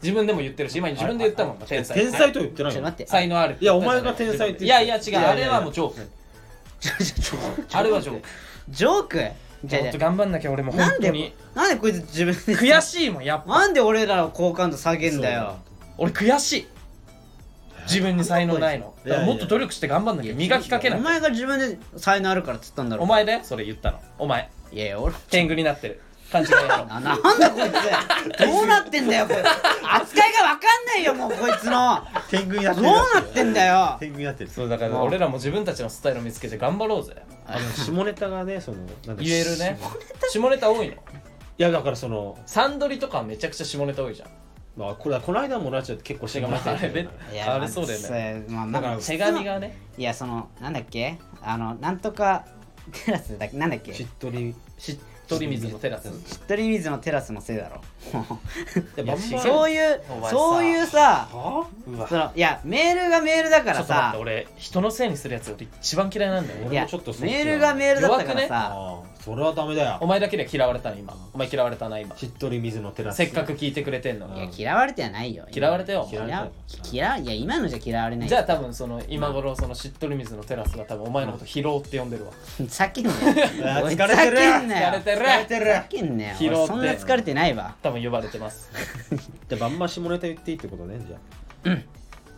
Speaker 1: 自分でも言ってるし今自分で言ったもん天才
Speaker 3: 天才とは言って
Speaker 2: ちょ
Speaker 3: な
Speaker 2: っ
Speaker 3: い
Speaker 2: と待
Speaker 3: よ
Speaker 2: って
Speaker 1: 才能ある
Speaker 3: いやお前が天才って
Speaker 1: いやいや違
Speaker 3: いうやいや
Speaker 1: あれはもうジョーク あれはジョーク
Speaker 2: ジョークじゃ
Speaker 1: ちょ
Speaker 2: あ
Speaker 1: っと
Speaker 2: じゃ
Speaker 1: 頑張んなきゃ俺も
Speaker 2: あ
Speaker 1: 本
Speaker 2: なん
Speaker 1: 当に
Speaker 2: でなんでこいつ自分で
Speaker 1: 悔しいもんやっぱ
Speaker 2: なんで俺らの好感度下げんだよ
Speaker 1: 俺悔しい自分に才能ないの
Speaker 3: い
Speaker 1: だ
Speaker 3: や
Speaker 1: からもっと努力して頑張んなきゃ磨きかけな
Speaker 2: お
Speaker 1: い
Speaker 2: 前が自分で才能あるからっつったんだろ
Speaker 1: お前でそれ言ったのお前
Speaker 2: いやいや俺
Speaker 1: 天狗になってる勘違いだ ろ
Speaker 2: あなんだこいつどうなってんだよこいつ扱いが分かんないよもうこいつの
Speaker 3: 天狗になっ
Speaker 2: ど
Speaker 3: て
Speaker 2: う
Speaker 3: る
Speaker 2: なってんだよ
Speaker 3: 天狗になってる
Speaker 1: そうだから俺らも自分たちのスタイルを見つけて頑張ろうぜ
Speaker 3: あの下ネタがねそのなんだ
Speaker 1: 言えるね下ネタ多いの
Speaker 3: いやだからその
Speaker 1: サンドリとかめちゃくちゃ下ネタ多いじゃん
Speaker 3: まあこれこの間もラジオで結構してがま
Speaker 1: あれ
Speaker 3: ね
Speaker 1: べあれそうだよね
Speaker 2: ねまあ
Speaker 1: だ
Speaker 2: だ
Speaker 1: から手紙がね
Speaker 2: いやそのなんだっけあのなんとかテラスだっけなんだっけ
Speaker 3: しっとり
Speaker 1: しっとり水のテラス
Speaker 2: しっとり水のテラスのせい だろ
Speaker 3: で
Speaker 1: いや
Speaker 3: バンバン
Speaker 1: 違
Speaker 2: そういう
Speaker 1: お前さ
Speaker 2: そういうさ
Speaker 3: は
Speaker 1: うわ
Speaker 2: そのいやメールがメールだか
Speaker 1: ちょ
Speaker 2: ら
Speaker 1: っと待っ
Speaker 2: さ
Speaker 1: て俺人のせいにするやつが一番嫌いなんだよ
Speaker 2: い
Speaker 1: ね
Speaker 3: 俺
Speaker 2: や
Speaker 3: もちょっとそっちだ
Speaker 2: メールがメールだったからさ、
Speaker 3: ああそれはダメだ
Speaker 1: お
Speaker 3: よ
Speaker 1: 前だけで嫌われたの今お前嫌われたな 今
Speaker 3: しっとり水のテラス
Speaker 1: せっかく聞いてくれてんの
Speaker 3: う
Speaker 1: に
Speaker 3: ん
Speaker 2: いや嫌われてはないよ
Speaker 1: 嫌われたよお
Speaker 2: 嫌
Speaker 1: 前
Speaker 3: 嫌われた
Speaker 2: 嫌いや今のじゃ嫌われない
Speaker 1: じゃあ多分その今頃そのしっとり水のテラスが多分お前のこと疲労って呼んでるわ
Speaker 2: 叫んなよ
Speaker 3: あー
Speaker 2: おい
Speaker 3: 疲れてる
Speaker 2: 叫んなよ
Speaker 1: 疲れてる
Speaker 2: 叫んなよ
Speaker 1: 疲労って
Speaker 2: 俺そんな疲れてないわ
Speaker 1: 多分呼ばれてます
Speaker 3: でバンバン下ネタ言っていいってことねじゃあ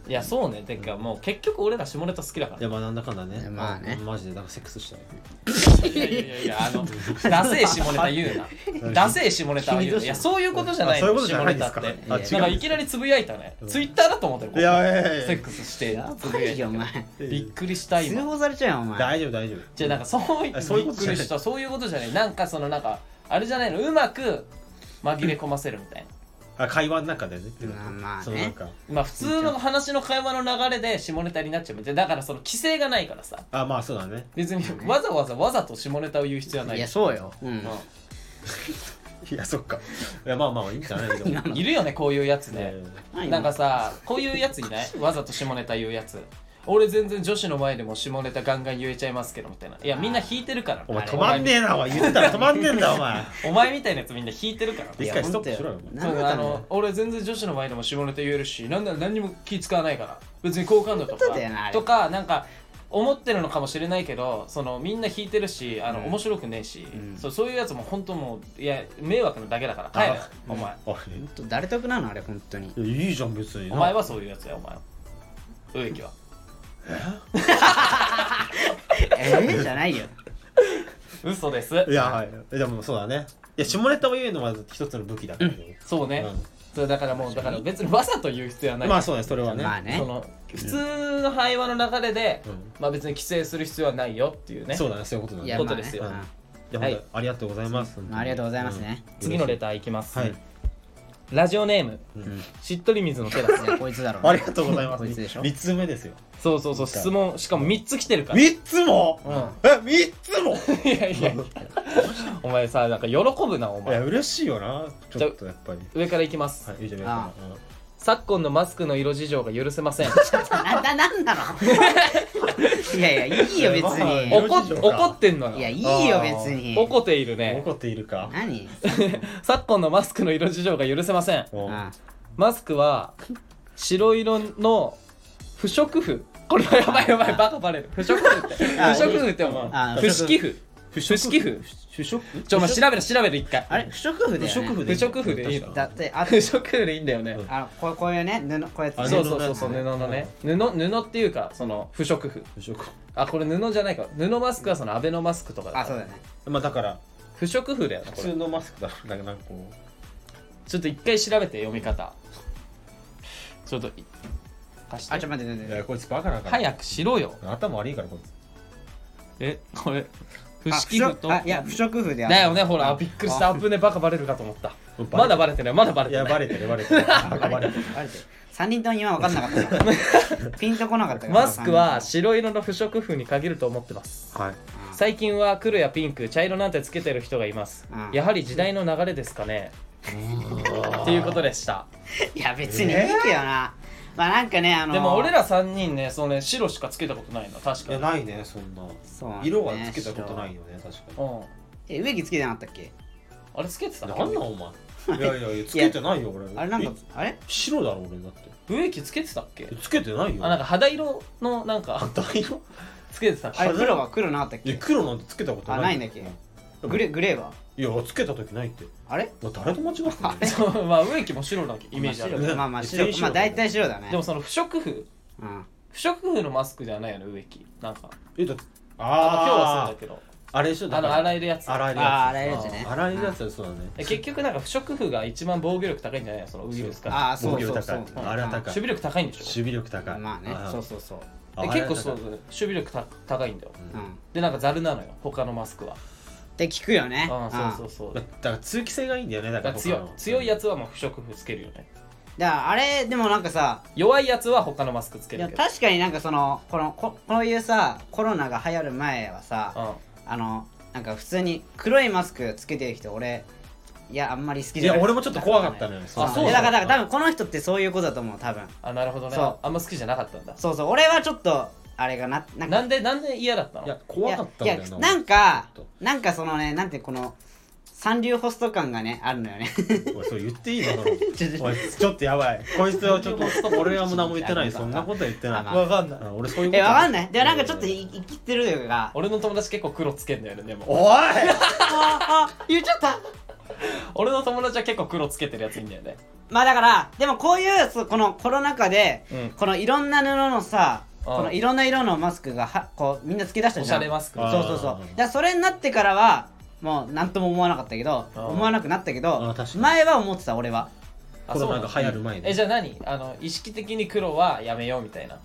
Speaker 1: いやそうねてかもう結局俺ら下ネタ好きだか
Speaker 3: い
Speaker 1: ら
Speaker 3: やまあなんだかんだね
Speaker 2: まあね
Speaker 3: マジでだからセックスしたい
Speaker 1: いやいやいやいやあの ダセえ下ネタ言うなダセえ下ネタは言うないやそういうことじゃない
Speaker 3: あそういう
Speaker 1: の
Speaker 3: ことじゃ
Speaker 1: 下
Speaker 3: な
Speaker 1: ネ
Speaker 3: いで
Speaker 1: タ
Speaker 3: す
Speaker 1: って
Speaker 3: か
Speaker 1: なん
Speaker 2: あ違うんです
Speaker 1: かいきなりつぶやいたねツイッターだと思ってるここ
Speaker 3: や
Speaker 1: セックスして
Speaker 2: や
Speaker 1: つ
Speaker 2: ば
Speaker 1: ぶやい
Speaker 2: い
Speaker 1: た
Speaker 2: よお前
Speaker 1: びっくりした
Speaker 2: 通
Speaker 1: 今
Speaker 2: 報されちゃうよお前
Speaker 3: 大丈夫大丈夫
Speaker 1: じゃあなんかそうい
Speaker 3: あそういう
Speaker 1: びっ
Speaker 3: こと
Speaker 1: く
Speaker 3: じゃない
Speaker 1: りしたそういうことじゃないなんかそのなんかあれじゃないのうまく紛れ込ませるみたいな
Speaker 3: あ会話の中でね
Speaker 2: まあまあね
Speaker 3: そのなんか
Speaker 1: まあ普通の話の会話の流れで下ネタになっちゃうみたいなだからその規制がないからさ
Speaker 3: あまあそうだね
Speaker 1: 別にわざわざわざと下ネタを言う必要はない
Speaker 2: いやそうようん
Speaker 1: う
Speaker 3: いやそっかいやまあまあいいんじゃ ないけど
Speaker 1: んいるよねこういうやつね
Speaker 3: え
Speaker 1: なんかさこういうやつい ないわざと下ネタ言うやつ俺全然女子の前でも下ネタガンガン言えちゃいますけどみたいないやみんな引いてるから
Speaker 3: お前
Speaker 1: あれ
Speaker 3: 止まんねえなお前言ってたら止まんねえんだお前
Speaker 1: お前みたいなやつみんな引いてるから
Speaker 3: 一回ストップしろよ
Speaker 2: いや
Speaker 3: お
Speaker 2: 本当
Speaker 3: 前
Speaker 2: よ
Speaker 1: そうあの俺全然女子の前でも下ネタ言えるしなんなら何にも気使わないから別に好感度と
Speaker 2: そう
Speaker 1: か
Speaker 2: だよなあれ
Speaker 1: とかなんか思ってるのかもしれないけどそのみんな弾いてるしあの、
Speaker 2: うん
Speaker 1: 面白くねえし、
Speaker 2: うん
Speaker 1: そうそういうやつも本当もういや迷惑なだけだから帰れ
Speaker 3: あ
Speaker 1: お前、
Speaker 3: あ
Speaker 2: ほん と誰得なのあれ本当 に
Speaker 3: いやいいじゃん別に
Speaker 1: お前はそういうやつやお前は植木は
Speaker 2: ええじゃないよ
Speaker 1: 嘘です
Speaker 3: いやはいえでもそうだねいや下ネタを言うのは一つの武器だからね
Speaker 1: そうね、
Speaker 3: うん
Speaker 1: そうだからもうだから別にわざと言う必要はない、
Speaker 3: まあそうねそれはね
Speaker 2: まあね
Speaker 1: その普通の会話の流れで、
Speaker 3: うん
Speaker 1: まあ別に規制する必要はないよっていうね
Speaker 3: そうだねそういうことだ
Speaker 2: い
Speaker 3: ね
Speaker 2: や
Speaker 1: ことですよ
Speaker 2: まあね
Speaker 3: いや
Speaker 1: はい
Speaker 3: 本当にありがとうございます
Speaker 2: まあありがとうございますね
Speaker 1: 次のレ
Speaker 3: タ
Speaker 1: ターいきます、
Speaker 3: はい
Speaker 1: ラジオネーム
Speaker 3: うん
Speaker 1: しっとり水の手だ
Speaker 2: うんいやこいつだろ
Speaker 3: ありがとうございま
Speaker 2: こいつですしょ
Speaker 3: 三つ目ですよ
Speaker 1: そうそうそう質問しかも3つ来てるから
Speaker 3: 三つも
Speaker 1: う
Speaker 3: え三つ
Speaker 1: ん、
Speaker 3: も
Speaker 1: いやいやお前さなんか喜ぶなお
Speaker 3: い
Speaker 1: 前
Speaker 3: や嬉しいよなちょっとやっぱり
Speaker 1: 上からいきます、
Speaker 3: はいいいじゃないですか
Speaker 1: 昨今のマスクの色事情が許せません
Speaker 2: なななんなのいやいやいいよ別
Speaker 3: いや
Speaker 2: に
Speaker 1: 怒っ
Speaker 3: 色事情か
Speaker 1: 怒ってんのよ
Speaker 2: いやいいよ別に
Speaker 1: 怒っている
Speaker 3: うん
Speaker 1: ね
Speaker 3: 怒っているか
Speaker 2: 何
Speaker 1: 昨今のマスクの色事情が許せません
Speaker 3: うん
Speaker 2: あ
Speaker 1: マスクは白色の不織布これはやばいやばいバカバレる不織布って
Speaker 2: あ
Speaker 1: 不織布ってお前
Speaker 2: あ
Speaker 1: 不織布不織布
Speaker 3: 主食
Speaker 1: ちょお前調べろ調べる一回
Speaker 2: あれ不織布だよ、ね、
Speaker 3: 不織布
Speaker 1: 不織布でいいの
Speaker 2: だってあ
Speaker 1: 不織布でいいんだよね
Speaker 3: うん
Speaker 2: あのこうこういうね布こういうや
Speaker 3: あ
Speaker 2: つ
Speaker 1: そうそうそうそう布
Speaker 3: 布
Speaker 1: の
Speaker 3: の
Speaker 1: ね
Speaker 3: ね
Speaker 1: 布布っていうかその不織布
Speaker 3: 主食
Speaker 1: あこれ布じゃないか布マスクはそのアベノマスクとかだ
Speaker 2: あ
Speaker 1: か
Speaker 2: そう
Speaker 1: ら
Speaker 2: だね
Speaker 3: まあだから
Speaker 1: 不織布だよな
Speaker 3: 普
Speaker 1: これ
Speaker 3: 通のマスクだなんかなんかこ
Speaker 1: ちょっと一回調べて読み方ちょっとい貸して
Speaker 2: あちょ待って待って
Speaker 3: うい
Speaker 2: 待っ
Speaker 3: やこいつバカだから
Speaker 1: 早くしろよ
Speaker 3: 頭悪いからこいつ
Speaker 1: えこれ不
Speaker 2: て
Speaker 1: 織布と
Speaker 2: あいや不織布である
Speaker 1: だよねほらびっくりした
Speaker 2: あ
Speaker 1: あぶねバカバレるかと思った
Speaker 3: バレて
Speaker 1: ま
Speaker 3: る
Speaker 1: だバレてないまだバレ
Speaker 3: い
Speaker 1: て
Speaker 3: や
Speaker 1: な
Speaker 3: バ
Speaker 1: い
Speaker 3: レてるバレてるバレてる
Speaker 2: あれで3人とも今分かんなかったからピンとこなかったから
Speaker 1: マスクは白色の不織布に限ると思ってます
Speaker 3: はい
Speaker 1: 最近は黒やピンク茶色なんてつけてる人がいます
Speaker 2: うん
Speaker 1: やはり時代の流れですかねっていうことでした
Speaker 2: いや別にいいけどなまあなんかねあの
Speaker 1: でも俺ら3人ねそのね白しかつけたことないの確
Speaker 3: い
Speaker 1: か
Speaker 3: や
Speaker 1: に
Speaker 3: ないねそんな
Speaker 2: そうなんだね
Speaker 3: 色はつけたことないよね確か
Speaker 1: うん
Speaker 2: え植木つけてなかったっけ
Speaker 1: あれつけてた
Speaker 3: になんなんお前いやいやいやつけてないよ俺
Speaker 2: あれなんか
Speaker 3: え
Speaker 2: あれ
Speaker 3: 白だろ俺だって
Speaker 1: 植木つけてたっけ
Speaker 3: つけてないよ
Speaker 1: あなんか肌色のなんか
Speaker 3: 大色
Speaker 1: つけてたっ
Speaker 2: あ
Speaker 1: け
Speaker 2: れ黒は黒なかったっ
Speaker 3: いや
Speaker 2: け
Speaker 3: 黒なんてつけたことない
Speaker 2: あないんだっけグレグレーはい
Speaker 3: やつけた時ないって
Speaker 2: あれ
Speaker 3: お前誰と間違ってんだよ
Speaker 1: そうまあ植木も白なイメージある
Speaker 2: まあまあ
Speaker 3: 全
Speaker 2: 白
Speaker 3: 員白
Speaker 2: まあ大体白だね
Speaker 1: でもその不織布
Speaker 2: うん
Speaker 1: 不織布のマスクじゃないよね植木なんか
Speaker 3: えだって
Speaker 1: あの今日は
Speaker 3: あ
Speaker 1: そうだ
Speaker 3: ー
Speaker 1: けど
Speaker 3: あれでしょだ
Speaker 1: あ
Speaker 3: か
Speaker 1: の
Speaker 3: ら
Speaker 1: 洗えるやつ
Speaker 3: 洗えるやつ
Speaker 2: あー洗えるやつね
Speaker 3: あー洗えるやつはそうだね
Speaker 1: え結局なんか不織布が一番防御力高いんじゃないのそのウイルスから
Speaker 2: ああそうそうそう
Speaker 3: 防御力高いあれは高い
Speaker 1: 守備力高いんでし
Speaker 3: 守備力高い
Speaker 2: まあね
Speaker 3: ー
Speaker 2: そうそうそう
Speaker 1: ょ
Speaker 3: あ
Speaker 1: え
Speaker 3: あ
Speaker 1: 結
Speaker 3: れは
Speaker 1: 構
Speaker 3: 高い
Speaker 1: そう守備力た高いんだよ
Speaker 2: うんっ
Speaker 1: でなんかざるなのよ他のマスクは
Speaker 2: て聞くよね
Speaker 1: うん
Speaker 2: うん
Speaker 1: そうそうそう
Speaker 3: だ
Speaker 1: だ
Speaker 3: だから通気性がいいんだよねだか
Speaker 1: からら強い
Speaker 3: 他の
Speaker 1: 強いやつはもう不織布つけるよね
Speaker 2: だからあれでもなんかさ
Speaker 1: 弱いやつは他のマスクつけ
Speaker 2: い
Speaker 1: る
Speaker 2: や
Speaker 1: けど
Speaker 2: 確かになんかそのこのここういうさコロナが流行る前はさあのなんか普通に黒いマスクつけてる人俺いやあんまり好き
Speaker 3: い
Speaker 2: じゃな
Speaker 3: や
Speaker 2: い
Speaker 3: 俺もちょっと怖かったのよ
Speaker 2: そう
Speaker 1: あそう
Speaker 2: でだからだから多
Speaker 3: 分
Speaker 2: 分この人ってそういう子だと思う多分
Speaker 1: ああなるほどね
Speaker 2: そう
Speaker 1: あんま好きじゃなかったんだ
Speaker 2: そうそう俺はちょっとあれがななんか
Speaker 1: なんでなんで嫌だった
Speaker 3: いや
Speaker 1: の
Speaker 3: 怖かったん
Speaker 2: い
Speaker 3: だ
Speaker 2: や
Speaker 3: よ
Speaker 2: い
Speaker 3: な
Speaker 2: やなんか
Speaker 3: ちょっ
Speaker 2: なんかそのねなんてこの三流ホスト感がねあるのよね
Speaker 3: おい それ言っていいのそれ
Speaker 2: ちょちょ
Speaker 3: おいちょっとやばいこいつはちょっと 俺はもう何も言ってない
Speaker 2: ちょっ
Speaker 3: そ
Speaker 2: と
Speaker 3: んなことは言ってない
Speaker 2: あまあ
Speaker 3: わ
Speaker 1: かん
Speaker 3: うん俺そういうこ
Speaker 2: え
Speaker 3: と
Speaker 2: わかんないでもなんかちょっとい生きてるという か
Speaker 1: 俺の友達結構黒つけんだよねでも
Speaker 3: おい
Speaker 2: ああ言っちゃった
Speaker 1: 俺の友達は結構黒つけてるやついいんだよね
Speaker 2: まあだからでもこういうそうこのコロナ禍で、
Speaker 1: うん
Speaker 2: このいろんな布のさ
Speaker 1: ああ
Speaker 2: このいろんな色のマスクがはこうみんなつけ出した
Speaker 1: お
Speaker 2: じ
Speaker 1: し
Speaker 2: ゃ
Speaker 1: ゃ
Speaker 2: ん
Speaker 1: れマスク
Speaker 3: あ
Speaker 2: そうそうそう
Speaker 3: ああ
Speaker 2: だからそれになってからはもう何とも思わなかったけど
Speaker 1: ああ
Speaker 2: 思わなくなったけ
Speaker 3: あ
Speaker 2: ど
Speaker 3: あ確かに
Speaker 2: 前は思ってた俺は
Speaker 1: あ
Speaker 3: コ
Speaker 1: そう
Speaker 3: ロ
Speaker 1: な
Speaker 3: ナ
Speaker 1: んだ
Speaker 3: が流行る前
Speaker 1: え
Speaker 3: に
Speaker 1: じゃあ何あの意識的に黒はやめようみたいな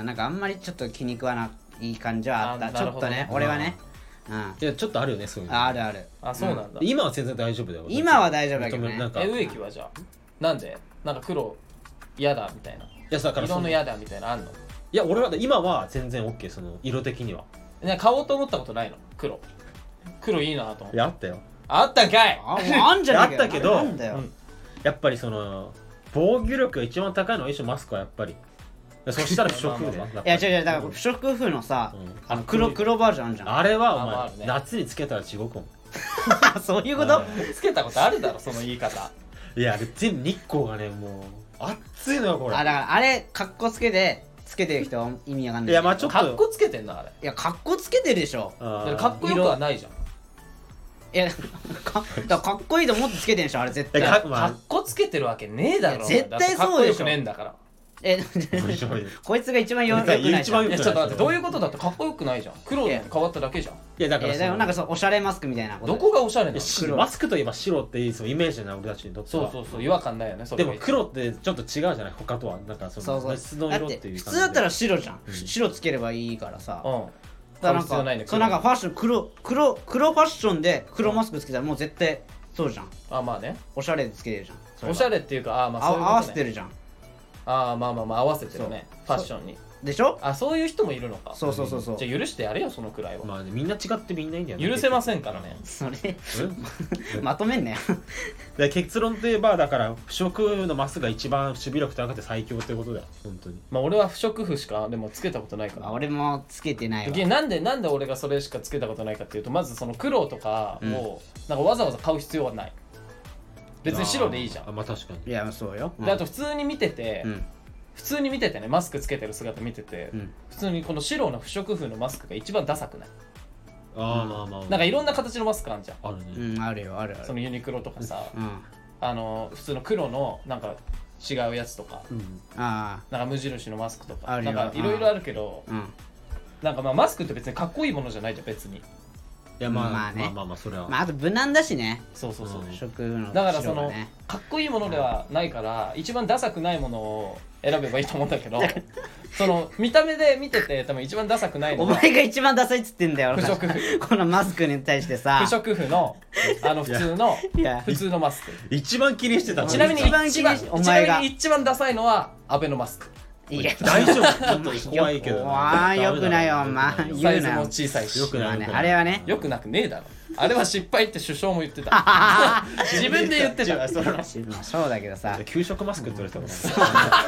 Speaker 2: うんなんかあんまりちょっと気に食わない感じはあった
Speaker 1: ああな
Speaker 2: ち
Speaker 1: る
Speaker 2: ょっ
Speaker 1: ほ
Speaker 2: と
Speaker 1: ど
Speaker 2: ね
Speaker 1: ね
Speaker 2: 俺はねうんあ
Speaker 3: いやちょっとあるよねそういうの
Speaker 2: あるある
Speaker 1: あそうなんだ、
Speaker 3: 今は全然大丈夫だよ
Speaker 2: 今は大丈夫だけどね
Speaker 3: 認めなんか
Speaker 1: え
Speaker 3: い
Speaker 1: 植木はじゃあなんでなんか黒嫌だみたいな
Speaker 3: やだからそ
Speaker 1: 色
Speaker 3: の
Speaker 1: の
Speaker 3: い
Speaker 1: 嫌だみたいなのあんの
Speaker 3: や俺は今は全然 OK その色的には
Speaker 1: ね買おうと思ったことないの黒黒いいなと思っ
Speaker 3: い
Speaker 1: て
Speaker 3: やあったよ
Speaker 1: あったんかい
Speaker 2: ああんじゃね え
Speaker 3: あったけど
Speaker 2: なんだよ、
Speaker 1: うん
Speaker 3: やっぱりその防御力が一番高いのは一緒マスクはやっぱりそしたら不織布だよ
Speaker 1: まあ
Speaker 3: やっ
Speaker 2: いや違
Speaker 3: ぱり
Speaker 2: う違うだから不織布のさ、
Speaker 3: うん
Speaker 2: あの黒黒バージョンあるじゃん
Speaker 3: あれは
Speaker 1: あまああ
Speaker 3: お
Speaker 1: るね
Speaker 3: 前夏につけたら地獄も
Speaker 2: あ そういうこと
Speaker 1: つけたことあるだろその言い方
Speaker 3: いやあれ全部日光がねもう暑いのよこれ
Speaker 2: あだからあれ格好つけてつけてる人は意味わかんない
Speaker 3: いやまあちょっと
Speaker 1: かっこつけてんなあれ
Speaker 2: いや格好つけてるでしょ
Speaker 1: だ
Speaker 3: あ
Speaker 1: から
Speaker 3: ー
Speaker 1: かっこよくはないじゃん
Speaker 2: いやかだからかっこいいと思ってつけてるでしょあれ絶
Speaker 3: え
Speaker 1: い
Speaker 2: 対
Speaker 1: や
Speaker 3: か
Speaker 1: か
Speaker 3: まあ
Speaker 1: っこつけてるわけねえだろ
Speaker 2: いや絶対そうでしょ
Speaker 1: だってかっこよくねえんだから
Speaker 2: え こいつが一番よよくないじゃん
Speaker 3: 一番よ
Speaker 1: いや
Speaker 3: くない
Speaker 1: ちょっと待ってどういうことだってかっこよくないじゃん黒で変わっただけじゃん
Speaker 3: いやだ
Speaker 2: い
Speaker 3: から
Speaker 2: や
Speaker 3: その
Speaker 2: でもなんかそうおしゃれマスクみたいなこと
Speaker 1: どこがおしゃれなの
Speaker 3: えしマスクといえば白っていいそのイメージな俺たちにとっては
Speaker 1: そうそうそう違和感ないよねそれ
Speaker 3: で
Speaker 1: が
Speaker 3: も黒ってちょっと違うじゃない他とはなんかそ
Speaker 2: そう
Speaker 3: の
Speaker 2: そう
Speaker 3: 別の
Speaker 2: だ
Speaker 3: 色
Speaker 2: っ
Speaker 3: ってていう
Speaker 2: 普
Speaker 3: 感
Speaker 2: 通
Speaker 3: じ
Speaker 2: だったら白じゃん、
Speaker 3: うん
Speaker 2: 白つければいいからさ、
Speaker 1: うん
Speaker 2: だからなん
Speaker 1: 必要ないん
Speaker 2: か
Speaker 1: だけど
Speaker 2: そうなんかファッション黒黒黒ファッションで黒マスクつけたらもう絶対そうじゃん
Speaker 1: あまあね
Speaker 2: おしゃれでつけてるじゃんそれ
Speaker 1: お
Speaker 2: は
Speaker 1: しゃれっていうかあーまあ
Speaker 2: あ
Speaker 1: そういうこと、ね、
Speaker 2: 合わせてるじゃん
Speaker 1: ああまあまあまあ合わせてるねフ
Speaker 2: そう
Speaker 1: ァッションに
Speaker 2: でしょ
Speaker 1: あそういう人もいるのか
Speaker 2: そうそうそうそう、
Speaker 1: じゃあ許してやれよそのくらいは、
Speaker 3: まあねみんな違ってみんないいんだよね
Speaker 1: 許せませんからね
Speaker 2: それ
Speaker 3: うん
Speaker 2: まとめんなよ
Speaker 3: で結論といえばだから不織布のマスが一番守備力高くて最強ってことだよ本当に
Speaker 1: まあ俺は不織布しかでもつけたことないから
Speaker 2: まあ俺もつけてないわ
Speaker 1: でなんでなんで俺がそれしかつけたことないかっていうとまずその黒とか
Speaker 2: うん
Speaker 1: をなんかわざわざ買う必要はない別に白でいいじゃ
Speaker 3: あ
Speaker 1: ん
Speaker 3: まあ確かに
Speaker 2: いやそうよ、
Speaker 1: であと普通に見てて、
Speaker 2: うん
Speaker 1: 普通に見ててねマスクつけてる姿見てて、
Speaker 2: うん
Speaker 1: 普通にこの白の不織布のマスクが一番ダサくない
Speaker 3: ああまあまあ
Speaker 1: なんかいろんな形のマスクあるじゃん
Speaker 3: あるね
Speaker 2: うんあるよあるあ
Speaker 1: そ
Speaker 2: る
Speaker 1: のユニクロとか さ
Speaker 2: うん
Speaker 1: あの普通の黒のなんか違うやつとか
Speaker 3: うん
Speaker 2: あ
Speaker 1: なんか無印のマスクと
Speaker 2: あ
Speaker 1: か
Speaker 2: るよ
Speaker 1: なんかいろいろあるけど
Speaker 2: あうん
Speaker 1: なんかまあマスクって別にかっこいいものじゃないじゃん別に
Speaker 3: いやまあ
Speaker 2: まあね
Speaker 3: まあまあまあそれは
Speaker 2: まああと無難だしね
Speaker 1: そうそうそう、
Speaker 3: うん
Speaker 2: 食の
Speaker 1: だからそ
Speaker 2: 白
Speaker 1: の、
Speaker 2: がね
Speaker 1: かっこいいものではないから一番ダサくないものを選べばいいと思うんだ けどその見た目で見てて多分一番ダサくないの
Speaker 2: お
Speaker 1: は
Speaker 2: 前が一番ダサいっつってんだよ
Speaker 1: 不
Speaker 2: 俺
Speaker 1: 織布
Speaker 2: このマスクに対してさ
Speaker 1: 不織布のあの普通の
Speaker 2: いや
Speaker 1: 普通のマスク
Speaker 3: 一番気にしてたの
Speaker 1: ちなみに
Speaker 2: 一
Speaker 1: 一
Speaker 2: 番
Speaker 1: 番
Speaker 2: 気
Speaker 1: 一
Speaker 2: に
Speaker 1: 番
Speaker 2: しお
Speaker 1: ち
Speaker 2: 前が
Speaker 1: なみに一番ダサいのは安倍のマスク
Speaker 2: いや
Speaker 3: 大丈夫ちょっと怖いけど
Speaker 2: 怖いよくないよ
Speaker 3: ダメだ
Speaker 2: まあ言うな
Speaker 1: サ
Speaker 2: よ
Speaker 1: イズも小さいし
Speaker 3: よく
Speaker 2: ま
Speaker 3: な
Speaker 2: あ
Speaker 3: い
Speaker 2: ね
Speaker 3: よくない
Speaker 2: あれはね
Speaker 1: よくなくねえだろあれは失敗って首相も言ってた 自分で言ってた
Speaker 3: それは
Speaker 2: まあそうだけどさ
Speaker 3: 給食マスクって言われてたもんね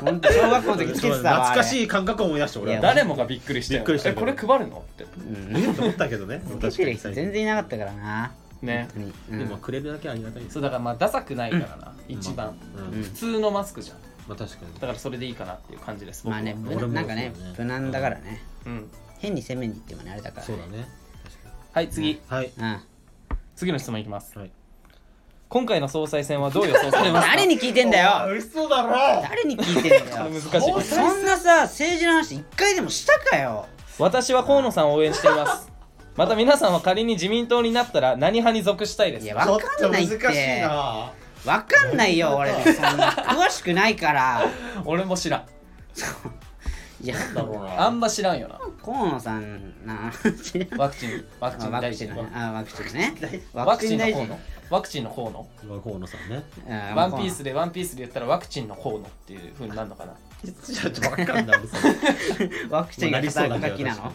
Speaker 2: 本当小学校の時つけてたわ
Speaker 3: 懐
Speaker 2: あ
Speaker 3: か
Speaker 2: れ
Speaker 3: しい感覚を思い出して俺
Speaker 2: いや
Speaker 3: は
Speaker 1: 誰もがびっくりして
Speaker 3: びっくりした
Speaker 1: えこれ配るのって
Speaker 2: うん
Speaker 3: えっと思ったけどね
Speaker 2: つけてる人
Speaker 3: 確か
Speaker 2: 全
Speaker 3: に
Speaker 2: 然いなかったからな
Speaker 1: ね
Speaker 2: 本当
Speaker 3: で
Speaker 2: にうん
Speaker 3: もくれるだけありがたいです
Speaker 1: そうだからまあダサくないからな一番
Speaker 3: う
Speaker 2: うん
Speaker 3: ん
Speaker 1: 普通のマスクじゃん
Speaker 3: まあ確かに
Speaker 1: だからそれでいいかなっていう感じです僕
Speaker 2: ま
Speaker 1: は
Speaker 2: あね無
Speaker 3: 俺も
Speaker 2: なんかね
Speaker 3: そうだね
Speaker 2: 無難だからね
Speaker 1: うん
Speaker 2: 変に攻めに行ってもねあれだから
Speaker 3: そうだね
Speaker 1: はい次
Speaker 3: はい
Speaker 2: うん
Speaker 1: 次の質問いきます
Speaker 3: はい
Speaker 1: 今回の総裁選はどう予想され ますか
Speaker 2: 誰に聞いてんだよ
Speaker 3: 嘘だろ
Speaker 2: 誰に聞いてんだ
Speaker 1: あ
Speaker 2: よ
Speaker 1: 難しい
Speaker 2: そんなさ政治の話一回でもしたかよ
Speaker 1: 私は河野さんを応援していますまた皆さんは仮に自民党になったら何派に属したいで
Speaker 2: い
Speaker 1: す
Speaker 2: や
Speaker 1: か
Speaker 2: わかんないって
Speaker 3: な
Speaker 2: わかんないよ俺そんな詳しくないから
Speaker 1: 俺も知らん
Speaker 2: いや
Speaker 3: だろう
Speaker 1: あんま知らんよな
Speaker 2: 河野さんな知 らん
Speaker 1: ワクチンワクチン
Speaker 2: あワ
Speaker 1: 大
Speaker 2: クチン
Speaker 1: 臣
Speaker 2: のねあワクチンね
Speaker 1: ワクチンの
Speaker 2: 大
Speaker 1: 河
Speaker 2: 臣
Speaker 1: 野ワクチンの河野
Speaker 3: 今河野さんね
Speaker 2: うん
Speaker 1: ワンピースでワンピースで言ったらワクチンの河野っていうふうになるのか な
Speaker 3: ちょっとばっかんな
Speaker 2: ワクチンが肩書きなの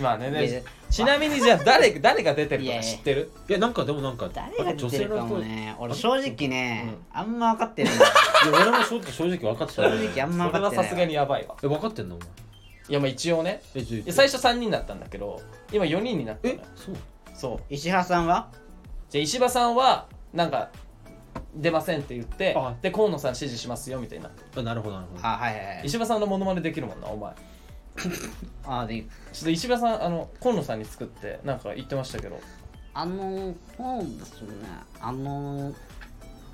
Speaker 1: まあね
Speaker 2: いや
Speaker 1: でちなみにじゃあ誰誰が出てるとか知ってる
Speaker 3: いやなんかでもなんか
Speaker 2: 誰が出てるかもね俺正直ね
Speaker 1: う
Speaker 2: あんま分かってないんだよ
Speaker 3: いや俺も正直正直分かってた
Speaker 2: 正直あん
Speaker 1: そ
Speaker 2: ま
Speaker 1: れ
Speaker 2: 分かっ
Speaker 1: は
Speaker 2: てな
Speaker 1: さ
Speaker 2: い
Speaker 1: すがにやばいわ
Speaker 3: え分かってんのお前
Speaker 1: いやまあ一応ね
Speaker 3: えちょ
Speaker 1: いや最初3人だったんだけど今4人になったの
Speaker 3: え
Speaker 1: よ
Speaker 3: そう
Speaker 1: そう
Speaker 2: 石原さんは
Speaker 1: じゃあ石破さんはなんか出ませんって言って
Speaker 3: あ
Speaker 1: で河野さん支持しますよみたいになって
Speaker 3: あなるほどなるほど
Speaker 2: あはいはいはい
Speaker 1: 石破さんのモノマネできるもんなお前
Speaker 2: あで
Speaker 1: ちょっと石破さんあの河野さんに作ってなんか言ってましたけど
Speaker 2: あのそうですねあの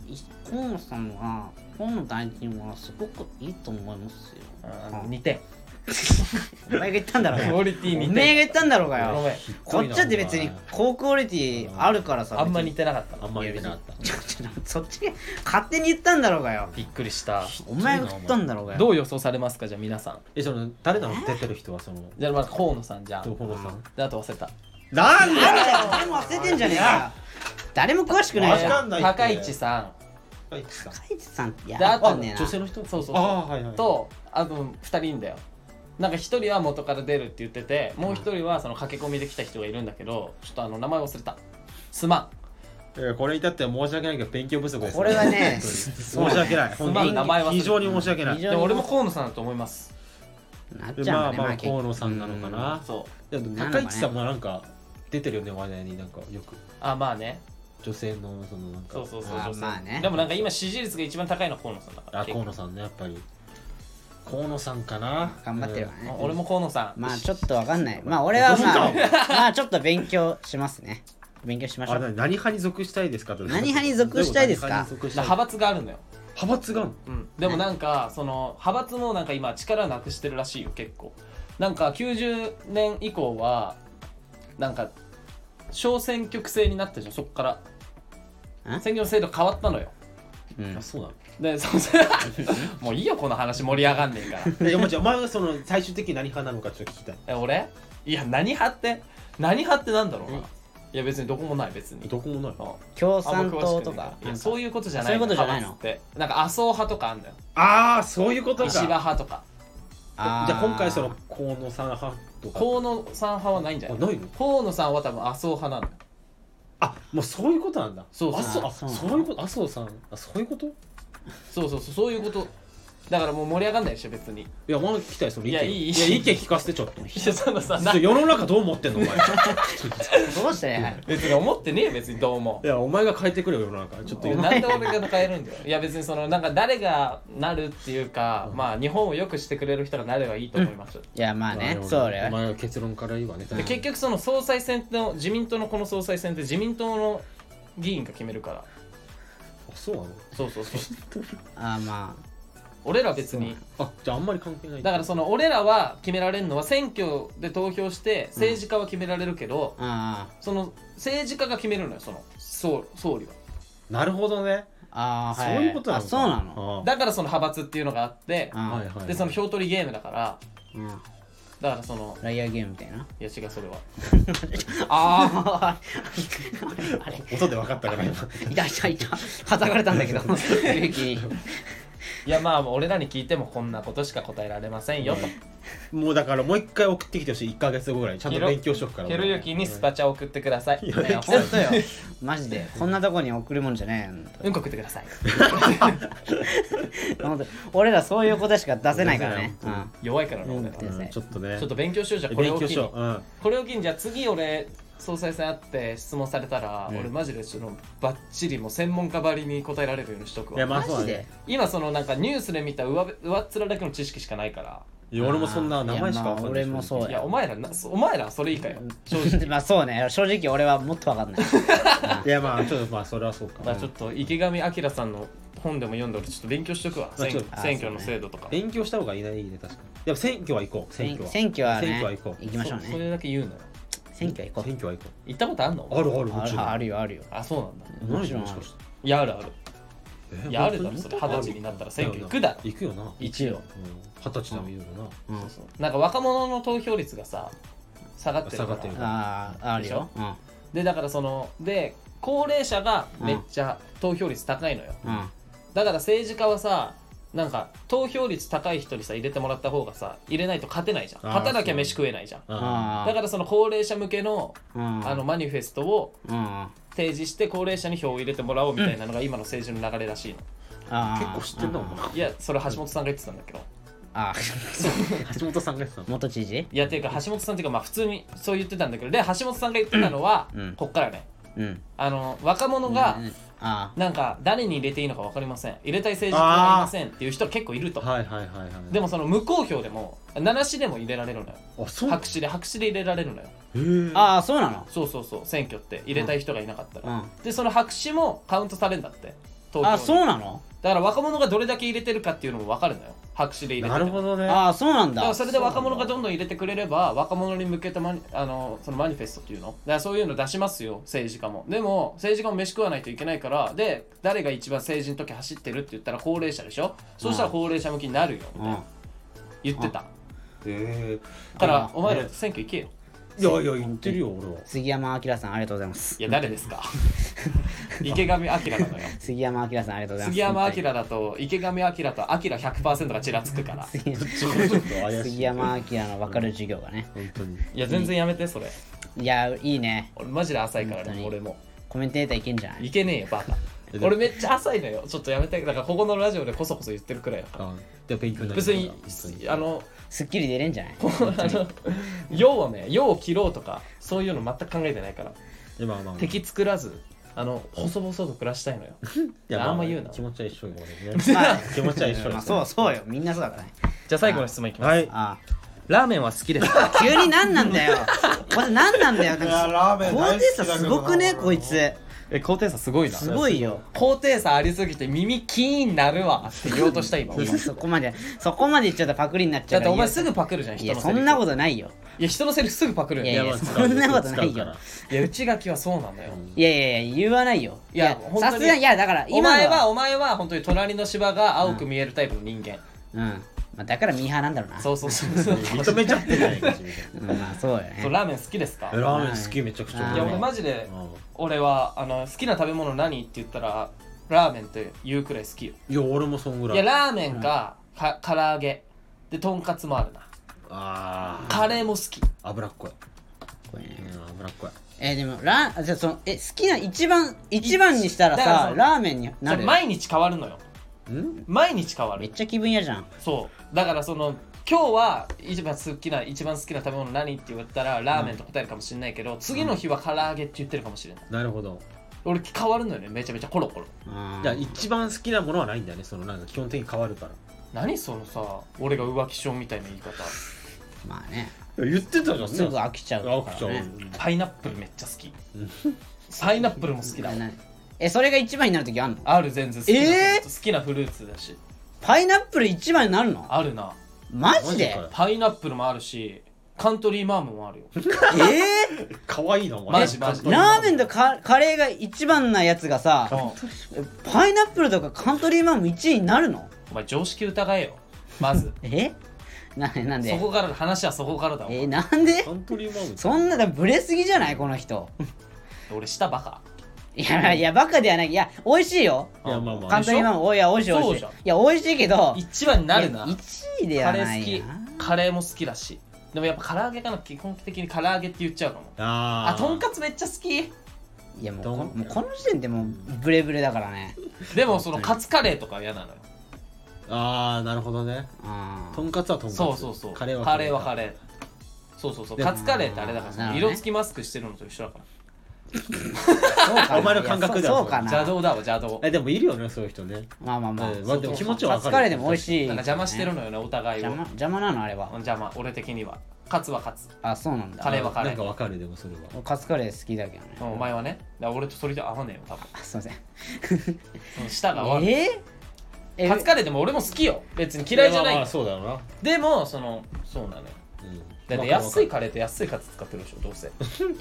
Speaker 2: い河野さんは河野大臣はすごくいいと思いますよ
Speaker 1: あの
Speaker 2: うん
Speaker 1: 2点
Speaker 2: お前が言ったんだろう
Speaker 1: ク
Speaker 2: よ
Speaker 1: オリティ
Speaker 2: お
Speaker 1: 2
Speaker 2: めえが
Speaker 1: 点
Speaker 2: 言ったんだろうが
Speaker 1: ご
Speaker 2: よ
Speaker 1: めん
Speaker 2: こっちだって別に高クオリティあるからさ
Speaker 1: あんま似
Speaker 2: 別
Speaker 1: てなかったな
Speaker 3: あんまり言ってなかっ
Speaker 2: にちょちょそっちが勝手に言ったんだろうがよ
Speaker 1: びっくりした
Speaker 2: お前が言ったんだろうがよ
Speaker 1: どう予想されますかじゃあ皆さん
Speaker 3: たえその誰なの出てる人はその
Speaker 1: じゃあまず河野さんじゃん
Speaker 3: どこのさん
Speaker 1: であと忘れた
Speaker 3: なん
Speaker 2: 誰だよ誰も忘れてんじゃねえかよ誰も詳しくないじゃ
Speaker 3: わか
Speaker 2: ん
Speaker 3: んないって
Speaker 1: 高市さん
Speaker 3: はいさ
Speaker 2: 海地さんいや
Speaker 1: であと
Speaker 2: わかんねえな
Speaker 3: 女性の人
Speaker 1: そうそうそう
Speaker 3: ああはいはい
Speaker 1: とあと2人いんだよなんか1人は元から出るって言っててもう1人はその駆け込みで来た人がいるんだけどちょっとあの名前忘れたすまん
Speaker 3: えーこれに至っては申し訳ないけど勉強不足です
Speaker 2: これはね
Speaker 3: 本当に申し訳ない
Speaker 1: すまん名前忘れた
Speaker 3: 非常に申し訳ない
Speaker 2: 非
Speaker 3: で
Speaker 2: 常
Speaker 1: でも俺も河野さんだと思います
Speaker 2: なっちゃ
Speaker 3: ま
Speaker 2: う
Speaker 3: あ
Speaker 2: んだね
Speaker 3: まあ
Speaker 2: 結局
Speaker 3: 河野さんなのかな
Speaker 1: そう
Speaker 3: でも高市さんもなんか出てるよね話題になんかよく
Speaker 1: あまあね
Speaker 3: 女性のそのなんか
Speaker 1: そうそうそう
Speaker 2: あ
Speaker 1: 女
Speaker 2: ー
Speaker 1: 性
Speaker 2: まあね
Speaker 1: でもなんか今支持率があ、支持率が一番高いのは河野さんだから
Speaker 3: あ河野
Speaker 1: さ
Speaker 3: さんねやっぱり河野さんかな
Speaker 2: 頑張ってるわ
Speaker 1: あ
Speaker 2: ね、
Speaker 1: 俺も河野さん、
Speaker 2: まあちょっとわかんないまあ俺はまあ
Speaker 3: 僕
Speaker 2: まあちょっと勉強しますね勉強しましょ
Speaker 3: あ
Speaker 2: う
Speaker 3: 何何派に属したいですかって
Speaker 2: 何派に属したいですか
Speaker 3: 何派に属したい
Speaker 1: 派閥があるんだよ、
Speaker 3: 派閥があるの
Speaker 1: うん、でもなんかその派閥もなんか今力なくしてるらしいよ結構なんか90年以降はなんか小選挙区制になったじゃんそっから
Speaker 2: ん
Speaker 1: 選挙制度変わったのよ
Speaker 2: うん
Speaker 3: あそうなの
Speaker 1: でそもういいよこの話盛り上がんねえから
Speaker 3: えいやもちろんお前がその最終的に何派なのかちょっと聞きたい
Speaker 1: え俺いや何派って何派ってなんだろうな、
Speaker 3: うん
Speaker 1: いや別にどこもない別に
Speaker 3: どこもない
Speaker 1: あ
Speaker 2: 共
Speaker 1: あん
Speaker 2: 産
Speaker 1: ま詳し
Speaker 2: 党
Speaker 1: く
Speaker 2: と
Speaker 1: ない
Speaker 2: か
Speaker 1: いやそういうことじゃない
Speaker 2: そういうことじゃないの
Speaker 1: 派閥ってなんか麻生派とかあんだよ
Speaker 3: ああそういうことか
Speaker 1: 石破派とか
Speaker 2: あー
Speaker 3: じゃあ今回その河野さん派とか
Speaker 1: 河野さん派はないんじゃない
Speaker 3: あないの
Speaker 1: 河野さんは多分麻生派なんだよ
Speaker 3: あもうそういうことなんだ
Speaker 1: そうそう
Speaker 3: あそうあ
Speaker 2: そ
Speaker 3: そうう
Speaker 2: なんだ
Speaker 3: いうこと麻生さんあそういうことい
Speaker 1: そうそうそうそういうことだからもう盛り上がんないでしょ別にい
Speaker 3: やお前聞きたいその意
Speaker 1: い
Speaker 3: 見
Speaker 1: やいいいい
Speaker 3: や意見聞かせてち ょっとちょ
Speaker 1: やそのさ
Speaker 3: っ
Speaker 1: な
Speaker 3: と世の中どう思ってんのお前
Speaker 2: どうして
Speaker 1: 別に思ってねえよ別にどうも
Speaker 3: いやお前が変えてくれよ世の中ちょっと
Speaker 1: いやなんで俺が変えるんだよいや別にそのなんか誰がなるっていうか、まあ日本を良くしてくれる人がなればいいと思います
Speaker 2: いやまあねそうだ
Speaker 3: お
Speaker 2: よ
Speaker 3: 前は結論から言うわね
Speaker 1: で結局その総裁選の自民党のこの総裁選って自民党の議員が決めるから
Speaker 3: あそうなの
Speaker 1: そうそうそう
Speaker 2: あーま
Speaker 1: 俺ら別に
Speaker 3: あじゃああんまり関係ない
Speaker 1: だからその俺らは決められるのは選挙で投票して政治家は決められるけど、
Speaker 2: ああ
Speaker 1: その政治家が決めるのよその総総理は
Speaker 3: なるほどね
Speaker 2: ーあー
Speaker 3: そう
Speaker 2: はい
Speaker 3: いうことな
Speaker 2: あ
Speaker 3: のか
Speaker 2: そうなの
Speaker 3: あ
Speaker 1: だからその派閥っていうのがあって
Speaker 2: うん
Speaker 3: はいはい
Speaker 1: でその票取りゲームだから
Speaker 2: うん
Speaker 1: だからその
Speaker 2: ライアーゲームみたいない
Speaker 1: や違うそれはあ
Speaker 2: ああれ
Speaker 3: 音で分かったから今
Speaker 2: いたいたいたはたかれたん だけど勇気に
Speaker 1: ーいやまあ俺らに聞いてもこんなことしか答えられませんよと
Speaker 3: もうだからもう一回送ってきてほしい1か月後ぐらいちゃんと勉強しとくから
Speaker 1: ひろゆきにスパチャ送ってください。い
Speaker 3: や
Speaker 1: や、本当よ。
Speaker 2: マジでこんなとこに送るもんじゃね
Speaker 1: うんこ食ってください。
Speaker 2: えよ本当俺らそういうことしか出せないからね
Speaker 3: 出せない本
Speaker 1: 弱いからな、
Speaker 2: うん
Speaker 1: 俺ら。
Speaker 2: う
Speaker 1: ち
Speaker 2: ん
Speaker 3: うんちょっとね
Speaker 1: ょっと勉強しようじゃん、これ
Speaker 3: 勉
Speaker 1: を機
Speaker 3: 強し
Speaker 1: に
Speaker 3: よ。う、うん、
Speaker 1: これを機に、じゃあ次俺、総裁選あって質問されたら、
Speaker 2: うん
Speaker 1: 俺マジでそのバッチリもう専門家ばりに答えられるようにしとく
Speaker 3: いや
Speaker 1: わ。
Speaker 3: まあそう
Speaker 2: マ
Speaker 3: だ
Speaker 2: ジで
Speaker 3: ね
Speaker 1: 今そのなんかニュースで見た上べ上っ面だけの知識しかないから。
Speaker 3: いや俺もそんな名前しかわかんない
Speaker 2: いやまあ俺もそう
Speaker 1: い
Speaker 2: だよ
Speaker 1: や、お前らな、そお前らそれ以下よ。正直。
Speaker 2: まあそうね正直俺はもっとわかん ない
Speaker 3: いやまあちょっとまあそれはそうか、
Speaker 1: まあちょっと池上彰さんの本でも読んで俺ちょっと勉強しとくわ。
Speaker 3: まあ
Speaker 1: 選
Speaker 3: ちょっ
Speaker 1: 挙
Speaker 3: と
Speaker 1: 選挙の制度とか。
Speaker 3: 勉強した方がいないね確かにでも選挙は行こう選
Speaker 2: 選
Speaker 3: 挙
Speaker 2: 選挙は
Speaker 3: は選
Speaker 2: ね
Speaker 3: 挙は行こう
Speaker 2: 行きましょう
Speaker 1: そそ
Speaker 2: ね
Speaker 1: れだけ言うのよ。
Speaker 2: 選挙は行こ
Speaker 3: 選挙は行こ
Speaker 1: 行ったことあんの
Speaker 3: うあるある
Speaker 2: う
Speaker 3: もちろん
Speaker 2: ああるよあるよ
Speaker 1: あそうなんだ
Speaker 3: 何
Speaker 2: もちろん
Speaker 3: もしかして
Speaker 1: いやあるある
Speaker 3: え
Speaker 1: いやあるだろ
Speaker 3: 本
Speaker 1: そ
Speaker 3: 当
Speaker 1: れ二十歳になったら選挙行くだろ
Speaker 3: 行くよなうん
Speaker 2: 一応
Speaker 3: 二十歳でも言うよな
Speaker 2: うん
Speaker 1: なんか若者の投票率がさ下がってるから
Speaker 3: 下がってる
Speaker 2: あああるようん
Speaker 1: でだからそので高齢者がめっちゃ投票率高いのよ、
Speaker 2: うん
Speaker 1: だから政治家はさなんか投票率高い人にさ入れてもらった方がさ入れないと勝てないじゃん
Speaker 3: あー
Speaker 1: 勝たなきゃ飯食えないじゃん
Speaker 3: あ
Speaker 1: だからその高齢者向けの
Speaker 2: うん
Speaker 1: あのマニフェストを
Speaker 2: うん
Speaker 1: 提示して高齢者に票を入れてもらおうみたいなのが今の政治の流れらしいの、
Speaker 2: あー
Speaker 3: 結構知ってんなお前
Speaker 1: いやそれ橋本さんが言ってたんだけど
Speaker 2: ああ
Speaker 3: 橋本さんが言ってたの
Speaker 2: 元知事
Speaker 1: いやていうか橋本さんっていうかまあ普通にそう言ってたんだけどで橋本さんが言ってたのは、
Speaker 2: うん
Speaker 1: こっからね
Speaker 2: うん
Speaker 1: あの若者が
Speaker 2: うんあ
Speaker 1: なんか誰に入れていいのか分かりません入れたい政治家はいませんっていう人結構いると
Speaker 3: はいはいはいはい
Speaker 1: でもその無公表でも七市でも入れられるのよ
Speaker 3: あそう
Speaker 1: 白紙で白紙で入れられるのよ
Speaker 3: へー
Speaker 2: あああそうなの
Speaker 1: そうそうそう選挙って入れたい人がいなかったら、
Speaker 2: うん
Speaker 1: でその白紙もカウントされるんだって投票に
Speaker 2: あそうなの
Speaker 1: だから若者がどれだけ入れてるかっていうのも分かるのよ白紙で入れてて
Speaker 3: なるほどね
Speaker 2: ああそうなん
Speaker 1: だか
Speaker 2: だ
Speaker 1: らそれで若者がどんどん入れてくれれば若者に向けたマニあのそのマニフェストっていうのだからそういうの出しますよ政治家もでも政治家も飯食わないといけないからで誰が一番政治の時走ってるって言ったら高齢者でしょそうしたら高齢者向きになるよみたいな言ってただ
Speaker 3: へ
Speaker 1: か
Speaker 2: あ
Speaker 1: らお前
Speaker 3: ね
Speaker 1: ら選挙行けよ
Speaker 3: えいやいや言ってるよ俺は
Speaker 2: 杉山明さんありがとうございます
Speaker 1: いや誰ですか 池上彰なのよ
Speaker 2: 杉山明さんありがとうございます
Speaker 1: 杉山彰だと池上彰と彰100%がちらつく から
Speaker 2: 杉山
Speaker 3: ちょっと怪しい
Speaker 2: 杉山明の分かる授業がね
Speaker 3: 本当に
Speaker 1: いや全然やめてそれ
Speaker 2: いやいいね
Speaker 1: 俺マジで浅いから
Speaker 2: 本当
Speaker 1: ね
Speaker 2: に
Speaker 1: 俺も
Speaker 2: コメンテーターいけんじゃない
Speaker 1: いけねえよバカ
Speaker 3: でも
Speaker 1: 俺めっちゃ浅いのよちょっとやめてだからここのラジオでこそこそ言ってるくらいだから
Speaker 3: あでも勉強になる
Speaker 1: 別に
Speaker 3: 本当に
Speaker 1: あの
Speaker 2: すっきり出れんじゃない
Speaker 1: あの用をね用を切ろうとかそういうの全く考えてないから
Speaker 3: 今はまあ
Speaker 1: 敵作らずあの細々と暮らしたいのよ
Speaker 3: いや
Speaker 1: あんま言うな
Speaker 3: 気持ちは一緒よ、俺
Speaker 2: まあ
Speaker 3: ね、気持ちは一
Speaker 2: ま
Speaker 3: 緒
Speaker 2: あ
Speaker 3: です、
Speaker 2: そうそうよみんなそうだからね
Speaker 1: じゃあ最後の質問いきます、
Speaker 3: はい。
Speaker 2: あ
Speaker 1: ラーメンは好きですか
Speaker 2: あ急に何なんだよこれ何なんだよ
Speaker 4: いやラーメン
Speaker 2: 高
Speaker 4: 大好きだけどな
Speaker 2: 低差すごくねこいつ
Speaker 1: え高低差すごいな
Speaker 2: すごいよ
Speaker 1: 高低差ありすぎて耳キーンなるわって言おうとした 今お
Speaker 2: い
Speaker 1: 前
Speaker 2: やそこまでそこまで言っちゃったらパクリになっち
Speaker 1: だ
Speaker 2: ゃう
Speaker 1: っ
Speaker 2: か
Speaker 1: て
Speaker 2: ら
Speaker 1: お前すぐパクるじゃん
Speaker 2: い
Speaker 1: 人
Speaker 2: や
Speaker 1: の
Speaker 2: そ
Speaker 1: セリ
Speaker 2: ん
Speaker 1: フ
Speaker 2: なことないよ
Speaker 1: いや人のセリフすぐパクるよ
Speaker 2: い
Speaker 1: ね
Speaker 2: やい
Speaker 3: ま
Speaker 2: や
Speaker 3: あ使う
Speaker 2: そんなことない
Speaker 3: 使う
Speaker 2: よ
Speaker 3: から
Speaker 1: いや内垣はそうなんだよ
Speaker 2: いやいやいや言わないよ
Speaker 1: いや本当に
Speaker 2: さすがにいやだから
Speaker 1: お
Speaker 2: 今の
Speaker 1: 前はお前は本当に隣の芝が青く見えるタイプの人間、
Speaker 2: うんまあだからミーハーなんだろうな
Speaker 1: そうそうそうそう
Speaker 3: 認めちゃってないか君え
Speaker 2: うんまあそうよね
Speaker 1: そうラーメン好きですかい
Speaker 3: ラーメン好きめちゃくちゃ
Speaker 2: ラーメン
Speaker 1: や俺マジで俺はあの好きな食べ物何って言ったらラーメンって言うくらい好きよ
Speaker 3: いや俺もそんぐら
Speaker 1: いや
Speaker 3: い
Speaker 1: ラーメンかか唐揚げでとんかつもあるな
Speaker 3: あー
Speaker 1: カレーも好き
Speaker 3: 脂っこい、
Speaker 2: これね
Speaker 3: うん、脂っこい
Speaker 2: えーでもラーじゃあそのえ好きな一番一番にしたら
Speaker 1: だから
Speaker 2: さ
Speaker 1: その
Speaker 2: ラーメンになる
Speaker 1: 毎日変わるのよ
Speaker 3: ん
Speaker 1: 毎日変わ
Speaker 2: めっ
Speaker 1: る
Speaker 2: ちゃ気分嫌じゃん
Speaker 1: そうだからその今日は一番好きな一番好きな食べ物何って言ったらラーメンと答えるかもしれないけど、次の日は唐揚げって言ってるかもしれない
Speaker 3: なるほど
Speaker 1: 俺変わるのよねめちゃめちゃコロコロ
Speaker 2: うん
Speaker 3: じゃあ一番好きなものはないんだよねそのなんか基本的に変わるから
Speaker 1: 何そのさ俺が浮気症みたいな言い方
Speaker 2: まあね
Speaker 3: 言ってたじゃん
Speaker 2: すぐ飽きちゃうから、ね、
Speaker 3: 青くちゃう、
Speaker 1: パイナップルめっちゃ好き
Speaker 3: うん
Speaker 1: パイナップルも好きだ
Speaker 2: ななえそれが一番になる時あんの
Speaker 1: ある全然好きな、
Speaker 2: え
Speaker 1: 好きなフルーツだし
Speaker 2: パイナップル一番になるの
Speaker 1: あるな
Speaker 2: マジで
Speaker 3: マ
Speaker 1: パイナップルもあるしカントリーマームもあるよ
Speaker 2: えー
Speaker 3: かわいいなお
Speaker 1: マジマジ
Speaker 3: かっこいいな
Speaker 2: ラーメンとカカレーが一番なやつがさパイナップルとかカントリーマンも1位になるの
Speaker 1: お前常識疑えよま ず
Speaker 2: えななん
Speaker 1: そ
Speaker 2: で
Speaker 1: こから話はそこからだお前
Speaker 2: えなんで
Speaker 3: カントリーマーム
Speaker 2: そんなだブレすぎじゃないこの人
Speaker 1: 俺舌バカ
Speaker 2: いやいやバカではないいや美味しいよ
Speaker 3: いやまあまあ
Speaker 2: カントリーマンもおいや美味しい美
Speaker 1: そう
Speaker 2: 味し
Speaker 1: じ
Speaker 2: い
Speaker 1: ゃ
Speaker 2: い
Speaker 1: ん
Speaker 2: や美味しいけど
Speaker 1: 一番になるない
Speaker 2: や1位で
Speaker 1: カ
Speaker 2: は
Speaker 1: レ
Speaker 2: な
Speaker 1: ー
Speaker 2: い
Speaker 1: 好
Speaker 2: な
Speaker 1: きカレーも好きだしでもやっぱ唐揚げかな基本的に唐揚げって言っちゃうかも
Speaker 3: あ
Speaker 1: あ
Speaker 3: ー
Speaker 1: とんかつめっちゃ好き
Speaker 2: いやもう
Speaker 3: どん
Speaker 2: こもうこの時点でもうブレブレだからね
Speaker 1: でもそのカツカレーとかは嫌なのよ
Speaker 3: あーなるほどね
Speaker 2: あ
Speaker 3: とんかつはとんかつ
Speaker 1: そうそうそう
Speaker 3: カレーは
Speaker 1: カレーはカ
Speaker 3: レ
Speaker 1: レーそうそうそう
Speaker 3: でも
Speaker 1: カツカレーってあれだから
Speaker 2: なる
Speaker 1: さ
Speaker 2: ほどね
Speaker 1: 色付きマスクしてるのと一緒だから
Speaker 2: そうかな
Speaker 3: お前の感覚
Speaker 2: い
Speaker 3: で
Speaker 2: や
Speaker 3: は
Speaker 2: そ
Speaker 3: そう
Speaker 2: うかな
Speaker 1: 邪道だわ邪道
Speaker 3: えでもいるよねそういう人ね
Speaker 2: まあまあまあ
Speaker 3: えーまあでも気持ちは
Speaker 2: カ
Speaker 3: わか
Speaker 2: ツ
Speaker 3: る
Speaker 2: カレーでも美味し
Speaker 1: な
Speaker 2: い
Speaker 1: んか邪魔してるのよねお互いを
Speaker 2: 邪魔邪魔なのあれは
Speaker 1: 邪魔俺的にはカツはカツ
Speaker 2: あそうなん
Speaker 1: カ
Speaker 2: だ
Speaker 1: レーはカレー
Speaker 3: なんかわかるでもそれは
Speaker 2: 俺カツカレー好きだけどね
Speaker 1: お前はねだから俺とそれじゃ合わねえよ多分
Speaker 2: あすいません
Speaker 1: うん舌が合わない
Speaker 2: えー、
Speaker 1: カツカレーでも俺も好きよ別に嫌いじゃない
Speaker 3: やまあまあそうだろうな
Speaker 1: でもそのそうなのよ
Speaker 3: うん
Speaker 1: だって
Speaker 3: わかるわか
Speaker 1: 安
Speaker 3: る
Speaker 1: いカレーと安いカツ使ってるでしょどうせ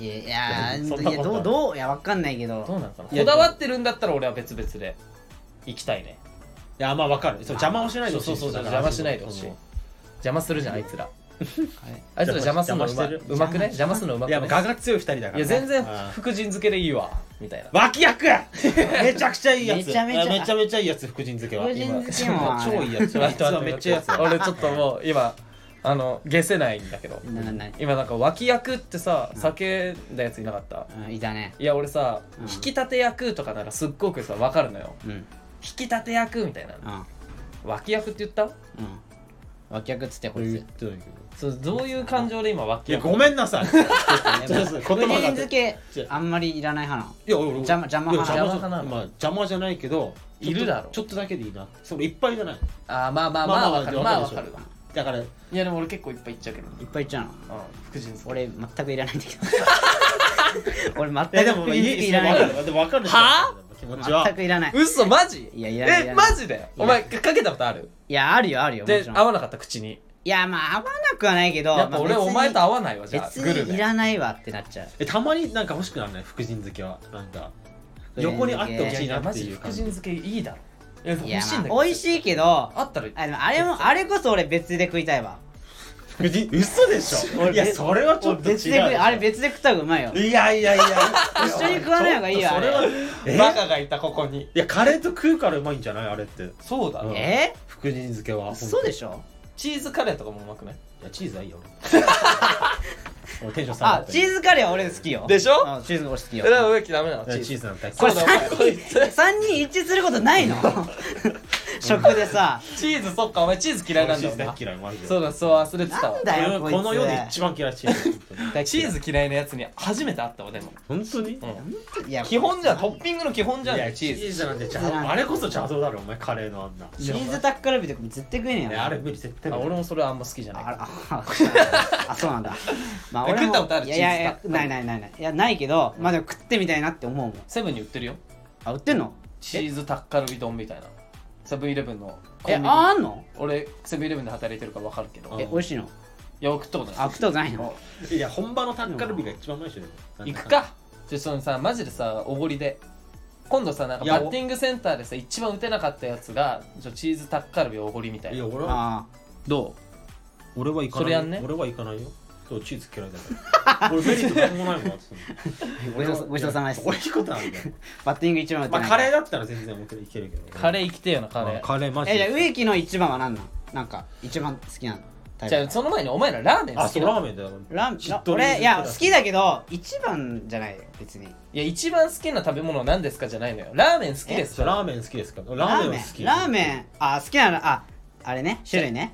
Speaker 2: いやいや
Speaker 3: そん
Speaker 2: い
Speaker 3: な
Speaker 2: や
Speaker 3: こと
Speaker 2: どうどういやわかんないけど
Speaker 1: どうなんかない
Speaker 3: や
Speaker 1: こだわってるんだったら俺は別々で行きたいね
Speaker 3: いやまあわかるそう邪魔をしないでほしい
Speaker 1: そうそうそう邪魔しないでほしい邪魔するじゃんあいつらあいつら邪
Speaker 3: 邪
Speaker 1: 魔
Speaker 3: 魔
Speaker 1: するのうま
Speaker 3: 邪魔してる
Speaker 1: うまくね邪魔するのうま
Speaker 3: い
Speaker 1: く
Speaker 3: や
Speaker 1: ね
Speaker 3: ガが強い二人だからね
Speaker 1: いや全然
Speaker 3: あー
Speaker 1: 福神漬けでいいわみたいな
Speaker 3: 脇 役めちゃくちゃいいやつ
Speaker 2: めちゃめちゃ
Speaker 3: いやめちゃめちゃいいやつ福神漬けは
Speaker 2: 福神漬けも
Speaker 3: 今超いいやつあいつはめっちゃいいやつだ
Speaker 1: 俺ちょっともう今あの下せないんだけど
Speaker 2: ななな
Speaker 1: 今なんか脇役ってさ叫んだやついなかった
Speaker 2: うんいたね
Speaker 1: いや俺さ
Speaker 2: うん
Speaker 1: 引き立て役とかならすっごくさ分かるのよ
Speaker 2: うんうん
Speaker 1: 引き立て役みたいな脇役って言った
Speaker 2: うん脇役っつってこ
Speaker 3: 俺
Speaker 2: い
Speaker 3: 言
Speaker 2: つ
Speaker 3: ってないけど
Speaker 1: そうどういう感情で今脇
Speaker 3: いや
Speaker 1: 役
Speaker 3: ごめんなさ いちょっと
Speaker 2: 福
Speaker 3: 言
Speaker 2: 神
Speaker 3: 葉が
Speaker 2: 漬け
Speaker 3: 違う
Speaker 2: あんまりいらない派ない
Speaker 3: や俺俺
Speaker 2: 邪魔邪魔
Speaker 3: いや邪魔
Speaker 1: 邪魔かな
Speaker 3: まあ邪魔じゃないけどちょっと
Speaker 1: いるだろ
Speaker 3: ちょっとだけでいいなそれいっぱいじゃない
Speaker 1: あーまあまあま
Speaker 3: ま
Speaker 1: あ
Speaker 3: あまあ
Speaker 1: わかるまあわかるわ
Speaker 3: だから
Speaker 1: いやでも俺結構いっぱいいっちゃうけどうん
Speaker 2: のいっぱいいっちゃうの
Speaker 1: 福神漬け
Speaker 2: 俺全くいらないんだけど俺全く
Speaker 3: いやでも
Speaker 2: 福神漬けいら
Speaker 3: わ
Speaker 2: ない
Speaker 3: かるでもわかる
Speaker 1: は
Speaker 3: 気持ちは
Speaker 2: 全くいらない
Speaker 1: 嘘マジ
Speaker 2: いやいらないい
Speaker 1: え
Speaker 2: らない
Speaker 1: マジでお前かけたことある
Speaker 2: いやあるよあるよも
Speaker 1: で
Speaker 2: ちろん
Speaker 1: 合わなかった口に
Speaker 2: いやまあ合わなくはないけど
Speaker 1: やっぱ俺
Speaker 2: まあ別
Speaker 1: お
Speaker 2: に
Speaker 1: 前と合わないわじゃあ
Speaker 2: 別
Speaker 1: グル
Speaker 2: にい
Speaker 1: メ
Speaker 2: らないわってなっちゃう
Speaker 3: えたまになんか欲しくならない福神漬けはなんか横にあってほしいなっていう感じ
Speaker 1: 漬けいいだろいや
Speaker 2: いや
Speaker 1: 欲しいんだけ
Speaker 2: まあ
Speaker 1: ど
Speaker 2: 美味しいけど
Speaker 1: あったら
Speaker 2: あでもあれもあれこそ俺別で食いたいわ
Speaker 3: 福神嘘でしょ
Speaker 2: 俺
Speaker 3: いやそれはちょっと違うで
Speaker 2: 別
Speaker 3: し
Speaker 2: で食い
Speaker 3: ょ
Speaker 2: あれ別で食った方がうまいよ
Speaker 3: いやいやいや
Speaker 2: 一緒に食わない方がいいよあれ
Speaker 3: え
Speaker 1: バカがいたここに
Speaker 3: いやカレーと食うからうまいんじゃないあれって
Speaker 1: そうだ
Speaker 3: うん
Speaker 1: ね
Speaker 2: え
Speaker 3: 福神漬けは
Speaker 2: そうで
Speaker 3: ょ
Speaker 2: しょ
Speaker 1: チーズカレーとかもうまくない
Speaker 3: いやチーズはいいよ 俺テンション下が
Speaker 2: あ
Speaker 3: った
Speaker 2: チーズカレーは俺好きよ
Speaker 1: でしょ
Speaker 2: あチーズ俺好き
Speaker 1: え
Speaker 2: よ
Speaker 1: だから植木ダメなの
Speaker 3: いや
Speaker 1: チ
Speaker 3: チ
Speaker 1: ー
Speaker 3: ー
Speaker 1: ズ
Speaker 3: ズなんて
Speaker 2: これ
Speaker 1: そうだお前こいつ
Speaker 2: 3人一致することないの食でさ
Speaker 1: チーズそっかお前チーズ嫌いなんだよ
Speaker 3: 俺
Speaker 1: な
Speaker 3: 大嫌いマジで
Speaker 1: そうだそう忘れてたわ
Speaker 2: なんだよこ
Speaker 3: 俺
Speaker 2: いつ
Speaker 3: この世で一番嫌いチーズ
Speaker 1: チーズ嫌いなやつに初めて会ったわでも、
Speaker 3: 本当に
Speaker 1: うん
Speaker 2: いや
Speaker 1: 基本じゃんトッピングの基本じゃん
Speaker 3: いや
Speaker 1: よチーズ
Speaker 3: ズなんて邪道あれこそ邪道だろお前カレーのあんな
Speaker 2: チーズタッカルビとかも絶対食えねえよ
Speaker 3: ね
Speaker 2: な
Speaker 3: あれ無理絶対
Speaker 1: あ
Speaker 3: 無理
Speaker 1: 俺もそれはあんま好きじゃない
Speaker 2: あらあ あそうなんだまあ
Speaker 1: え
Speaker 2: 俺も
Speaker 1: 食ったことある
Speaker 2: いやいやい
Speaker 1: チー
Speaker 2: や
Speaker 1: ズタッカルビ
Speaker 2: ないないないないいやないけどまあでも食ってみたいなって思うもん
Speaker 1: セブンに売ってるよ
Speaker 2: あ売ってんの
Speaker 1: チーズタッカルビ丼みたいなセブンイレブンのコ
Speaker 2: え
Speaker 1: ン
Speaker 2: あ
Speaker 1: ビニ
Speaker 2: あんの
Speaker 1: 俺セブンイレブンで働いてるから分かるけど
Speaker 3: うん
Speaker 1: え
Speaker 2: え美味しいの
Speaker 1: いや食ったことない
Speaker 2: あ食ったことないの
Speaker 3: いや本場のタッカルビが一番うまいでしょでも
Speaker 1: 行くかでそのさマジでさおごりで今度さなんか
Speaker 3: いや
Speaker 1: バッティングセンターでさ一番打てなかったやつがちょチーズタッカルビおごりみたい
Speaker 3: い
Speaker 1: な
Speaker 3: や俺は
Speaker 2: ああ
Speaker 1: ど
Speaker 3: 俺は行か
Speaker 1: そ
Speaker 3: な
Speaker 1: れ
Speaker 3: い
Speaker 1: やんね
Speaker 3: 俺は行かないよそうチーズ嫌いだから 俺メリット何もないもんだってそんな
Speaker 2: ごちそうごちそうさまです
Speaker 3: 俺いいことなんだよ
Speaker 2: バッティング一番打って
Speaker 3: ま
Speaker 2: な
Speaker 3: あ
Speaker 2: い
Speaker 3: カレーだったら全然僕いけるけ
Speaker 1: う
Speaker 3: ど
Speaker 1: カレー生きてえよなカ
Speaker 3: ま
Speaker 1: レ
Speaker 3: あ
Speaker 1: ー
Speaker 3: カレーマジ
Speaker 2: えじゃあ
Speaker 3: で
Speaker 2: 植木の一番は何なんなんか一番好きなタイ
Speaker 1: じゃあ
Speaker 2: プ
Speaker 1: その前にお前らラーメン好
Speaker 3: あ
Speaker 1: き
Speaker 3: そう
Speaker 1: な
Speaker 3: ラ
Speaker 1: の
Speaker 3: ーメンだよ
Speaker 2: ラー
Speaker 3: しっ
Speaker 2: メン
Speaker 3: とり
Speaker 2: 俺いや好きだけど一番じゃないよ別に
Speaker 1: いや一番好きな食べ物は何ですかじゃないのよラーメン好きです
Speaker 3: そう
Speaker 1: か
Speaker 3: ラ
Speaker 1: ら
Speaker 3: ーメン好きですかラ
Speaker 2: ラ
Speaker 3: ー
Speaker 2: ー
Speaker 3: メン
Speaker 2: メ
Speaker 3: 好き
Speaker 2: ンラーメンあ好きなのああれね種類ね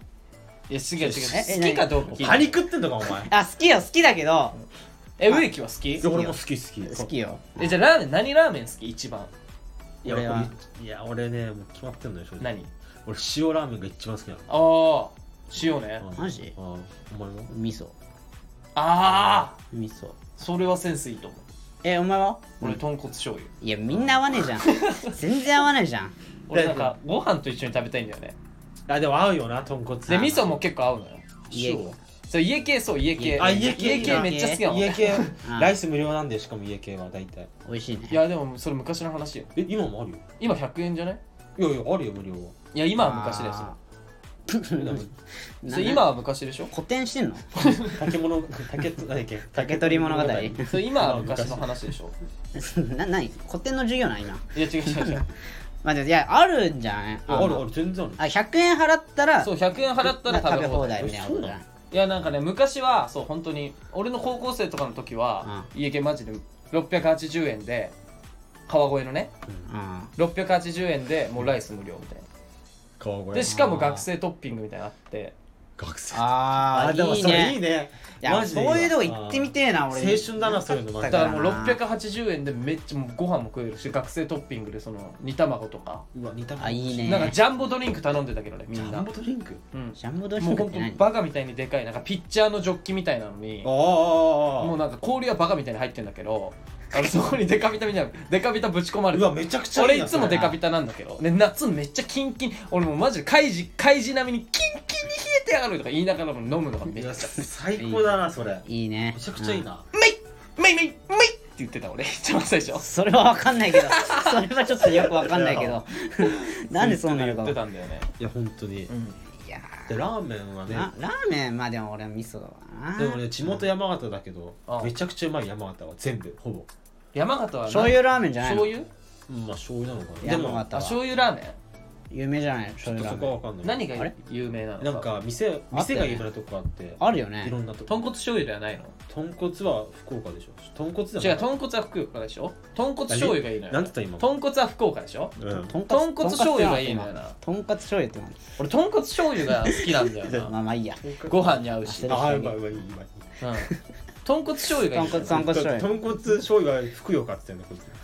Speaker 1: いや違う違う
Speaker 2: え
Speaker 1: 好きかどうか聞
Speaker 3: パニ
Speaker 1: いて
Speaker 3: 食ってんのかお前い
Speaker 2: あ好きよ好きだけど
Speaker 1: え植木は好き
Speaker 3: や俺も好き好き
Speaker 2: 好きよ
Speaker 1: えじゃあラーメン何ラーメン好き一番
Speaker 3: いや
Speaker 2: 俺は
Speaker 3: 俺いや俺ねもう決まってんのよ正直
Speaker 1: 何
Speaker 3: 俺塩ラーメンが一番好きなの
Speaker 1: ああ塩ね
Speaker 3: うん
Speaker 2: マジ
Speaker 3: うんお前は
Speaker 2: 味噌
Speaker 1: ああ
Speaker 2: 味噌
Speaker 1: それはセンスいいと思う
Speaker 2: えお前は
Speaker 1: 俺豚骨醤油
Speaker 2: いやみんな合わねえじゃん全然合わねえじゃん
Speaker 1: 俺なんかご飯と一緒に食べたいんだよね
Speaker 3: あでも合うよな豚骨
Speaker 1: で味噌も結構合うのよ
Speaker 2: 家
Speaker 3: 塩
Speaker 1: そう家系そう家系
Speaker 3: あ家系
Speaker 1: めっちゃ好きなの
Speaker 3: 家系
Speaker 2: うん
Speaker 3: ライス無料なんでしかも家系は大体
Speaker 2: 美味しいね
Speaker 1: いやでもそれ昔の話よ
Speaker 3: え今もあるよ
Speaker 1: 今100円じゃない
Speaker 3: いやいやあるよ無料 はい
Speaker 1: や今は昔だよ
Speaker 2: あ
Speaker 3: でも
Speaker 2: ー
Speaker 1: それそれ
Speaker 2: な
Speaker 1: 今は昔でしょ
Speaker 2: 古典してんの
Speaker 3: 竹物竹何だっけ
Speaker 2: 竹取物語
Speaker 1: それ今は昔の話でしょ
Speaker 2: な何古典の授業なん今
Speaker 1: いや違う違う違う
Speaker 2: まあでもいやあるんじゃん
Speaker 3: あるある全然ある
Speaker 2: あ100円払ったら
Speaker 1: そう100円払ったら
Speaker 2: な
Speaker 1: 食べ放題
Speaker 2: 題みたいなことじゃ
Speaker 3: え
Speaker 2: ん
Speaker 1: いやなんかね昔はそう本当に俺の高校生とかの時は、家系マジで680円で川越のね
Speaker 2: うん
Speaker 1: 680円でもうライス無料みたいな
Speaker 3: 川
Speaker 1: で
Speaker 3: 越
Speaker 1: しかも学生トッピングみたいなのあって
Speaker 3: 学生
Speaker 2: ああ
Speaker 3: でも
Speaker 2: いい
Speaker 3: それいい
Speaker 2: ね
Speaker 3: ね
Speaker 2: いや
Speaker 3: マジでいいわ
Speaker 2: そういうとこ行ってみてえな俺
Speaker 3: 青春だなそういうのマ
Speaker 1: だ
Speaker 3: ジ
Speaker 1: か
Speaker 2: だか
Speaker 3: で
Speaker 2: らら
Speaker 1: もう
Speaker 2: な
Speaker 1: 680円でめっちゃもうご飯も食えるし学生トッピングでその煮卵とか、
Speaker 3: うわ似たもん
Speaker 2: あいいね
Speaker 1: なんかジャンボドリンク頼んでたけどねみ
Speaker 3: ジ
Speaker 1: ん
Speaker 3: ャ
Speaker 1: な
Speaker 3: ンボドリンク
Speaker 1: うん
Speaker 2: ジャンボドリ
Speaker 1: もう
Speaker 2: ンク
Speaker 1: ほ
Speaker 2: っ
Speaker 1: んと
Speaker 2: て何
Speaker 1: バカみたいにでかいなんかピッチャーのジョッキみたいなのに
Speaker 3: あ
Speaker 1: もう
Speaker 3: あ
Speaker 1: なんか氷はバカみたいに入ってんだけどあのそこにデカビタみたいなデカビタぶち込まれ
Speaker 3: う
Speaker 1: て
Speaker 3: わめちゃくちゃ
Speaker 1: 俺
Speaker 3: ないそれ
Speaker 1: つもデカビタなんだけど、ね、夏めっちゃキンキン俺もうマジでカイジカイジ並みにキンキンに冷えてやがるとか言いながらも飲むのがめっ
Speaker 3: い
Speaker 1: ちゃ
Speaker 3: や最高だなそれめ
Speaker 2: いいね
Speaker 3: ちゃくちゃいいな
Speaker 1: 「めいめいめい!」って言ってた俺一番最初
Speaker 2: うんそれは分かんないけど それはちょっとよく分かんないけどなんでそうなるか
Speaker 1: 言っ
Speaker 2: も
Speaker 1: てたんだよね、
Speaker 3: いや本当に
Speaker 1: うん、
Speaker 2: いや
Speaker 3: でラーメンは
Speaker 2: ー
Speaker 3: ね
Speaker 2: ララーメンまあでも俺は味噌だわな
Speaker 3: でもね地元山形だけど
Speaker 1: あ
Speaker 3: めちゃくちゃうまい山形は全部ほぼ
Speaker 1: 山形はな
Speaker 2: 醤油ラーメンじゃないの
Speaker 1: 醤油
Speaker 3: うんまあ醤油なのかなで
Speaker 2: 山
Speaker 3: も
Speaker 1: あ
Speaker 2: 形は
Speaker 1: 醤油ラーメン
Speaker 2: 有名じゃないの
Speaker 3: ちょ
Speaker 2: 醤
Speaker 3: っ
Speaker 2: 油
Speaker 3: とそ
Speaker 2: ラーメ
Speaker 3: こは
Speaker 2: ン
Speaker 3: わかんない
Speaker 1: 何
Speaker 2: あ
Speaker 1: が
Speaker 2: れ
Speaker 1: 有名なの
Speaker 3: なんか店
Speaker 2: あった
Speaker 3: 店
Speaker 2: よ
Speaker 3: が
Speaker 2: ね
Speaker 3: 有名なとこあって
Speaker 2: あるよね
Speaker 3: いろんなと
Speaker 1: 豚
Speaker 3: こ
Speaker 1: 骨醤油ではないの
Speaker 3: 豚骨は福岡でしょ豚骨だ
Speaker 1: 違う豚骨は福岡でしょ豚骨醤油がいいの
Speaker 3: なん
Speaker 1: よ
Speaker 3: て言った今
Speaker 1: 豚骨は福岡でしょ
Speaker 3: うん
Speaker 2: とんかつ
Speaker 1: 豚骨醤油がいいのよな
Speaker 2: とんかつ醤油ってなんです
Speaker 1: 俺豚骨醤油が好きなんだよ
Speaker 2: ま
Speaker 1: な
Speaker 2: あまあいいや
Speaker 1: ご飯に合うし、うん、
Speaker 3: ああうまいうまいうまい
Speaker 1: 豚骨醤油が
Speaker 2: と
Speaker 1: い
Speaker 2: ん
Speaker 1: いのよ
Speaker 2: かつとんかつ醤油
Speaker 3: 豚骨醤油は福岡って言ってんだこ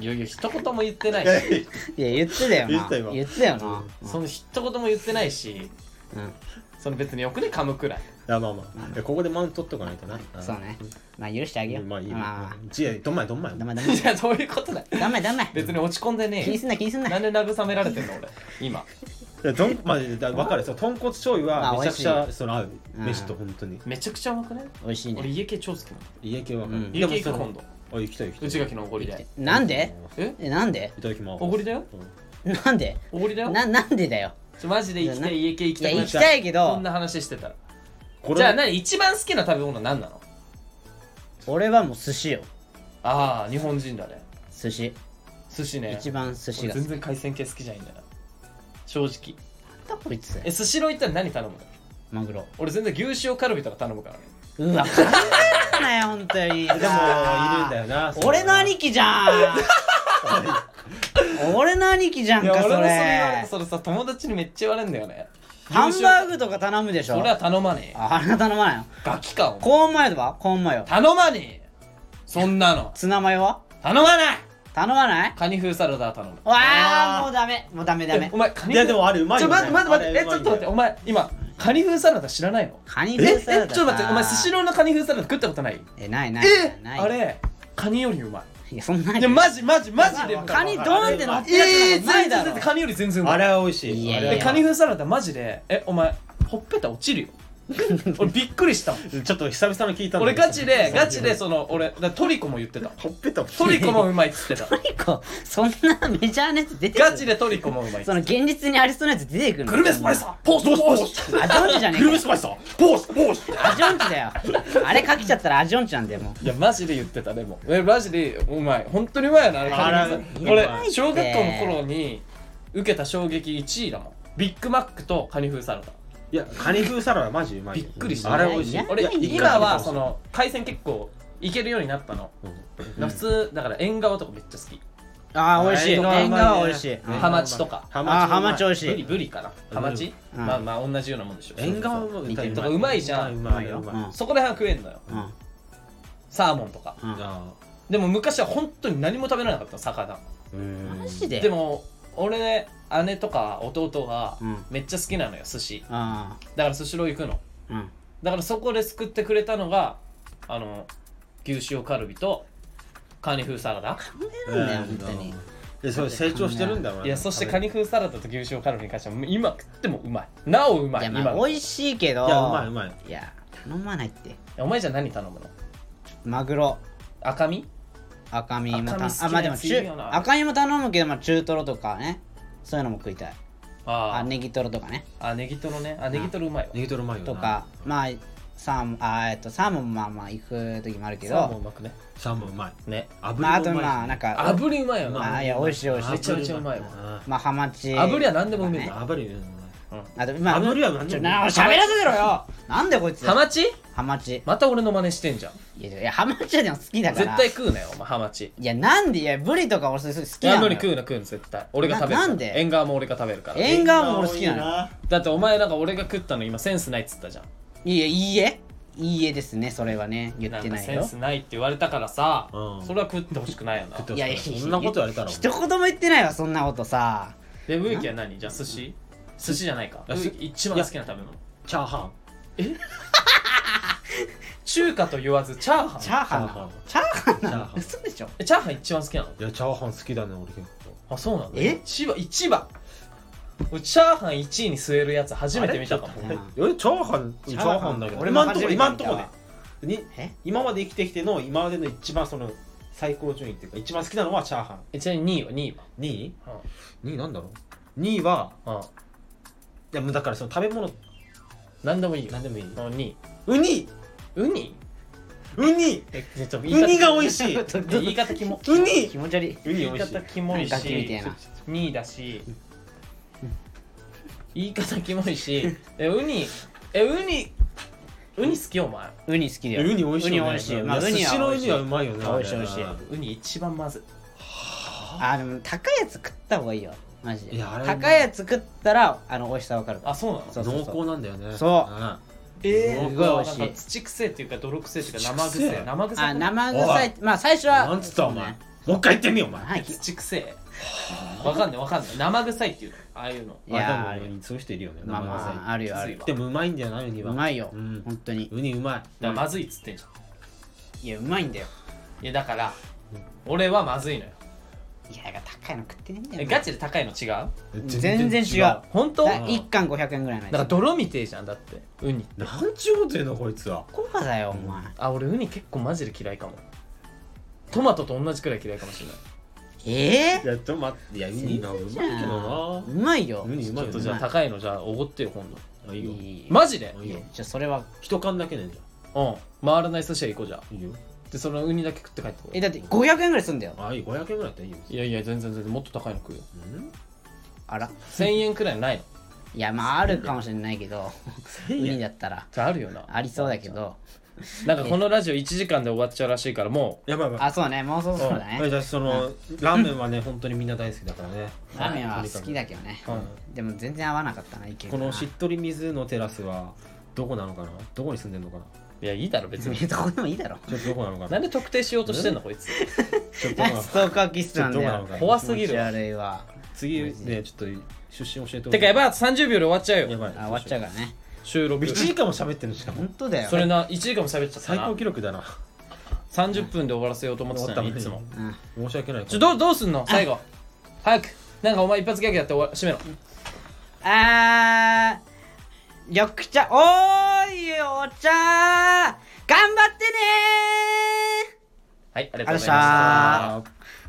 Speaker 1: いやいや一言も言ってない
Speaker 3: いつ
Speaker 1: し
Speaker 2: いや言ってたよ
Speaker 3: 言っ
Speaker 2: な
Speaker 3: てた今
Speaker 2: 言ってたよな
Speaker 1: その一言も言ってないし
Speaker 2: うん
Speaker 1: その別によくね噛むくらい
Speaker 3: いやまあまあいやここでマウント取っとかないとな
Speaker 2: そうねまあ許してあげよう
Speaker 3: まあいいよ
Speaker 2: まあ
Speaker 3: いやどんまいどんまい
Speaker 2: ダメダメ
Speaker 1: いやどういうことだよ
Speaker 2: ダメダメ
Speaker 1: 別に落ち込んでね
Speaker 2: 気
Speaker 1: え
Speaker 2: に
Speaker 1: よ
Speaker 2: すんな気にすんな
Speaker 1: なんで慰められてんの俺今
Speaker 3: いやどんまあだ分かるそう豚骨醤油は
Speaker 2: まあ
Speaker 3: めちゃくち
Speaker 2: 美味
Speaker 3: ゃその合う
Speaker 2: うん
Speaker 3: 飯と本当に
Speaker 1: めちゃくちゃうまくない
Speaker 2: 美味しい
Speaker 1: 俺
Speaker 2: ね
Speaker 1: 家系超好きなんだよ
Speaker 3: 家系は分か
Speaker 2: うん
Speaker 3: る
Speaker 1: 家
Speaker 3: でも
Speaker 1: 系行
Speaker 3: そ
Speaker 1: く
Speaker 3: の
Speaker 1: 今度
Speaker 3: あ行きたい行きたいう
Speaker 1: ちがきのおごりで
Speaker 2: なんで
Speaker 1: え
Speaker 2: えなんで
Speaker 3: いただきます
Speaker 1: おごりだよ
Speaker 3: うん
Speaker 2: なんで
Speaker 1: おごりだよ
Speaker 2: ななんでだよ
Speaker 1: ちょマジで行きたい家系行き
Speaker 2: い
Speaker 1: た
Speaker 2: や
Speaker 1: い
Speaker 2: 行きたいけ
Speaker 1: こ
Speaker 2: ど
Speaker 1: んな話してたら
Speaker 3: これ
Speaker 1: じゃあ何一番好きな食べ物何なの
Speaker 2: 俺はもう寿司よ
Speaker 1: ああ日本人だね
Speaker 2: 寿司
Speaker 1: 寿司ね
Speaker 2: 一番寿司
Speaker 1: 俺全
Speaker 2: が好き
Speaker 1: 然海鮮系好きじゃないんだよな正直
Speaker 2: だこいつ
Speaker 1: えスシロー行ったら何頼むの
Speaker 2: マグロ
Speaker 1: 俺全然牛塩カルビとか頼むからね
Speaker 2: うわ考えんなよ 本当にでもい
Speaker 3: でもいるんだよな
Speaker 2: 俺の
Speaker 3: 貴
Speaker 2: 兄貴じゃん俺の兄貴じゃん
Speaker 1: いや
Speaker 2: か
Speaker 1: 俺も
Speaker 2: そ
Speaker 1: それ言わ
Speaker 2: れ
Speaker 1: れそれさ友達にめっちゃ言われんだよね
Speaker 2: ハンバー
Speaker 1: グ
Speaker 2: グとか頼むでしょ
Speaker 1: それは頼まねえ
Speaker 2: ああなた頼まないの
Speaker 1: ガキかお前
Speaker 2: コーンマヨとかコーンマヨ
Speaker 1: 頼まねえそんなの
Speaker 2: ツナマヨは
Speaker 1: 頼まない
Speaker 2: 頼まない
Speaker 1: カニ風サラダは頼む
Speaker 2: わ
Speaker 3: あ
Speaker 2: あ
Speaker 3: ー
Speaker 2: もうダメもうダメダ
Speaker 1: え
Speaker 2: メ
Speaker 1: お前カニ
Speaker 3: いやでもあれうまい
Speaker 1: ちょ
Speaker 3: よ、ね、
Speaker 1: 待って待って待ってえ
Speaker 3: あ
Speaker 1: ち
Speaker 3: れ
Speaker 1: ょっと待ってお前今カニ風サラダ知らないの
Speaker 2: カニ
Speaker 1: ええ
Speaker 2: 風
Speaker 1: ち
Speaker 2: サラ
Speaker 1: ょ
Speaker 2: ダ
Speaker 1: っと待ってお前スシ
Speaker 2: ロ
Speaker 1: ローのカニ風サラダ食ったことない
Speaker 2: えないない
Speaker 1: え
Speaker 2: ない
Speaker 1: あれカニよりうま
Speaker 2: いやそんないに
Speaker 1: いやマジマジマジでうまい
Speaker 2: カニドーンって乗ってる
Speaker 1: え
Speaker 2: や
Speaker 1: え全
Speaker 2: つなんかない
Speaker 1: 然
Speaker 2: だ
Speaker 1: だ
Speaker 2: ろ
Speaker 1: ってカニより全然うまい
Speaker 3: あれは美味しい
Speaker 2: いやいや
Speaker 3: あ
Speaker 1: で
Speaker 3: れは
Speaker 1: カニ風サラダマジでえお前ほっぺた落ち るよ俺びっくりしたもん
Speaker 3: ちょっと久々の聞いたんだ
Speaker 1: 俺
Speaker 3: けど
Speaker 1: ガチでガチでその俺だトリコも言ってた
Speaker 3: ほっぺた
Speaker 1: トリコもうまいっつってた
Speaker 2: トリコそんなメジャーなやつ出てくる
Speaker 1: ガチでトリコもうまいっつ
Speaker 2: そ
Speaker 1: って
Speaker 2: の現実にありそうなやつ出てくるの
Speaker 1: グルメスパイサーポーズポーズ
Speaker 2: アジョンチじゃね
Speaker 3: グルメ
Speaker 2: え
Speaker 3: スパイスだポーズポーズ
Speaker 2: かアジョンチだよあれかけちゃったらアジョンチなんだよもう
Speaker 1: いやマジで言ってたでもえマジでうまい本当にうまいよなあれ
Speaker 3: あら
Speaker 1: カニ風
Speaker 3: うまい
Speaker 1: 俺小学校の頃に受けた衝撃1位だもんビッグマックとカニ風サラダ
Speaker 3: いやカニ風サラダマジうまいよ
Speaker 1: びっくりした
Speaker 3: あれ美味しい
Speaker 2: いや
Speaker 1: 俺
Speaker 3: いや一回
Speaker 1: 今はその海鮮結構いけるようになったの
Speaker 3: うん
Speaker 1: 普通だから縁側とかめっちゃ好き
Speaker 2: ああ美味しい
Speaker 3: あ
Speaker 2: 縁
Speaker 3: れがうまいね
Speaker 2: 側美味しい
Speaker 3: うん
Speaker 1: ハマチとか
Speaker 3: ハ
Speaker 2: あーハマ
Speaker 3: マ
Speaker 2: チ
Speaker 3: チ
Speaker 2: 美
Speaker 3: うまい
Speaker 2: 味し
Speaker 1: ブリ
Speaker 2: い
Speaker 1: ブリかなハマチ
Speaker 2: うん
Speaker 1: まあまあ同じようなもんでしょ
Speaker 3: 縁側も
Speaker 2: 似てる
Speaker 1: とかうまいじゃん
Speaker 3: うまいうう
Speaker 2: ま
Speaker 3: ま
Speaker 2: い
Speaker 3: い
Speaker 2: よ
Speaker 3: あ
Speaker 1: そこら辺は食えんのよ
Speaker 2: うん
Speaker 1: サーモンとか
Speaker 2: うん
Speaker 3: あ
Speaker 1: でも昔は本当に何も食べられなかったの魚
Speaker 3: うん
Speaker 2: マジで
Speaker 1: でも俺ね姉とか弟が
Speaker 2: うん
Speaker 1: めっちゃ好きなのよ寿司
Speaker 2: あ
Speaker 1: だから寿司ロー行くの
Speaker 2: あうん
Speaker 1: だからそこで救ってくれたのがあの牛塩カルビとカニ風サラダ
Speaker 2: 出るんだよ本当に
Speaker 3: でそれ成長してるんだろうない
Speaker 1: やそしてカニ風サラダと牛塩カルビに関しては今食ってもうまいなおうま
Speaker 2: い
Speaker 1: い
Speaker 2: や
Speaker 1: 今
Speaker 2: ま
Speaker 1: の
Speaker 2: あ美味しいけど
Speaker 3: いやうまいうまい
Speaker 2: いや頼まないって
Speaker 1: お前じゃあ何頼むの
Speaker 2: マグロ
Speaker 1: 赤身
Speaker 2: 赤身も
Speaker 1: 赤身
Speaker 2: た
Speaker 1: 好きな
Speaker 2: あまあでも
Speaker 1: やついる
Speaker 2: 中
Speaker 1: よな
Speaker 2: 赤身も頼むけど、まあ、中トロとかねそういうのも食いたいあ
Speaker 1: あ
Speaker 2: ネギトロとかね
Speaker 1: ああネギトロねあネギトロうまいわ
Speaker 3: ネギトロうまいよな
Speaker 2: とかまあサーモンあえっとサーモンもまあまあ行く時もあるけ
Speaker 1: サーモン
Speaker 2: ど
Speaker 1: うまくね
Speaker 3: サーモンうまい
Speaker 1: ね
Speaker 3: 炙りもう
Speaker 2: まあ
Speaker 3: まい
Speaker 2: あとまあなんか
Speaker 1: 炙りうまいよ
Speaker 2: ま
Speaker 1: な
Speaker 2: あいや美味しい美味しい
Speaker 1: めちゃめちゃうまいわ
Speaker 3: わ
Speaker 2: まあハマチ
Speaker 1: 炙りは何でもうめえんだ
Speaker 3: 炙りうん
Speaker 2: あとまあ
Speaker 3: 炙りは何
Speaker 2: ち
Speaker 3: で
Speaker 2: ょ
Speaker 3: も
Speaker 2: な喋らせてろよなんでこいつ
Speaker 1: ハマチ
Speaker 2: ハマチ
Speaker 1: また俺の真似してんじゃん
Speaker 2: いやいやハマチはでも好きだから
Speaker 1: 絶対食うなよお前ハマチ
Speaker 2: いやなんでいやブリとか俺それ好き
Speaker 1: いや
Speaker 2: な
Speaker 1: 無理
Speaker 2: のよ
Speaker 1: 食うな食うな絶対俺が食べるから
Speaker 2: ななんで
Speaker 1: 縁側も俺が食べるから
Speaker 2: 縁側も俺好きなのよ
Speaker 1: だってお前なんか俺が食ったの今センスないっつったじゃん
Speaker 2: いやいいえいいえですねそれはね言って
Speaker 1: ん
Speaker 2: な
Speaker 1: か
Speaker 2: い
Speaker 1: セン
Speaker 2: よ
Speaker 1: スないって言われたからさ、
Speaker 3: うん
Speaker 1: それは食ってほしくないよな
Speaker 3: 食ってほし
Speaker 2: いやいや
Speaker 3: そんなこと言われたら
Speaker 2: 一言も言ってないわそんなことさ
Speaker 1: で植木は何じゃあ寿司寿司じゃないか
Speaker 3: いやす
Speaker 1: 植木一番好きな食べ物
Speaker 3: チャーハン
Speaker 1: 中華と言わずチャーハン
Speaker 2: チャーハンなのチャーハンな
Speaker 3: チャー
Speaker 2: の
Speaker 3: ハン
Speaker 2: 嘘でしょ
Speaker 1: えチャーハン一番好きなの
Speaker 3: いやチャーハン好きだね俺結構
Speaker 1: あそうなんだ
Speaker 2: え
Speaker 1: 一番一番俺チャーハン1位に据えるやつ初めて見たかも
Speaker 2: あれ
Speaker 3: えチャーハンチャーハンだけど
Speaker 2: 俺も
Speaker 3: 今んと
Speaker 2: 初め
Speaker 3: こ
Speaker 2: て
Speaker 3: 今んとこねに
Speaker 2: え
Speaker 3: 今まで生きてきての今までの一番その最高順位っていうか一番好きなのはチャーハン
Speaker 1: えちなみに2位は2位
Speaker 3: 2位
Speaker 1: は
Speaker 3: ?2 位なんだろう ?2 位は
Speaker 1: うんうん
Speaker 3: いやもうだからその食べ物
Speaker 1: 何でもいいよ
Speaker 3: 何でもいい
Speaker 1: うん2位
Speaker 3: ウニ
Speaker 1: ウニ
Speaker 3: ウニ
Speaker 1: えちょっと
Speaker 3: ウ
Speaker 1: 言い方
Speaker 3: ニが美味 しいウ
Speaker 1: 言い方キモ
Speaker 3: ニ
Speaker 2: 気持ち悪い
Speaker 3: ウニ美
Speaker 1: 言い
Speaker 3: 味しい
Speaker 1: 方キモいし
Speaker 2: ガキみてえな
Speaker 1: 2位だし言い方キモいしえウニえウニウニ好きお前
Speaker 2: ウニ好きだ
Speaker 3: ウ
Speaker 2: よ
Speaker 3: ニ美味しいよね
Speaker 2: ウニ美味しいまあ
Speaker 3: や
Speaker 2: ウニは
Speaker 3: 寿司のウ
Speaker 2: 美味しい
Speaker 3: ニはうまいよね
Speaker 2: 美味しい美味しい
Speaker 3: あ
Speaker 1: ウ
Speaker 3: れ
Speaker 1: ニ一番まずい
Speaker 2: あでも高いやつ食った方がいいよマジで
Speaker 3: いやあれ
Speaker 2: 高いやつ食ったらあの美味しさわかるから
Speaker 1: あそうなの
Speaker 2: そうそうそう
Speaker 3: 濃厚なんだよね
Speaker 2: そ
Speaker 3: ん
Speaker 1: え
Speaker 2: ー
Speaker 1: ー、
Speaker 2: すごい美味しい
Speaker 1: なんか土臭いっていうか泥臭いっていうか生
Speaker 3: 土臭
Speaker 1: 臭
Speaker 3: い
Speaker 1: い生臭
Speaker 2: あ
Speaker 1: い
Speaker 2: 生臭いまあ最初は
Speaker 3: なんつったお
Speaker 2: そう
Speaker 3: 前
Speaker 2: ね
Speaker 3: もう一回言ってみよお前
Speaker 2: はい
Speaker 1: 土臭いわかんないわかんない生臭いっていうのああいうの
Speaker 2: いや
Speaker 3: あで
Speaker 2: ー
Speaker 3: もそういう人いるよね
Speaker 2: まあ
Speaker 3: 生
Speaker 2: ま
Speaker 3: 臭
Speaker 2: ああるよある
Speaker 1: き
Speaker 2: よ
Speaker 1: つ
Speaker 3: いでもうまいんだよなウニは
Speaker 2: うまいよ
Speaker 3: うん
Speaker 2: 本当に
Speaker 3: ウニうまい
Speaker 1: だからまずいっつってんじゃ
Speaker 2: いやうまいんだよ
Speaker 1: んいやだから俺はまずいのよ
Speaker 2: いやだから高いの食ってねえんだ
Speaker 1: え
Speaker 2: よ
Speaker 1: ガチで高いの違う
Speaker 2: 全然違う
Speaker 1: 本当
Speaker 2: だ
Speaker 1: だ
Speaker 2: 一貫500円ぐらいの
Speaker 1: から
Speaker 2: やつ
Speaker 1: 泥みてえじゃんだってウニ
Speaker 3: なんちゅうこと言うのこいつは
Speaker 2: コバだよお前
Speaker 1: あ俺ウニ結構マジで嫌いかもトマトと同じくらい嫌いかもしれない
Speaker 2: ええ
Speaker 3: いやちょっと待っていやウニなうまいけど
Speaker 2: うまいよ
Speaker 3: ウニうま
Speaker 1: ちょ
Speaker 3: い
Speaker 1: っ
Speaker 3: よ
Speaker 1: と
Speaker 3: ね
Speaker 1: じゃあ高いのじゃあおごってよ今度
Speaker 3: あいいよ
Speaker 2: いい
Speaker 1: マジで
Speaker 3: いいよ
Speaker 2: じゃあそれは
Speaker 3: 一缶だけねじ
Speaker 1: うん回らない寿司屋行こうじゃ
Speaker 3: ゃんいいよ
Speaker 1: あでそのウニだけ食って帰ってこ
Speaker 2: え
Speaker 1: い
Speaker 2: だって500円ぐらいすんだよ
Speaker 3: あいい500円ぐらいだったらいいよ
Speaker 1: いやいや全然全然もっと高いの食うよ
Speaker 3: うん
Speaker 2: あら
Speaker 1: 1000円くらいないの
Speaker 2: いやまああるかもしれないけどウ
Speaker 3: 円
Speaker 2: ニだったら
Speaker 1: じゃああるよな
Speaker 2: ありそうだけど
Speaker 1: なんかこのラジオ1時間で終わっちゃうらしいからも
Speaker 3: やばいやばい
Speaker 2: あそうねもうそろそろだね
Speaker 3: うん私そのラーメンはね本当にみんな大好きだからね
Speaker 2: ラーメンは好きだけどね、
Speaker 3: はい
Speaker 2: でも全然合わなかったな意見が
Speaker 3: このしっとり水のテラスはどこなのかなどこに住んでんのかな
Speaker 1: ういやいいだろ別に
Speaker 2: どこでもいいだろ
Speaker 3: ちょっとどこなのか
Speaker 1: な
Speaker 3: なん
Speaker 1: で特定しようとしてんのこいつ
Speaker 3: ちょっとどこな の
Speaker 2: ストーカー気質なんだ
Speaker 3: ちょっとどうなの
Speaker 2: よ
Speaker 3: かな
Speaker 1: 怖すぎ
Speaker 2: 気持ち
Speaker 1: るわ
Speaker 2: 悪いわ
Speaker 3: 次ねちょっと出身教えて
Speaker 1: てかやばい
Speaker 3: い
Speaker 1: あと30秒で終わっちゃう
Speaker 3: や
Speaker 1: よ
Speaker 3: ばい
Speaker 2: あ終わっちゃうからね
Speaker 1: 収録
Speaker 3: 1時間も喋ってるしかも
Speaker 2: 本当だよ
Speaker 1: それな1時間も喋っちゃった
Speaker 3: 最
Speaker 1: な
Speaker 3: 高記録だな
Speaker 1: 30分で終わらせようと思ってたのにいつも
Speaker 2: うん
Speaker 3: 申し訳ない
Speaker 1: ちょどうどうすんの最後早くなんかお前一発ギャグやって終わ締めろ
Speaker 2: あー緑茶おーいお茶頑張ってねー
Speaker 1: はいあり
Speaker 2: ありがとうございま
Speaker 1: がとうございま
Speaker 2: し
Speaker 1: したた
Speaker 3: あー